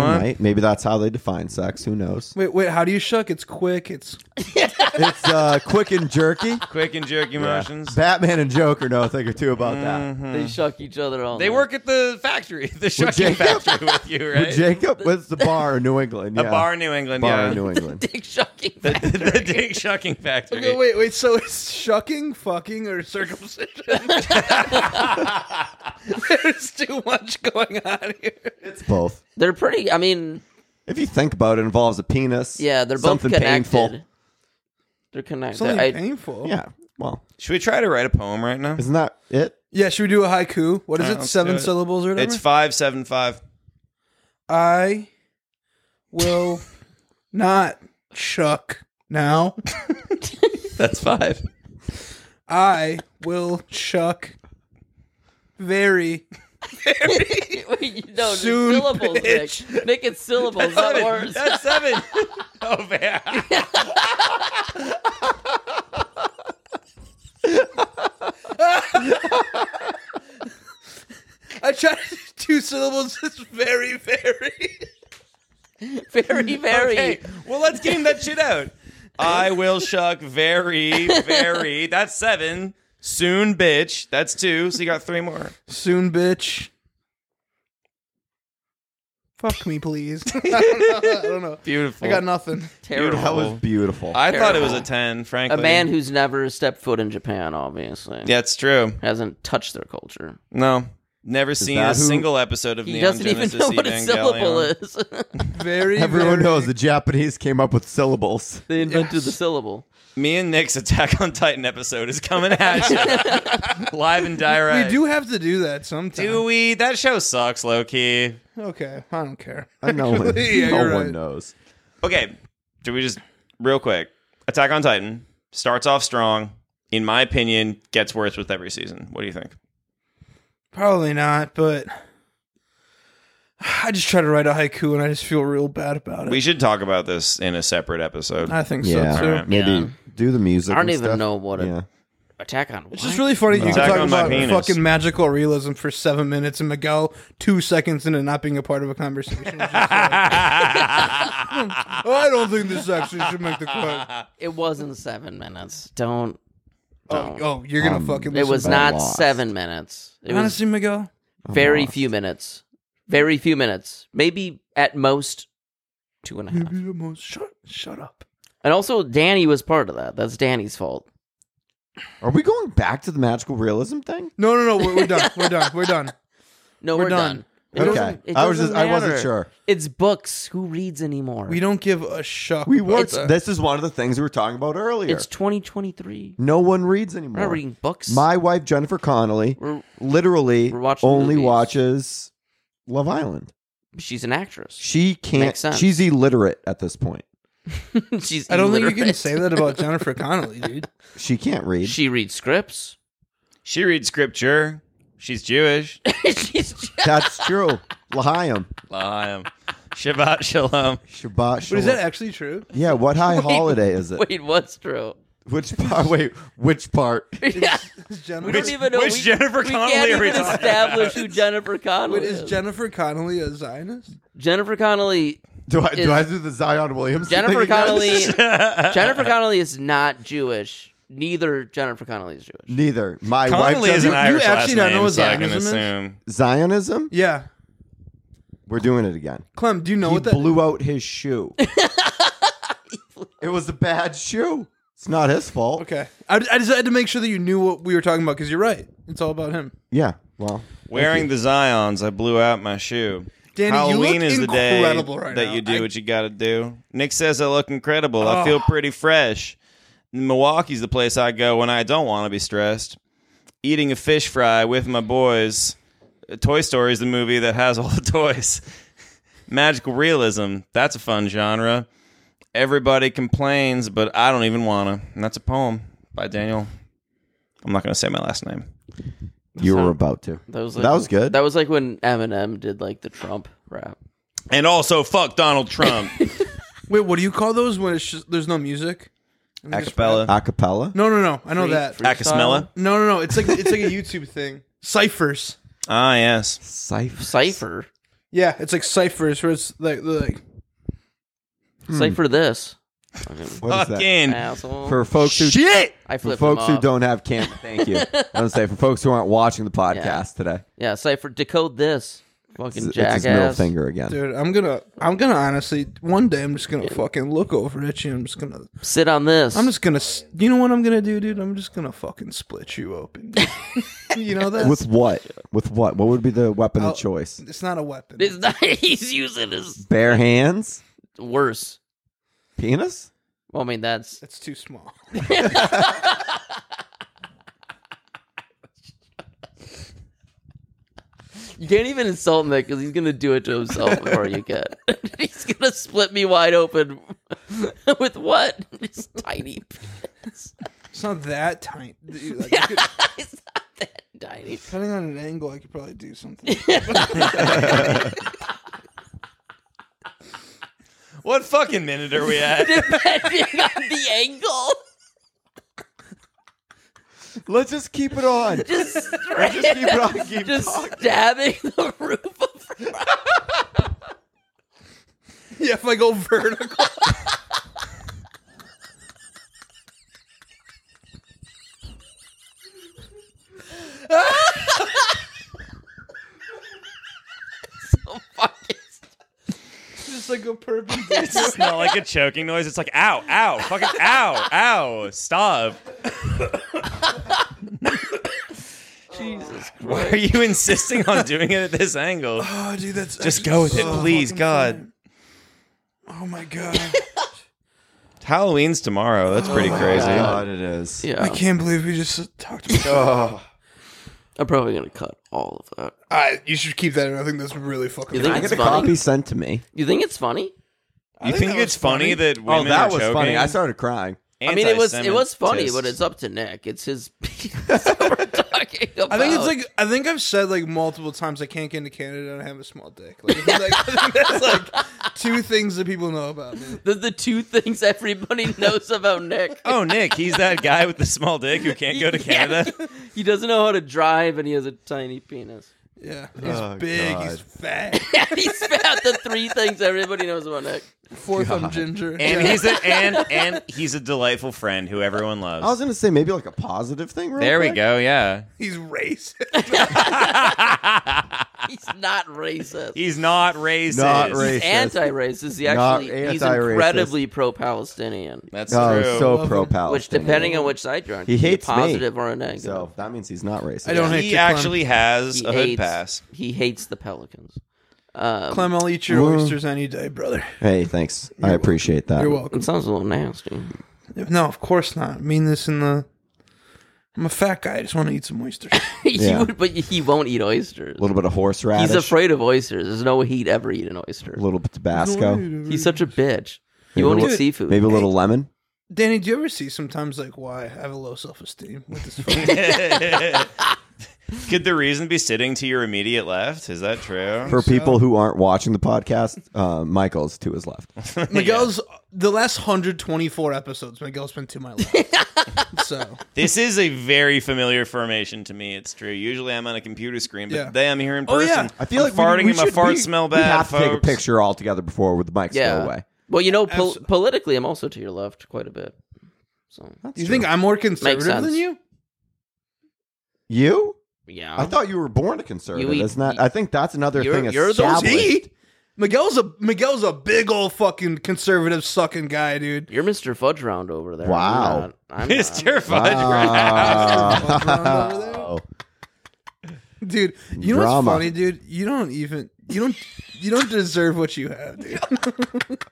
[SPEAKER 3] what?
[SPEAKER 4] Right? Maybe that's how they define sex. Who knows?
[SPEAKER 1] Wait, wait. How do you shuck? It's quick. It's
[SPEAKER 4] It's uh, quick and jerky.
[SPEAKER 3] Quick and jerky motions.
[SPEAKER 4] Batman and Joker know a thing or two about that.
[SPEAKER 3] Mm-hmm.
[SPEAKER 2] They shuck each other all.
[SPEAKER 3] Hmm. They
[SPEAKER 2] night.
[SPEAKER 3] work at the factory, the shucking
[SPEAKER 4] Jacob-
[SPEAKER 3] factory with you,
[SPEAKER 4] But
[SPEAKER 3] right?
[SPEAKER 4] Jacob was the bar in New England.
[SPEAKER 3] a
[SPEAKER 4] yeah.
[SPEAKER 3] bar in New England.
[SPEAKER 4] Bar
[SPEAKER 3] yeah.
[SPEAKER 4] in New England.
[SPEAKER 2] dick shucking.
[SPEAKER 3] the, the, the dick shucking factory.
[SPEAKER 1] okay, wait, wait. So it's shucking, fucking, or circumcision. There's too much going on here.
[SPEAKER 4] It's both.
[SPEAKER 2] They're pretty. I mean,
[SPEAKER 4] If you think about it, it involves a penis.
[SPEAKER 2] yeah, they're both
[SPEAKER 4] something
[SPEAKER 2] connected.
[SPEAKER 4] painful.
[SPEAKER 2] They're connected.
[SPEAKER 1] Something
[SPEAKER 2] I-
[SPEAKER 1] painful.
[SPEAKER 4] Yeah. Well,
[SPEAKER 3] Should we try to write a poem right now?
[SPEAKER 4] isn't that it?
[SPEAKER 1] Yeah. Should we do a haiku? What is
[SPEAKER 3] Alright,
[SPEAKER 1] it?
[SPEAKER 3] let's
[SPEAKER 1] Seven
[SPEAKER 3] do it.
[SPEAKER 1] syllables or whatever.
[SPEAKER 3] It's five seven five.
[SPEAKER 1] I will not shuck now.
[SPEAKER 3] That's five.
[SPEAKER 1] I will shuck very
[SPEAKER 2] Wait, no, it's
[SPEAKER 1] Soon,
[SPEAKER 2] syllables, Nick.
[SPEAKER 1] bitch.
[SPEAKER 2] Nick, it's syllables, not words.
[SPEAKER 3] That's seven. oh man.
[SPEAKER 1] I tried two syllables. It's very, very.
[SPEAKER 2] very, very.
[SPEAKER 3] Okay. Well, let's game that shit out. I will shuck very, very. That's seven. Soon, bitch. That's two. So you got three more.
[SPEAKER 1] Soon, bitch. Fuck me, please. I don't know. I don't know.
[SPEAKER 3] Beautiful.
[SPEAKER 1] I got nothing.
[SPEAKER 2] Terrible.
[SPEAKER 4] That was beautiful.
[SPEAKER 3] I thought it was a
[SPEAKER 2] Terrible.
[SPEAKER 3] ten.
[SPEAKER 2] A
[SPEAKER 3] Frankly,
[SPEAKER 2] man who's never stepped foot in Japan, obviously.
[SPEAKER 3] Yeah, it's true.
[SPEAKER 2] Hasn't touched their culture.
[SPEAKER 3] No, Never seen a
[SPEAKER 4] that who-
[SPEAKER 3] single episode of
[SPEAKER 2] He
[SPEAKER 3] Neon
[SPEAKER 2] doesn't
[SPEAKER 3] Genesis
[SPEAKER 2] even know what a syllable
[SPEAKER 3] Evangelion.
[SPEAKER 2] is.
[SPEAKER 1] Very
[SPEAKER 4] Everyone
[SPEAKER 1] very-
[SPEAKER 4] knows the Japanese came up with syllables.
[SPEAKER 2] they invented the
[SPEAKER 1] Yes.
[SPEAKER 2] syllable.
[SPEAKER 3] Me and Nick's Attack on Titan episode is coming at you live and direct.
[SPEAKER 1] We do have to do that sometime.
[SPEAKER 3] Do we? That show sucks, low key.
[SPEAKER 1] Okay, I don't care.
[SPEAKER 4] I know. No one,
[SPEAKER 1] Actually, yeah,
[SPEAKER 4] no
[SPEAKER 1] you're
[SPEAKER 4] one
[SPEAKER 1] right.
[SPEAKER 4] knows.
[SPEAKER 3] Okay, do we just real quick? Attack on Titan starts off strong. In my opinion, gets worse with every season. What do you think?
[SPEAKER 1] Probably not, but I just try to write a haiku and I just feel real bad about it.
[SPEAKER 3] We should talk about this in a separate episode.
[SPEAKER 1] I think
[SPEAKER 4] Yeah.
[SPEAKER 1] so too.
[SPEAKER 3] All right.
[SPEAKER 4] Maybe
[SPEAKER 2] Yeah.
[SPEAKER 4] do the music.
[SPEAKER 2] I don't
[SPEAKER 4] and
[SPEAKER 2] even
[SPEAKER 4] stuff.
[SPEAKER 2] know what a
[SPEAKER 4] Yeah.
[SPEAKER 2] attack on.
[SPEAKER 1] It's just really funny. You can
[SPEAKER 3] Attack
[SPEAKER 1] talk
[SPEAKER 3] on my
[SPEAKER 1] about
[SPEAKER 3] penis.
[SPEAKER 1] fucking magical realism for seven minutes, and Miguel two seconds into not being a part of a conversation. was just like, I don't think this actually should make the cut.
[SPEAKER 2] It wasn't seven minutes. Don't.
[SPEAKER 1] Oh,
[SPEAKER 2] don't.
[SPEAKER 1] oh, you're gonna
[SPEAKER 4] Um,
[SPEAKER 1] fucking.
[SPEAKER 2] it
[SPEAKER 1] listen
[SPEAKER 2] was
[SPEAKER 1] back.
[SPEAKER 2] not
[SPEAKER 4] lost.
[SPEAKER 2] seven minutes. It was
[SPEAKER 1] honestly, Miguel.
[SPEAKER 2] very
[SPEAKER 4] lost.
[SPEAKER 2] few minutes. Very few minutes. Maybe at most two and a half.
[SPEAKER 1] Maybe the most. Shut, shut up.
[SPEAKER 2] And also, Danny was part of that. That's Danny's fault.
[SPEAKER 4] Are we going back to the magical realism thing?
[SPEAKER 1] No, no, no. We're, we're done. We're done. We're done.
[SPEAKER 2] No,
[SPEAKER 1] We're
[SPEAKER 2] we're,
[SPEAKER 1] done.
[SPEAKER 2] done. It
[SPEAKER 4] Okay.
[SPEAKER 2] doesn't- it
[SPEAKER 4] I was
[SPEAKER 2] doesn't
[SPEAKER 4] just I wasn't
[SPEAKER 2] matter.
[SPEAKER 4] sure.
[SPEAKER 2] It's books. Who reads anymore?
[SPEAKER 1] We don't give a shuck.
[SPEAKER 4] We
[SPEAKER 1] about
[SPEAKER 4] were
[SPEAKER 1] that.
[SPEAKER 4] this is one of the things we were talking about earlier.
[SPEAKER 2] It's 2023.
[SPEAKER 4] no one reads
[SPEAKER 2] We're
[SPEAKER 4] anymore.
[SPEAKER 2] not reading books.
[SPEAKER 4] My wife Jennifer Connolly
[SPEAKER 2] We're-
[SPEAKER 4] literally
[SPEAKER 2] We're watching
[SPEAKER 4] only
[SPEAKER 2] movies.
[SPEAKER 4] watches Love Island.
[SPEAKER 2] she's an actress.
[SPEAKER 4] She can't.
[SPEAKER 2] Makes sense.
[SPEAKER 4] She's illiterate at this point.
[SPEAKER 2] she's.
[SPEAKER 1] I don't think you can
[SPEAKER 2] illiterate.
[SPEAKER 1] say that about Jennifer Connelly, dude.
[SPEAKER 4] She can't read.
[SPEAKER 2] She reads scripts.
[SPEAKER 3] She reads scripture. She's Jewish.
[SPEAKER 2] she's.
[SPEAKER 4] That's true. Lahayim.
[SPEAKER 3] Liam. Shabbat shalom.
[SPEAKER 4] Shabbat
[SPEAKER 1] But is
[SPEAKER 4] shalom.
[SPEAKER 1] that actually true?
[SPEAKER 4] yeah. What high holiday is it?
[SPEAKER 2] Wait, what's true?
[SPEAKER 4] Which part? Wait. Which part?
[SPEAKER 2] Yeah.
[SPEAKER 1] Is
[SPEAKER 2] We
[SPEAKER 1] Jennifer,
[SPEAKER 2] don't even know.
[SPEAKER 3] which
[SPEAKER 2] we,
[SPEAKER 3] Jennifer
[SPEAKER 2] we
[SPEAKER 3] Connelly
[SPEAKER 2] can't
[SPEAKER 3] are we
[SPEAKER 2] even
[SPEAKER 3] talking
[SPEAKER 2] establish who Jennifer Connelly
[SPEAKER 1] wait, is
[SPEAKER 2] is.
[SPEAKER 1] Jennifer Connelly a Zionist?
[SPEAKER 2] Jennifer Connelly.
[SPEAKER 4] Do I
[SPEAKER 2] Is-
[SPEAKER 4] do I do the Zion Williams?
[SPEAKER 2] Jennifer
[SPEAKER 4] thing again?
[SPEAKER 2] Connelly. Jennifer Connelly is not Jewish. Neither Jennifer Connelly is Jewish.
[SPEAKER 4] Neither. My wife
[SPEAKER 3] Connolly
[SPEAKER 4] does
[SPEAKER 3] is an
[SPEAKER 1] you
[SPEAKER 3] Irish
[SPEAKER 1] actually don't
[SPEAKER 3] last
[SPEAKER 1] know
[SPEAKER 3] name,
[SPEAKER 1] what
[SPEAKER 3] so I can
[SPEAKER 1] Zionism is?
[SPEAKER 3] assume.
[SPEAKER 4] Zionism.
[SPEAKER 1] Yeah.
[SPEAKER 4] We're doing it again.
[SPEAKER 1] Clem, do you know
[SPEAKER 4] He
[SPEAKER 1] what that?
[SPEAKER 4] blew out his shoe. it was a bad shoe. It's not his fault.
[SPEAKER 1] okay, I, I just had to make sure that you knew what we were talking about because you're right. It's all about him.
[SPEAKER 4] Yeah. Well.
[SPEAKER 3] Wearing the Zions, I blew out my shoe.
[SPEAKER 1] Danny, you
[SPEAKER 3] Halloween
[SPEAKER 1] look
[SPEAKER 3] is the day
[SPEAKER 1] incredible right
[SPEAKER 3] that
[SPEAKER 1] now.
[SPEAKER 3] you do
[SPEAKER 1] I- Oh.
[SPEAKER 3] what you got to do. Nick says I look incredible. I feel pretty fresh. Milwaukee's the place I go when I don't want to be stressed. Eating a fish fry with my boys. Toy Story is the movie that has all the toys. Magical realism. That's a fun genre. Everybody complains, but I don't even wanna. And that's a poem by Daniel. I'm not gonna say my last name.
[SPEAKER 4] You were about to.
[SPEAKER 2] That was
[SPEAKER 4] But
[SPEAKER 2] like,
[SPEAKER 4] that was good.
[SPEAKER 2] That was like when Eminem did like the Trump rap.
[SPEAKER 3] And also, fuck Donald Trump.
[SPEAKER 1] Wait, what do you call those when it's just, there's no music? And they just-
[SPEAKER 3] Acapella.
[SPEAKER 4] Acapella.
[SPEAKER 1] No, no, no. I know that.
[SPEAKER 3] Acasmella.
[SPEAKER 1] No, no, no. It's like it's like a YouTube thing. Ciphers.
[SPEAKER 3] Ah, yes.
[SPEAKER 4] Cipher.
[SPEAKER 2] Cipher.
[SPEAKER 1] Yeah, it's like ciphers where it's like like Hmm.
[SPEAKER 2] Cipher this.
[SPEAKER 4] What is that?
[SPEAKER 3] Fucking
[SPEAKER 2] Asshole.
[SPEAKER 4] For folks who
[SPEAKER 3] shit.
[SPEAKER 2] I
[SPEAKER 4] for
[SPEAKER 2] flipped
[SPEAKER 4] folks
[SPEAKER 2] him
[SPEAKER 4] who
[SPEAKER 2] off.
[SPEAKER 4] don't have cam, thank you. I was say for folks who aren't watching the podcast today,
[SPEAKER 2] Yeah, Cipher decode this. Fucking
[SPEAKER 4] it's, it's
[SPEAKER 2] jackass.
[SPEAKER 4] his middle finger again.
[SPEAKER 1] dude. I'm gonna I'm gonna honestly one day I'm just gonna fucking look over at you. I'm just gonna
[SPEAKER 2] Sit on this.
[SPEAKER 1] I'm just gonna s- you know what I'm gonna do, dude. I'm just gonna fucking split you open. you know that
[SPEAKER 4] With what? With what? What would be the weapon
[SPEAKER 1] I'll-
[SPEAKER 4] of choice?
[SPEAKER 1] it's not a weapon.
[SPEAKER 2] It's not- he's using his
[SPEAKER 4] Bare hands,
[SPEAKER 2] worse.
[SPEAKER 4] penis.
[SPEAKER 2] Well, I mean that's
[SPEAKER 1] It's too small.
[SPEAKER 2] you can't even insult Nick because he's gonna do it to himself before you get. he's gonna split me wide open with what? His tiny penis.
[SPEAKER 1] It's not that tiny. Dude, like, I could-
[SPEAKER 2] it's not that tiny.
[SPEAKER 1] depending on an angle, I could probably do something.
[SPEAKER 3] What fucking minute are we at?
[SPEAKER 2] Depending on the angle.
[SPEAKER 4] Let's just keep it on.
[SPEAKER 2] Just,
[SPEAKER 4] just keep it on. Keep
[SPEAKER 2] just
[SPEAKER 4] talking.
[SPEAKER 2] stabbing the roof of her mouth.
[SPEAKER 1] yeah, if I go vertical. just like a perpendicular.
[SPEAKER 3] it's not like a choking noise. It's like ow, ow, fucking ow, ow, stop.
[SPEAKER 2] Jesus
[SPEAKER 3] Why are you insisting on doing it at this angle?
[SPEAKER 1] Oh, dude, that's
[SPEAKER 3] Just go with it, please, God.
[SPEAKER 1] Oh my god,
[SPEAKER 3] Halloween's tomorrow. That's pretty crazy.
[SPEAKER 4] Oh God, it is.
[SPEAKER 2] Yeah,
[SPEAKER 1] I can't believe we just talked about.
[SPEAKER 4] Oh,
[SPEAKER 2] I'm probably gonna cut all of that.
[SPEAKER 1] I, you should keep that. in. I think that's really fucking.
[SPEAKER 2] You think
[SPEAKER 4] I
[SPEAKER 1] funny.
[SPEAKER 4] got
[SPEAKER 2] It's
[SPEAKER 4] a
[SPEAKER 2] funny.
[SPEAKER 4] copy sent to me.
[SPEAKER 2] You think it's funny?
[SPEAKER 3] You
[SPEAKER 1] think
[SPEAKER 3] think,
[SPEAKER 1] that
[SPEAKER 3] it's
[SPEAKER 1] was funny.
[SPEAKER 3] funny, that women
[SPEAKER 4] oh, that
[SPEAKER 3] are
[SPEAKER 4] was
[SPEAKER 3] choking?
[SPEAKER 4] funny. I started crying.
[SPEAKER 2] I mean, it was it was funny, but
[SPEAKER 3] Anti-Semitist.
[SPEAKER 2] it's up to Nick. It's his. that's what we're talking about.
[SPEAKER 1] I think it's like I think I've said like multiple times I can't get into Canada and I have a small dick. Like, I think- I think that's like two things that people know about me.
[SPEAKER 2] the, the two things everybody knows about Nick.
[SPEAKER 3] Oh, Nick, he's that guy with the small dick who can't go to Canada.
[SPEAKER 2] he doesn't know how to drive, and he has a tiny penis.
[SPEAKER 1] Yeah, he's
[SPEAKER 4] Oh,
[SPEAKER 1] big, he's
[SPEAKER 4] God.
[SPEAKER 1] fat.
[SPEAKER 2] He's about the three things everybody knows about Nick.
[SPEAKER 1] Fourth, I'm ginger.
[SPEAKER 3] And
[SPEAKER 1] Yeah.
[SPEAKER 3] he's a, and and he's a delightful friend who everyone loves.
[SPEAKER 4] I was gonna say maybe like a positive thing. Real
[SPEAKER 3] there we
[SPEAKER 4] quick.
[SPEAKER 3] go. Yeah,
[SPEAKER 1] he's racist.
[SPEAKER 2] He's not racist.
[SPEAKER 3] he's not racist.
[SPEAKER 4] Not racist.
[SPEAKER 2] He's anti-racist. He
[SPEAKER 4] Not
[SPEAKER 2] actually he's
[SPEAKER 4] anti-racist.
[SPEAKER 2] incredibly pro-Palestinian,
[SPEAKER 3] That's
[SPEAKER 4] Oh,
[SPEAKER 3] true.
[SPEAKER 4] so
[SPEAKER 1] Love
[SPEAKER 4] pro
[SPEAKER 1] him.
[SPEAKER 4] Palestinian.
[SPEAKER 2] which depending on which side you're on,
[SPEAKER 4] He
[SPEAKER 2] can be a
[SPEAKER 4] hates me.
[SPEAKER 2] positive or a negative.
[SPEAKER 4] So that means he's not racist.
[SPEAKER 1] I don't hate
[SPEAKER 3] he
[SPEAKER 1] you, Clem.
[SPEAKER 3] actually has
[SPEAKER 2] he
[SPEAKER 3] a hood
[SPEAKER 2] hates,
[SPEAKER 3] pass.
[SPEAKER 2] He hates the Pelicans. Um,
[SPEAKER 1] Clem, I'll eat your
[SPEAKER 4] Whoa.
[SPEAKER 1] oysters any day, brother.
[SPEAKER 4] Hey, thanks. I appreciate that.
[SPEAKER 1] You're
[SPEAKER 2] it
[SPEAKER 1] welcome.
[SPEAKER 2] sounds a little nasty.
[SPEAKER 1] No, of course not. I mean this in the. I'm a fat guy. I just want to eat some oysters.
[SPEAKER 2] You
[SPEAKER 4] Yeah.
[SPEAKER 2] would, but he won't eat oysters.
[SPEAKER 4] A little bit of horseradish.
[SPEAKER 2] He's afraid of oysters. There's no way he'd ever eat an oyster.
[SPEAKER 4] A little bit of Tabasco.
[SPEAKER 2] He's such a bitch. He won't
[SPEAKER 4] Maybe
[SPEAKER 2] eat
[SPEAKER 1] a-
[SPEAKER 2] seafood.
[SPEAKER 4] Maybe a little lemon.
[SPEAKER 1] Danny, do you ever see sometimes like why I have a low self esteem with this? fucking-
[SPEAKER 3] Could the reason be sitting to your immediate left? Is that true?
[SPEAKER 4] For people who aren't watching the podcast, uh, Michael's to his left.
[SPEAKER 1] Miguel's the last 124 episodes. Miguel's been to my left. so
[SPEAKER 3] this is a very familiar formation to me. It's true. Usually I'm on a computer screen, but
[SPEAKER 1] Yeah.
[SPEAKER 3] today I'm here in
[SPEAKER 1] Oh, yeah.
[SPEAKER 3] person.
[SPEAKER 4] I feel
[SPEAKER 3] I'm
[SPEAKER 4] like
[SPEAKER 3] farting
[SPEAKER 4] we, we
[SPEAKER 3] and my
[SPEAKER 4] should-
[SPEAKER 3] farts
[SPEAKER 4] we-
[SPEAKER 3] smell
[SPEAKER 4] We
[SPEAKER 3] bad.
[SPEAKER 4] have to take a
[SPEAKER 3] folks.
[SPEAKER 4] picture all together before with the mics
[SPEAKER 2] Yeah.
[SPEAKER 4] go away.
[SPEAKER 2] Well, you know, pol-
[SPEAKER 1] Abso-
[SPEAKER 2] politically, I'm also to your left quite a bit. So
[SPEAKER 4] That's
[SPEAKER 1] you
[SPEAKER 4] true.
[SPEAKER 1] think I'm more conservative
[SPEAKER 2] sense.
[SPEAKER 1] than you?
[SPEAKER 4] you?
[SPEAKER 3] Uh,
[SPEAKER 2] yeah,
[SPEAKER 4] I thought you were born a conservative.
[SPEAKER 2] You eat-
[SPEAKER 4] Isn't that? I think that's another
[SPEAKER 2] You're-
[SPEAKER 4] thing.
[SPEAKER 2] you're the-
[SPEAKER 1] Those
[SPEAKER 4] established.
[SPEAKER 1] he? Miguel's a Miguel's a big old fucking conservative sucking guy, dude.
[SPEAKER 2] you're Mr. Fudge Round over there.
[SPEAKER 4] Wow.
[SPEAKER 2] I'm not, I'm not.
[SPEAKER 3] Mr. Fudge
[SPEAKER 4] Ah. Wow.
[SPEAKER 1] Dude, you know
[SPEAKER 4] Drama.
[SPEAKER 1] what's funny, dude? You don't even you don't you don't deserve what you have, dude.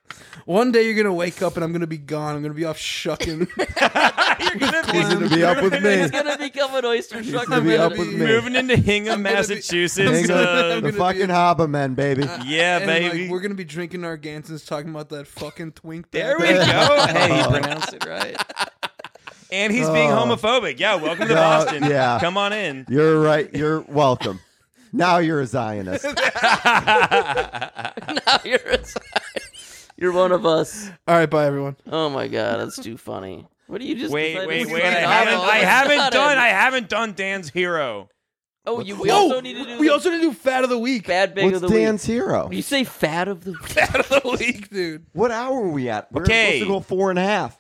[SPEAKER 1] One day you're gonna wake up and I'm gonna be gone. I'm gonna be off shucking.
[SPEAKER 3] You're gonna be
[SPEAKER 4] He's gonna be up with
[SPEAKER 2] He's
[SPEAKER 4] me.
[SPEAKER 2] gonna become an oyster shark.
[SPEAKER 4] gonna be
[SPEAKER 2] I'm
[SPEAKER 1] up
[SPEAKER 2] gonna
[SPEAKER 1] with
[SPEAKER 2] be-
[SPEAKER 1] me.
[SPEAKER 3] moving into Hingham,
[SPEAKER 1] gonna be-
[SPEAKER 3] Massachusetts.
[SPEAKER 4] Hang
[SPEAKER 3] uh,
[SPEAKER 4] on.
[SPEAKER 1] I'm gonna
[SPEAKER 4] The fucking
[SPEAKER 1] be-
[SPEAKER 4] Harbor Men, baby.
[SPEAKER 3] yeah,
[SPEAKER 1] and, like,
[SPEAKER 3] baby.
[SPEAKER 1] we're gonna be drinking our Gansons talking about that fucking twink.
[SPEAKER 3] there
[SPEAKER 1] back
[SPEAKER 3] we
[SPEAKER 1] there.
[SPEAKER 3] go. Hey,
[SPEAKER 4] Oh.
[SPEAKER 3] he pronounced it right. And he's being homophobic. Yeah, welcome to
[SPEAKER 4] No,
[SPEAKER 3] Boston.
[SPEAKER 4] Oh. yeah.
[SPEAKER 3] Come on in.
[SPEAKER 4] You're right. You're welcome. Now you're a Zionist.
[SPEAKER 2] Now you're a You're one of us.
[SPEAKER 1] All right, bye everyone.
[SPEAKER 2] Oh my god, that's too funny. What do you just?
[SPEAKER 3] Wait,
[SPEAKER 2] decided
[SPEAKER 3] wait,
[SPEAKER 2] was
[SPEAKER 3] wait! I
[SPEAKER 2] funny?
[SPEAKER 3] haven't, I haven't
[SPEAKER 2] Got it.
[SPEAKER 3] done, I haven't done Dan's hero.
[SPEAKER 2] Oh, you, we
[SPEAKER 1] oh,
[SPEAKER 2] also need to do.
[SPEAKER 1] we
[SPEAKER 2] the
[SPEAKER 1] also need to do fat of the week.
[SPEAKER 2] bad big
[SPEAKER 4] What's
[SPEAKER 2] of the
[SPEAKER 4] Dan's hero?
[SPEAKER 2] week. You say fat of the week.
[SPEAKER 1] Fat of the week, dude.
[SPEAKER 4] What hour are we at? We're
[SPEAKER 3] Okay.
[SPEAKER 4] supposed to go four and a half.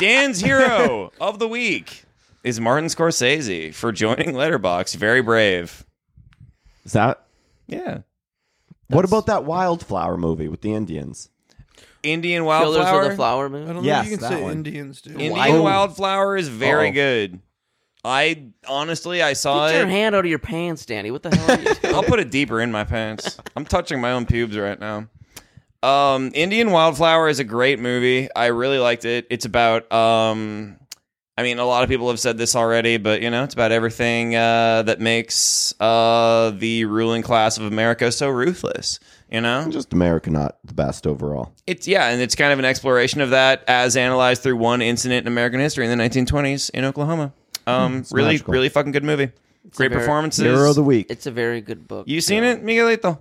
[SPEAKER 3] Dan's hero of the week is Martin Scorsese for joining Letterbox. Very brave.
[SPEAKER 4] Is that?
[SPEAKER 3] Yeah.
[SPEAKER 4] what about that wildflower movie with the Indians?
[SPEAKER 3] Indian
[SPEAKER 2] Killers
[SPEAKER 3] wildflower.
[SPEAKER 2] of the Flower Moon.
[SPEAKER 1] I don't
[SPEAKER 4] Yes,
[SPEAKER 1] know if you can
[SPEAKER 4] that
[SPEAKER 1] say
[SPEAKER 4] one.
[SPEAKER 1] Indians, dude.
[SPEAKER 3] Indian
[SPEAKER 4] Wow.
[SPEAKER 3] wildflower is very
[SPEAKER 4] Uh-oh.
[SPEAKER 3] good. I honestly, I saw
[SPEAKER 2] Oh. Get your
[SPEAKER 3] it.
[SPEAKER 2] hand out of your pants, Danny. What the hell are you doing?
[SPEAKER 3] I'll put it deeper in my pants. I'm touching my own pubes right now. Um, Indian Wildflower is a great movie. I really liked it. It's about um, I mean, a lot of people have said this already, but you know, it's about everything uh, that makes uh, the ruling class of America so ruthless. You know,
[SPEAKER 4] Just America, not the best overall.
[SPEAKER 3] it's yeah, and it's kind of an exploration of that as analyzed through one incident in American history in the 1920s in Oklahoma. Um, really,
[SPEAKER 4] Hmm, magical.
[SPEAKER 3] really fucking good movie. Great
[SPEAKER 2] very-
[SPEAKER 3] performances.
[SPEAKER 4] Hero of the week.
[SPEAKER 2] It's a very good book.
[SPEAKER 3] you seen it, Miguelito?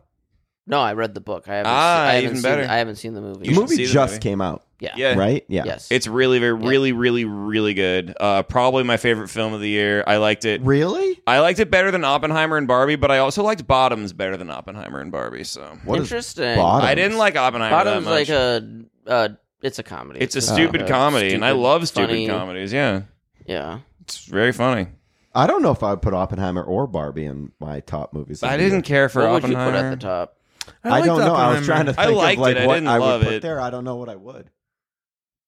[SPEAKER 2] No, I read the book. I haven't.
[SPEAKER 3] Ah,
[SPEAKER 2] se- I haven't
[SPEAKER 3] even
[SPEAKER 2] seen,
[SPEAKER 3] better.
[SPEAKER 2] I haven't seen the movie.
[SPEAKER 4] The
[SPEAKER 3] should
[SPEAKER 4] movie
[SPEAKER 3] see the
[SPEAKER 4] just
[SPEAKER 3] movie.
[SPEAKER 4] came out,
[SPEAKER 2] Yeah.
[SPEAKER 3] Yeah.
[SPEAKER 4] right? Yeah.
[SPEAKER 2] Yes.
[SPEAKER 3] It's really, very, really, really, really good. Uh, probably my favorite film of the year. I liked it.
[SPEAKER 4] Really?
[SPEAKER 3] I liked it better than Oppenheimer and Barbie, but I also liked Bottoms better than Oppenheimer and Barbie. So
[SPEAKER 4] What is
[SPEAKER 2] Interesting.
[SPEAKER 4] Bottoms?
[SPEAKER 3] I didn't like Oppenheimer
[SPEAKER 2] Bottom's
[SPEAKER 3] that
[SPEAKER 2] like
[SPEAKER 3] much.
[SPEAKER 2] a. Uh, it's a comedy.
[SPEAKER 3] it's a
[SPEAKER 2] just
[SPEAKER 3] stupid
[SPEAKER 2] a
[SPEAKER 3] comedy, and I
[SPEAKER 2] stupid,
[SPEAKER 3] love stupid
[SPEAKER 2] funny-
[SPEAKER 3] comedies. Yeah,
[SPEAKER 2] Yeah.
[SPEAKER 3] it's very funny.
[SPEAKER 4] I don't know if I would put Oppenheimer or Barbie in my top movies. of
[SPEAKER 3] I
[SPEAKER 4] the year.
[SPEAKER 3] didn't care for
[SPEAKER 2] what would you
[SPEAKER 3] Oppenheimer.
[SPEAKER 2] put at the top?
[SPEAKER 4] I,
[SPEAKER 1] liked
[SPEAKER 4] don't know. I was
[SPEAKER 1] Oppenheimer.
[SPEAKER 4] trying to
[SPEAKER 3] I
[SPEAKER 4] think
[SPEAKER 3] liked
[SPEAKER 4] of like
[SPEAKER 3] it. I
[SPEAKER 4] what
[SPEAKER 3] didn't
[SPEAKER 4] I would
[SPEAKER 3] love
[SPEAKER 4] put
[SPEAKER 3] it.
[SPEAKER 4] there. I don't know what I would.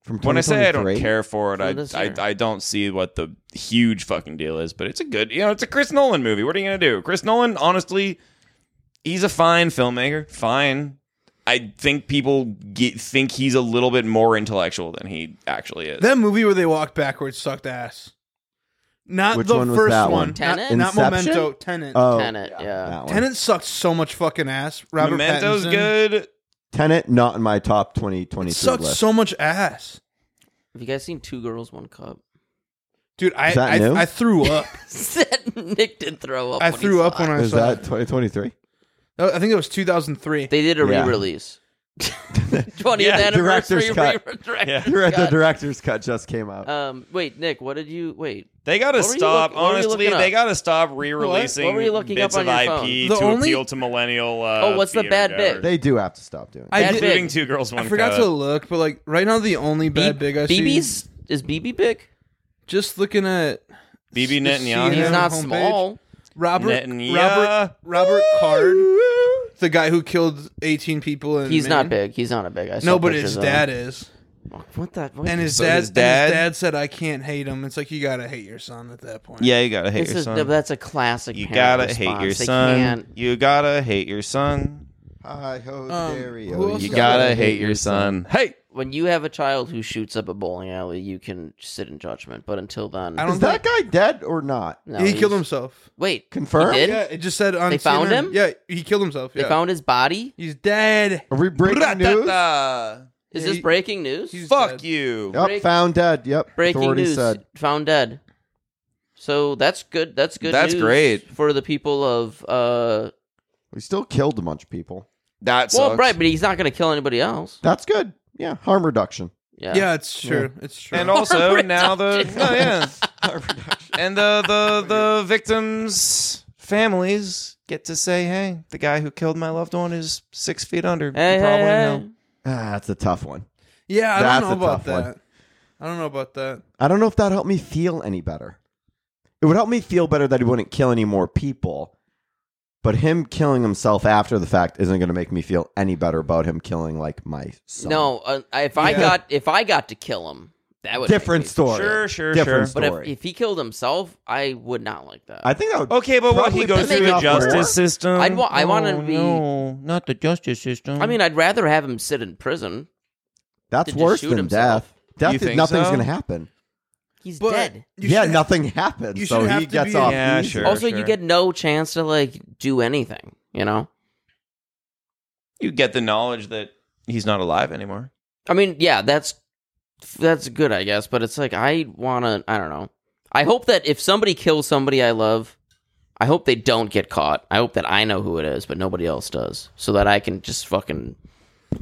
[SPEAKER 4] from 2023?
[SPEAKER 3] When I say I don't care for it,
[SPEAKER 2] For
[SPEAKER 3] I,
[SPEAKER 2] this
[SPEAKER 3] I
[SPEAKER 2] year.
[SPEAKER 3] I don't see what the huge fucking deal is, but it's a good, you know, it's a Chris Nolan movie. What are you gonna do? Chris Nolan, honestly, he's a fine filmmaker. Fine. I think people get, think he's a little bit more intellectual than he actually is.
[SPEAKER 1] That movie where they walked backwards sucked ass. Not
[SPEAKER 4] Which
[SPEAKER 1] the
[SPEAKER 4] one was
[SPEAKER 1] first
[SPEAKER 4] that
[SPEAKER 1] one.
[SPEAKER 4] one?
[SPEAKER 1] Not-
[SPEAKER 2] Tenet?
[SPEAKER 1] Not,
[SPEAKER 4] Inception?
[SPEAKER 1] Memento. Tenant.
[SPEAKER 4] Oh,
[SPEAKER 2] Tenet, yeah.
[SPEAKER 4] that one.
[SPEAKER 1] Tenant sucked so much fucking ass. Robert
[SPEAKER 3] Memento's
[SPEAKER 1] Pattinson.
[SPEAKER 3] good.
[SPEAKER 4] Tenet, not in my top 2023
[SPEAKER 1] It sucked
[SPEAKER 4] list.
[SPEAKER 1] so much ass,
[SPEAKER 2] Have you guys seen Two Girls, One Cup?
[SPEAKER 1] dude. I
[SPEAKER 4] Is that
[SPEAKER 1] I,
[SPEAKER 4] new?
[SPEAKER 1] I threw up.
[SPEAKER 2] Nick did throw up.
[SPEAKER 1] I
[SPEAKER 2] when he
[SPEAKER 1] threw
[SPEAKER 2] saw
[SPEAKER 1] up when
[SPEAKER 2] it.
[SPEAKER 1] I
[SPEAKER 4] is
[SPEAKER 1] saw.
[SPEAKER 4] that
[SPEAKER 1] it.
[SPEAKER 4] 2023?
[SPEAKER 1] Oh, I think it was 2003.
[SPEAKER 2] They did a
[SPEAKER 4] Yeah.
[SPEAKER 2] re-release. Twentieth
[SPEAKER 3] Yeah,
[SPEAKER 2] anniversary
[SPEAKER 4] director's cut.
[SPEAKER 2] re- director's
[SPEAKER 3] Yeah.
[SPEAKER 4] You're at the
[SPEAKER 2] cut.
[SPEAKER 4] director's cut just came
[SPEAKER 3] Uh,
[SPEAKER 4] out.
[SPEAKER 2] Um, wait, Nick, what did you wait?
[SPEAKER 3] They gotta
[SPEAKER 2] What were you
[SPEAKER 3] stop.
[SPEAKER 2] look- what were you
[SPEAKER 3] honestly,
[SPEAKER 2] looking up?
[SPEAKER 3] they gotta stop re-releasing
[SPEAKER 2] What were you looking
[SPEAKER 3] bits
[SPEAKER 2] up
[SPEAKER 3] of
[SPEAKER 2] on
[SPEAKER 3] IP
[SPEAKER 2] your phone?
[SPEAKER 1] The
[SPEAKER 3] to
[SPEAKER 1] only-
[SPEAKER 3] appeal to millennial. Uh,
[SPEAKER 2] Oh, what's the
[SPEAKER 3] theater
[SPEAKER 2] bad
[SPEAKER 3] goers.
[SPEAKER 2] bit?
[SPEAKER 4] they do have to stop doing.
[SPEAKER 1] I
[SPEAKER 2] Bad
[SPEAKER 1] did-
[SPEAKER 2] bit.
[SPEAKER 3] including two girls, one
[SPEAKER 1] I forgot
[SPEAKER 3] cup.
[SPEAKER 1] to look, but like right now the only bad big I see.
[SPEAKER 2] BB's is BB big?
[SPEAKER 1] Just looking at
[SPEAKER 3] BB
[SPEAKER 1] Just
[SPEAKER 3] Netanyahu.
[SPEAKER 1] seeing
[SPEAKER 2] He's
[SPEAKER 1] Yeah,
[SPEAKER 2] not
[SPEAKER 1] homepage.
[SPEAKER 2] small.
[SPEAKER 1] Robert
[SPEAKER 3] Netanyahu.
[SPEAKER 1] Robert Robert Card, the guy who killed 18 people. In
[SPEAKER 2] He's not
[SPEAKER 1] Maine.
[SPEAKER 2] big. He's not a big. I saw
[SPEAKER 1] No, but
[SPEAKER 2] pictures
[SPEAKER 1] his
[SPEAKER 2] of
[SPEAKER 1] dad
[SPEAKER 2] him.
[SPEAKER 1] is,
[SPEAKER 2] What the? What
[SPEAKER 1] and his,
[SPEAKER 3] So
[SPEAKER 1] dad,
[SPEAKER 3] his
[SPEAKER 1] and
[SPEAKER 3] dad-
[SPEAKER 1] his dad said, "I can't hate him." It's like you gotta hate your son at that point.
[SPEAKER 3] Yeah, you gotta hate
[SPEAKER 2] this
[SPEAKER 3] your
[SPEAKER 2] is,
[SPEAKER 3] son.
[SPEAKER 2] that's a classic.
[SPEAKER 3] you
[SPEAKER 2] parent
[SPEAKER 3] gotta hate your
[SPEAKER 2] response. They
[SPEAKER 3] son.
[SPEAKER 2] can't-
[SPEAKER 3] You gotta hate your son.
[SPEAKER 4] Hi ho,
[SPEAKER 1] Um,
[SPEAKER 4] dare
[SPEAKER 1] who else
[SPEAKER 4] you.
[SPEAKER 1] is
[SPEAKER 3] You
[SPEAKER 1] gotta
[SPEAKER 3] gotta hate your son. Hey,
[SPEAKER 2] When you have a child who shoots up a bowling alley, you can sit in judgment. But until then,
[SPEAKER 1] I don't
[SPEAKER 4] Is that guy dead or not?
[SPEAKER 2] No,
[SPEAKER 1] he killed
[SPEAKER 2] he's-
[SPEAKER 1] himself.
[SPEAKER 2] Wait,
[SPEAKER 4] Confirmed?
[SPEAKER 2] He did?
[SPEAKER 1] Yeah, it just said on
[SPEAKER 2] They found
[SPEAKER 1] CNN.
[SPEAKER 2] him?
[SPEAKER 1] Yeah, he killed himself.
[SPEAKER 2] They
[SPEAKER 1] yeah.
[SPEAKER 2] found his body.
[SPEAKER 1] He's dead.
[SPEAKER 4] Are we breaking news?
[SPEAKER 3] Bratata.
[SPEAKER 2] Is
[SPEAKER 1] Yeah,
[SPEAKER 2] this
[SPEAKER 1] he-
[SPEAKER 2] breaking news?
[SPEAKER 1] he's
[SPEAKER 3] uh, Fuck
[SPEAKER 1] dead.
[SPEAKER 3] you.
[SPEAKER 4] Yep,
[SPEAKER 2] Break-
[SPEAKER 4] found dead. Yep,
[SPEAKER 2] breaking
[SPEAKER 4] authorities
[SPEAKER 2] news.
[SPEAKER 4] said.
[SPEAKER 2] Found dead. So that's good. That's good.
[SPEAKER 3] That's
[SPEAKER 2] news
[SPEAKER 3] great.
[SPEAKER 2] for the people of. uh
[SPEAKER 4] We still killed a bunch of people.
[SPEAKER 3] That sucks.
[SPEAKER 2] Well, right, but he's not going to kill anybody else.
[SPEAKER 4] That's good. Yeah, harm reduction.
[SPEAKER 2] Yeah.
[SPEAKER 1] Yeah, it's true. It's true.
[SPEAKER 3] And also now the
[SPEAKER 2] reduction.
[SPEAKER 3] no, yeah. and the the the victims' families get to say, "Hey, the guy who killed my loved one is six feet under.
[SPEAKER 2] Hey,
[SPEAKER 3] He probably in
[SPEAKER 2] hey,
[SPEAKER 3] hell."
[SPEAKER 2] hey.
[SPEAKER 4] Ah, that's a tough one.
[SPEAKER 1] yeah, I
[SPEAKER 4] That's
[SPEAKER 1] don't
[SPEAKER 4] a
[SPEAKER 1] know about
[SPEAKER 4] tough one.
[SPEAKER 1] that. I don't know about that.
[SPEAKER 4] I don't know if that helped me feel any better. It would help me feel better that he wouldn't kill any more people. But him killing himself after the fact isn't going to make me feel any better about him killing like my son.
[SPEAKER 2] No, uh, if I
[SPEAKER 1] Yeah.
[SPEAKER 2] got if I got to kill him, that would make
[SPEAKER 4] different
[SPEAKER 2] me-
[SPEAKER 4] story.
[SPEAKER 3] Sure, sure,
[SPEAKER 4] different
[SPEAKER 3] sure.
[SPEAKER 2] But if,
[SPEAKER 4] story.
[SPEAKER 2] if he killed himself, I would not like that.
[SPEAKER 4] I think that would
[SPEAKER 3] Okay, but what he
[SPEAKER 4] Probably
[SPEAKER 3] goes
[SPEAKER 2] piss me
[SPEAKER 3] through the
[SPEAKER 2] off more.
[SPEAKER 3] justice system.
[SPEAKER 2] I'd wa- I wanna
[SPEAKER 3] Oh,
[SPEAKER 2] be-
[SPEAKER 3] no, not the justice system.
[SPEAKER 2] I mean, I'd rather have him sit in prison.
[SPEAKER 4] that's
[SPEAKER 2] Did you
[SPEAKER 4] worse
[SPEAKER 2] shoot
[SPEAKER 4] than
[SPEAKER 2] himself?
[SPEAKER 4] death. Death
[SPEAKER 3] You
[SPEAKER 4] is
[SPEAKER 3] think
[SPEAKER 4] nothing's
[SPEAKER 3] so?
[SPEAKER 4] going to happen.
[SPEAKER 2] He's
[SPEAKER 1] But
[SPEAKER 2] dead.
[SPEAKER 1] you
[SPEAKER 4] yeah,
[SPEAKER 1] should-
[SPEAKER 4] nothing happens.
[SPEAKER 1] you
[SPEAKER 4] so
[SPEAKER 1] should
[SPEAKER 4] he
[SPEAKER 1] have to
[SPEAKER 4] gets
[SPEAKER 1] be-
[SPEAKER 4] off.
[SPEAKER 3] Yeah,
[SPEAKER 4] easy.
[SPEAKER 3] sure.
[SPEAKER 2] also, you get no chance to like do anything. You know.
[SPEAKER 3] you get the knowledge that he's not alive anymore.
[SPEAKER 2] I mean, yeah, that's that's good, I guess. But it's like I wanna. I don't know. I hope that if somebody kills somebody I love, I hope they don't get caught. I hope that I know who it is, but nobody else does, so that I can just fucking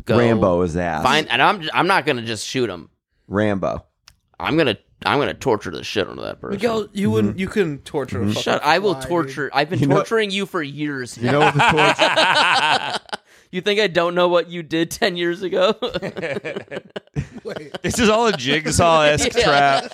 [SPEAKER 2] go
[SPEAKER 4] Rambo is ass.
[SPEAKER 2] Find, and I'm I'm not gonna just shoot him.
[SPEAKER 4] Rambo.
[SPEAKER 2] I'm gonna I'm gonna torture the shit out of that person.
[SPEAKER 1] Miguel,
[SPEAKER 4] Mm-hmm.
[SPEAKER 1] you wouldn't. You couldn't torture. A fucking
[SPEAKER 2] Shut! I will
[SPEAKER 1] fly, dude.
[SPEAKER 2] torture. I've been
[SPEAKER 4] You know-
[SPEAKER 2] torturing you for years.
[SPEAKER 4] You know what the torture
[SPEAKER 2] you think I don't know what you did ten years ago?
[SPEAKER 1] Wait,
[SPEAKER 3] This is all a jigsaw esque trap.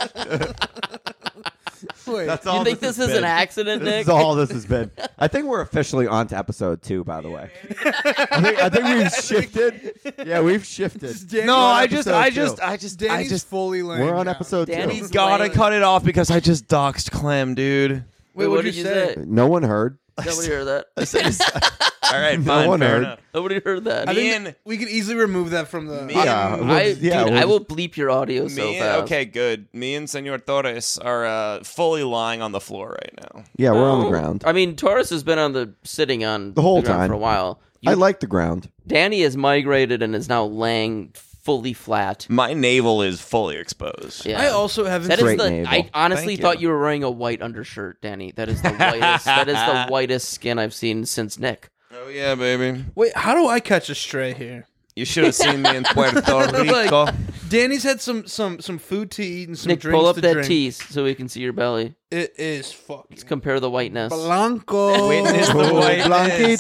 [SPEAKER 1] wait.
[SPEAKER 4] That's all.
[SPEAKER 2] you think this
[SPEAKER 4] has
[SPEAKER 2] is an
[SPEAKER 4] been.
[SPEAKER 2] accident,
[SPEAKER 4] This
[SPEAKER 2] Nick?
[SPEAKER 4] is all this has been. I think we're officially on to episode two, by the way. I think, I think we've shifted. Yeah, we've shifted.
[SPEAKER 1] Danny-
[SPEAKER 3] No, I just,
[SPEAKER 4] episode
[SPEAKER 3] I
[SPEAKER 4] two.
[SPEAKER 3] just, I just,
[SPEAKER 1] Danny's
[SPEAKER 3] I just.
[SPEAKER 1] fully laying.
[SPEAKER 4] We're on
[SPEAKER 1] down.
[SPEAKER 4] episode two.
[SPEAKER 2] Danny's-
[SPEAKER 3] God, I
[SPEAKER 2] Lame.
[SPEAKER 3] cut it off because I just doxed Clem, dude.
[SPEAKER 1] Wait,
[SPEAKER 2] what
[SPEAKER 1] what'd
[SPEAKER 2] did
[SPEAKER 1] you
[SPEAKER 2] you
[SPEAKER 1] say?
[SPEAKER 2] say?
[SPEAKER 4] No one heard.
[SPEAKER 2] Nobody heard that.
[SPEAKER 3] All right,
[SPEAKER 4] No
[SPEAKER 3] fine,
[SPEAKER 4] one
[SPEAKER 3] fair
[SPEAKER 4] heard.
[SPEAKER 3] enough.
[SPEAKER 2] Nobody heard that.
[SPEAKER 1] I
[SPEAKER 3] Me
[SPEAKER 1] think
[SPEAKER 3] and-
[SPEAKER 1] we could easily remove that from the.
[SPEAKER 3] Me-
[SPEAKER 4] Yeah,
[SPEAKER 3] Um,
[SPEAKER 4] we'll-
[SPEAKER 2] I,
[SPEAKER 4] yeah,
[SPEAKER 2] dude,
[SPEAKER 4] we'll
[SPEAKER 2] I will
[SPEAKER 4] just-
[SPEAKER 2] bleep your audio so
[SPEAKER 3] Me,
[SPEAKER 2] fast.
[SPEAKER 3] okay, good. Me and Senor Torres are uh, fully lying on the floor right now.
[SPEAKER 4] Yeah, we're
[SPEAKER 2] Oh.
[SPEAKER 4] on the ground.
[SPEAKER 2] I mean, Taurus has been on the sitting on
[SPEAKER 4] The whole
[SPEAKER 2] ground
[SPEAKER 4] time.
[SPEAKER 2] for a while. You,
[SPEAKER 4] I like the ground.
[SPEAKER 2] Danny has migrated and is now laying fully flat.
[SPEAKER 4] Mm.
[SPEAKER 3] My navel is fully exposed.
[SPEAKER 2] Yeah.
[SPEAKER 1] I also haven't.
[SPEAKER 2] That is
[SPEAKER 4] Great
[SPEAKER 2] the.
[SPEAKER 4] navel.
[SPEAKER 2] I honestly
[SPEAKER 3] Thank
[SPEAKER 2] thought
[SPEAKER 3] you.
[SPEAKER 2] you. were wearing a white undershirt, Danny. That is the whitest. that is the whitest skin I've seen since Nick.
[SPEAKER 3] Oh yeah, baby.
[SPEAKER 1] Wait, how do I catch a stray here?
[SPEAKER 3] You should have seen me in Puerto Rico.
[SPEAKER 1] Danny's had some some some food to eat and some
[SPEAKER 2] Nick,
[SPEAKER 1] drinks
[SPEAKER 2] pull up
[SPEAKER 1] to
[SPEAKER 2] that
[SPEAKER 1] drink.
[SPEAKER 2] tease so we can see your belly.
[SPEAKER 1] It is fucking
[SPEAKER 2] Compare the whiteness.
[SPEAKER 1] blanco.
[SPEAKER 3] Witness the
[SPEAKER 4] Oh,
[SPEAKER 3] whiteness.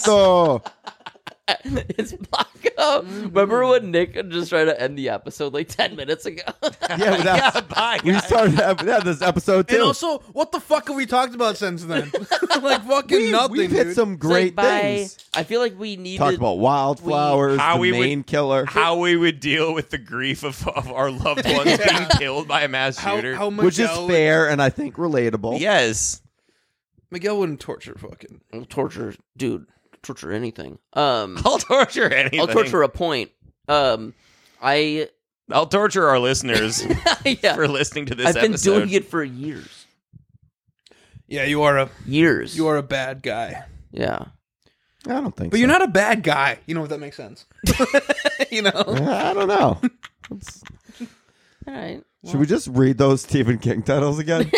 [SPEAKER 4] Blanquito.
[SPEAKER 2] it's Paco. Remember when Nick just tried to end the episode like 10 minutes ago?
[SPEAKER 4] Yeah, but that's,
[SPEAKER 3] bye,
[SPEAKER 4] we started that, yeah, this episode too.
[SPEAKER 1] And also, what the fuck have we talked about since then? like fucking
[SPEAKER 4] we,
[SPEAKER 1] nothing.
[SPEAKER 4] We've hit
[SPEAKER 1] dude.
[SPEAKER 4] some great
[SPEAKER 2] bye.
[SPEAKER 4] things.
[SPEAKER 2] I feel like we needed.
[SPEAKER 4] Talked about wildflowers,
[SPEAKER 3] How
[SPEAKER 4] the
[SPEAKER 3] we would-
[SPEAKER 4] main killer.
[SPEAKER 3] How we would deal with the grief of, of our loved ones being killed by a mass
[SPEAKER 1] how,
[SPEAKER 3] shooter.
[SPEAKER 1] how Miguel,
[SPEAKER 4] which is fair and I think relatable.
[SPEAKER 3] yes.
[SPEAKER 1] Miguel wouldn't torture fucking.
[SPEAKER 2] torture, dude. Torture anything. Um,
[SPEAKER 3] I'll torture anything.
[SPEAKER 2] I'll torture a point. Um, I
[SPEAKER 3] I'll torture our listeners
[SPEAKER 2] yeah.
[SPEAKER 3] for listening to this
[SPEAKER 2] I've been
[SPEAKER 3] episode.
[SPEAKER 2] doing it for years.
[SPEAKER 1] Yeah, you are a
[SPEAKER 2] Years.
[SPEAKER 1] you are a bad guy,
[SPEAKER 2] yeah.
[SPEAKER 4] I don't think.
[SPEAKER 1] but
[SPEAKER 4] so.
[SPEAKER 1] you're not a bad guy. You know if that makes sense. you know.
[SPEAKER 4] I don't know.
[SPEAKER 2] All right.
[SPEAKER 4] Should we just read those Stephen King titles again?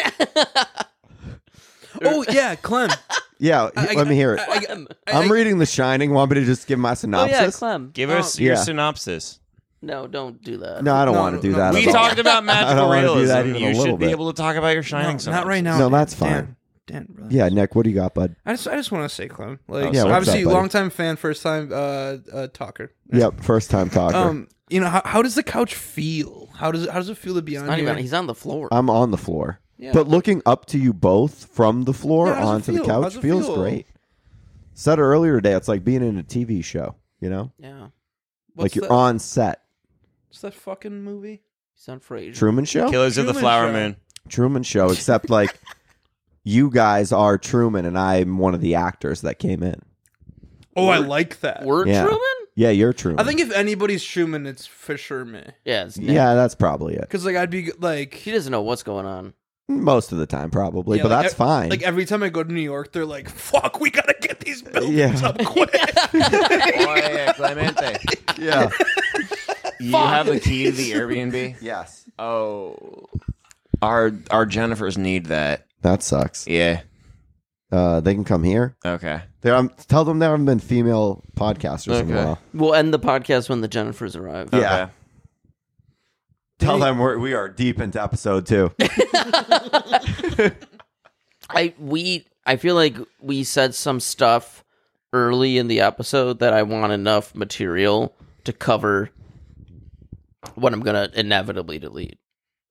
[SPEAKER 1] Oh yeah, Clem.
[SPEAKER 4] yeah,
[SPEAKER 1] I-
[SPEAKER 4] let me hear it. I,
[SPEAKER 1] I,
[SPEAKER 2] Clem.
[SPEAKER 1] I-
[SPEAKER 4] am reading The Shining. Want me to just give my
[SPEAKER 2] Oh yeah,
[SPEAKER 4] synopsis?
[SPEAKER 2] Clem.
[SPEAKER 3] Give
[SPEAKER 2] Oh,
[SPEAKER 3] us your
[SPEAKER 4] Yeah.
[SPEAKER 3] synopsis.
[SPEAKER 2] No, don't do that.
[SPEAKER 4] no, I don't
[SPEAKER 1] No,
[SPEAKER 4] want
[SPEAKER 1] no,
[SPEAKER 4] to do
[SPEAKER 1] no.
[SPEAKER 4] that.
[SPEAKER 1] We
[SPEAKER 4] at
[SPEAKER 3] We
[SPEAKER 4] all.
[SPEAKER 3] talked about magical
[SPEAKER 4] wanna do that
[SPEAKER 3] realism.
[SPEAKER 4] even a
[SPEAKER 3] You
[SPEAKER 4] little
[SPEAKER 3] should be
[SPEAKER 4] bit.
[SPEAKER 3] able to talk about your shining.
[SPEAKER 1] no, not right now.
[SPEAKER 4] No, that's
[SPEAKER 1] Dan,
[SPEAKER 4] fine.
[SPEAKER 1] Dan, relax.
[SPEAKER 4] Yeah, Nick, what do you got, bud?
[SPEAKER 1] I just I just want to say Clem. Like
[SPEAKER 4] Yeah, what's
[SPEAKER 1] obviously
[SPEAKER 4] up, buddy?
[SPEAKER 1] long time fan, first time uh, uh talker.
[SPEAKER 4] Yep, first time talker.
[SPEAKER 1] Um, you know how, how does the couch feel? How does how does it feel to be on
[SPEAKER 2] Not
[SPEAKER 1] here?
[SPEAKER 2] even- he's on the floor.
[SPEAKER 4] I'm on the floor.
[SPEAKER 1] Yeah.
[SPEAKER 4] But looking up to you both from the floor
[SPEAKER 1] Yeah, how's it
[SPEAKER 4] onto the
[SPEAKER 1] feel?
[SPEAKER 4] couch
[SPEAKER 1] How's it
[SPEAKER 4] feels
[SPEAKER 1] feel?
[SPEAKER 4] great. Said it earlier today, it's like being in a TV show, you know?
[SPEAKER 2] yeah.
[SPEAKER 1] What's
[SPEAKER 4] like you're
[SPEAKER 1] that,
[SPEAKER 4] on set.
[SPEAKER 1] What's that fucking movie?
[SPEAKER 2] He's on Frasier.
[SPEAKER 4] Truman Show?
[SPEAKER 3] Killers of the
[SPEAKER 1] Truman
[SPEAKER 3] Flower
[SPEAKER 1] Show.
[SPEAKER 3] Moon.
[SPEAKER 4] Truman Show, except like you guys are Truman and I'm one of the actors that came in.
[SPEAKER 1] Oh, I like that.
[SPEAKER 2] Word
[SPEAKER 4] Yeah.
[SPEAKER 2] Truman?
[SPEAKER 4] Yeah, you're Truman.
[SPEAKER 1] I think if anybody's Truman, it's for sure me.
[SPEAKER 2] Yeah, it's Nick.
[SPEAKER 4] yeah, that's probably it.
[SPEAKER 1] Because like I'd be like,
[SPEAKER 2] He doesn't know what's going on.
[SPEAKER 4] Most of the time, probably,
[SPEAKER 1] Yeah,
[SPEAKER 4] but
[SPEAKER 1] like,
[SPEAKER 4] that's
[SPEAKER 1] ev-
[SPEAKER 4] fine.
[SPEAKER 1] like every time I go to New York, they're like, "Fuck, we gotta get these buildings
[SPEAKER 4] Uh, Yeah.
[SPEAKER 1] up quick."
[SPEAKER 4] Oh,
[SPEAKER 3] Clemente,
[SPEAKER 4] yeah.
[SPEAKER 3] you have the key to the Airbnb.
[SPEAKER 4] yes.
[SPEAKER 3] Oh, our our Jennifers need that.
[SPEAKER 4] That sucks.
[SPEAKER 3] Yeah.
[SPEAKER 4] Uh, they can come here.
[SPEAKER 3] Okay.
[SPEAKER 4] There, um, tell them there haven't been female podcasters in a
[SPEAKER 3] Okay.
[SPEAKER 4] while.
[SPEAKER 2] We'll end the podcast when the Jennifers arrive.
[SPEAKER 4] Yeah. Tell them we're, we are deep into episode two.
[SPEAKER 2] I we I feel like we said some stuff early in the episode that I want enough material to cover what I'm gonna inevitably delete.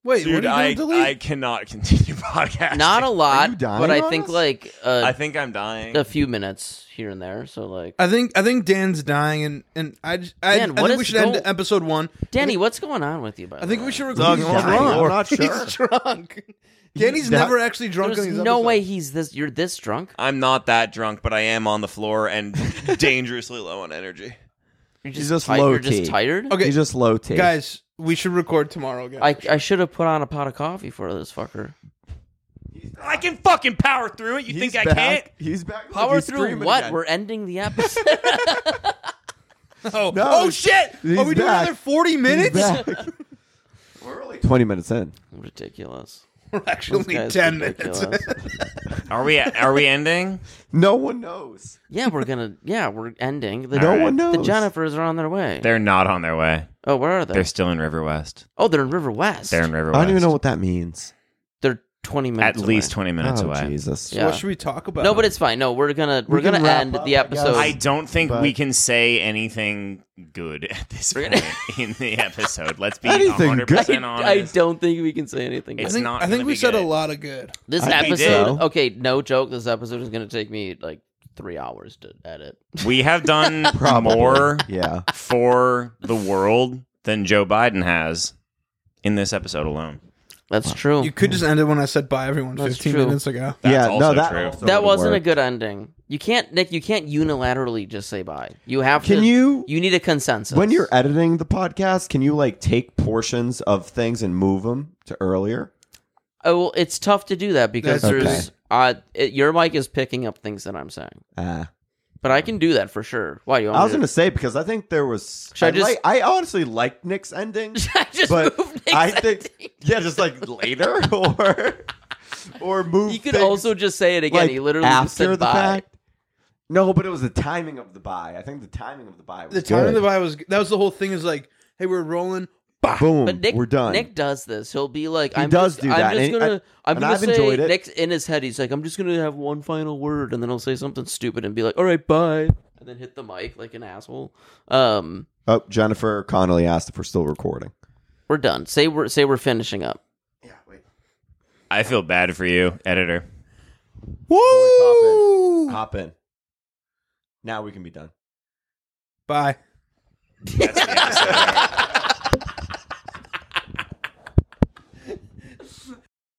[SPEAKER 1] Wait, what
[SPEAKER 3] Dude,
[SPEAKER 1] are you
[SPEAKER 3] I,
[SPEAKER 1] gonna delete?
[SPEAKER 3] I cannot continue podcasting.
[SPEAKER 2] Not a lot,
[SPEAKER 4] dying
[SPEAKER 2] but I
[SPEAKER 4] on
[SPEAKER 2] think
[SPEAKER 4] us?
[SPEAKER 2] like uh,
[SPEAKER 3] I think I'm dying.
[SPEAKER 2] a few minutes here and there. So like,
[SPEAKER 1] I think I think Dan's dying, and and I j- I,
[SPEAKER 2] Dan,
[SPEAKER 1] I
[SPEAKER 2] what
[SPEAKER 1] think we
[SPEAKER 2] is
[SPEAKER 1] should end
[SPEAKER 2] go-
[SPEAKER 1] episode one.
[SPEAKER 2] Danny, what's going on with you? By
[SPEAKER 1] I
[SPEAKER 2] the
[SPEAKER 1] think
[SPEAKER 2] way?
[SPEAKER 1] we should record.
[SPEAKER 4] Dog
[SPEAKER 1] He's
[SPEAKER 4] dying. I'm
[SPEAKER 1] drunk.
[SPEAKER 4] not sure.
[SPEAKER 1] He's drunk. Danny's
[SPEAKER 4] That-
[SPEAKER 1] never actually drunk.
[SPEAKER 2] There's
[SPEAKER 1] on these
[SPEAKER 2] no
[SPEAKER 1] episodes.
[SPEAKER 2] way he's this. You're this drunk.
[SPEAKER 3] I'm not that drunk, but I am on the floor and dangerously low on energy.
[SPEAKER 2] You're
[SPEAKER 4] He's just low
[SPEAKER 2] You're
[SPEAKER 4] key.
[SPEAKER 2] just tired.
[SPEAKER 1] Okay.
[SPEAKER 4] He's just low tape.
[SPEAKER 1] guys, we should record tomorrow again.
[SPEAKER 2] I, I should have put on a pot of coffee for this fucker.
[SPEAKER 3] I can fucking power through it. You
[SPEAKER 4] He's
[SPEAKER 3] think I
[SPEAKER 4] back.
[SPEAKER 3] can't?
[SPEAKER 4] He's back.
[SPEAKER 2] Power
[SPEAKER 4] He's
[SPEAKER 2] through
[SPEAKER 4] screaming
[SPEAKER 2] what?
[SPEAKER 4] again.
[SPEAKER 2] We're ending the episode.
[SPEAKER 1] oh,
[SPEAKER 4] No,
[SPEAKER 1] oh
[SPEAKER 4] he's-
[SPEAKER 1] shit! Are we
[SPEAKER 4] he's
[SPEAKER 1] doing
[SPEAKER 4] back.
[SPEAKER 1] another forty minutes?
[SPEAKER 4] Back. We're only 20 minutes in.
[SPEAKER 2] Ridiculous.
[SPEAKER 1] We're
[SPEAKER 2] This
[SPEAKER 1] actually
[SPEAKER 2] guy's
[SPEAKER 1] ten minutes.
[SPEAKER 2] ridiculous.
[SPEAKER 3] Are we? Are we ending?
[SPEAKER 4] No one knows.
[SPEAKER 2] yeah, we're gonna. Yeah, we're ending. The,
[SPEAKER 4] No
[SPEAKER 3] right.
[SPEAKER 4] one knows.
[SPEAKER 2] the Jennifers are on their way.
[SPEAKER 3] They're not on their way.
[SPEAKER 2] oh, where are they?
[SPEAKER 3] They're still in River West.
[SPEAKER 2] oh, they're in River West.
[SPEAKER 3] They're in River
[SPEAKER 4] I
[SPEAKER 3] West.
[SPEAKER 4] don't even know what that means.
[SPEAKER 2] They're twenty minutes.
[SPEAKER 3] At least
[SPEAKER 2] away.
[SPEAKER 3] twenty minutes
[SPEAKER 4] oh,
[SPEAKER 3] away.
[SPEAKER 4] Jesus.
[SPEAKER 2] Yeah.
[SPEAKER 1] What should we talk about?
[SPEAKER 2] No, but it's fine. No, we're gonna we're
[SPEAKER 4] We can
[SPEAKER 2] gonna
[SPEAKER 4] wrap
[SPEAKER 2] end
[SPEAKER 4] up,
[SPEAKER 2] the
[SPEAKER 4] I guess.
[SPEAKER 2] episode.
[SPEAKER 3] I don't think
[SPEAKER 4] But-
[SPEAKER 3] we can say anything good at this
[SPEAKER 2] We're
[SPEAKER 3] point
[SPEAKER 2] gonna-
[SPEAKER 3] in the episode. Let's be
[SPEAKER 4] Anything good?
[SPEAKER 3] 100 percent
[SPEAKER 2] I, I
[SPEAKER 3] honest.
[SPEAKER 2] don't think we can say anything.
[SPEAKER 1] I
[SPEAKER 3] It's
[SPEAKER 2] good.
[SPEAKER 1] think,
[SPEAKER 3] not
[SPEAKER 1] I think
[SPEAKER 3] gonna
[SPEAKER 1] we
[SPEAKER 3] be
[SPEAKER 1] said a
[SPEAKER 3] good.
[SPEAKER 1] lot of good.
[SPEAKER 2] This
[SPEAKER 3] I think we did.
[SPEAKER 2] episode, okay, no joke. This episode is gonna take me like three hours to edit.
[SPEAKER 3] we have done
[SPEAKER 4] Probably.
[SPEAKER 3] more
[SPEAKER 4] Yeah.
[SPEAKER 3] for the world than Joe Biden has in this episode alone.
[SPEAKER 2] That's true.
[SPEAKER 1] You could just end it when I said bye everyone
[SPEAKER 2] That's
[SPEAKER 1] 15
[SPEAKER 2] true.
[SPEAKER 1] minutes ago.
[SPEAKER 3] That's
[SPEAKER 4] yeah.
[SPEAKER 3] also
[SPEAKER 4] no, that
[SPEAKER 3] true.
[SPEAKER 4] also
[SPEAKER 2] that
[SPEAKER 4] wouldn't
[SPEAKER 2] wasn't a
[SPEAKER 4] work.
[SPEAKER 2] good ending. You can't, Nick. You can't unilaterally just say bye. You have
[SPEAKER 4] Can
[SPEAKER 2] to.
[SPEAKER 4] you-
[SPEAKER 2] You need a consensus.
[SPEAKER 4] When you're editing the podcast, can you like take portions of things and move them to earlier?
[SPEAKER 2] oh, well, it's tough to do that because
[SPEAKER 1] That's-
[SPEAKER 2] there's uh, it, your mic is picking up things that I'm saying,
[SPEAKER 4] Uh,
[SPEAKER 2] but I can do that for sure. Why you? want
[SPEAKER 4] I
[SPEAKER 2] me
[SPEAKER 4] was
[SPEAKER 2] to-
[SPEAKER 4] gonna say because I think there was.
[SPEAKER 2] Oh, Should I
[SPEAKER 4] I,
[SPEAKER 2] just-
[SPEAKER 4] like, I honestly liked Nick's ending,
[SPEAKER 2] I just
[SPEAKER 4] but
[SPEAKER 2] moved Nick's
[SPEAKER 4] I think
[SPEAKER 2] ending.
[SPEAKER 4] yeah, just like later or or move.
[SPEAKER 2] You could
[SPEAKER 4] things,
[SPEAKER 2] also just say it again.
[SPEAKER 4] like,
[SPEAKER 2] he literally
[SPEAKER 4] after
[SPEAKER 2] just said
[SPEAKER 4] the
[SPEAKER 2] bye.
[SPEAKER 4] fact. No, but it was the timing of the buy. I think the timing of the buy was
[SPEAKER 1] The time of
[SPEAKER 4] good.
[SPEAKER 1] the bye was that was the whole thing is like, hey, we're rolling. bah.
[SPEAKER 4] Boom.
[SPEAKER 2] But Nick,
[SPEAKER 4] we're done.
[SPEAKER 2] Nick does this. He'll be like,
[SPEAKER 4] He
[SPEAKER 2] "I'm
[SPEAKER 4] does
[SPEAKER 2] just,
[SPEAKER 4] do
[SPEAKER 2] I'm
[SPEAKER 4] that,
[SPEAKER 2] just
[SPEAKER 4] and
[SPEAKER 2] gonna, I, am
[SPEAKER 4] and
[SPEAKER 2] gonna
[SPEAKER 4] I've
[SPEAKER 2] say,
[SPEAKER 4] enjoyed it.
[SPEAKER 2] Nick's in his head. He's like, "I'm just gonna have one final word," and then he'll say something stupid and be like, "All right, bye," and then hit the mic like an asshole. Um,
[SPEAKER 4] oh, Jennifer Connolly asked if we're still recording.
[SPEAKER 2] we're done. Say we're say we're finishing up.
[SPEAKER 3] I feel bad for you, editor.
[SPEAKER 1] Woo!
[SPEAKER 4] Hop in. Now we can be done.
[SPEAKER 1] Bye.
[SPEAKER 3] That's the episode.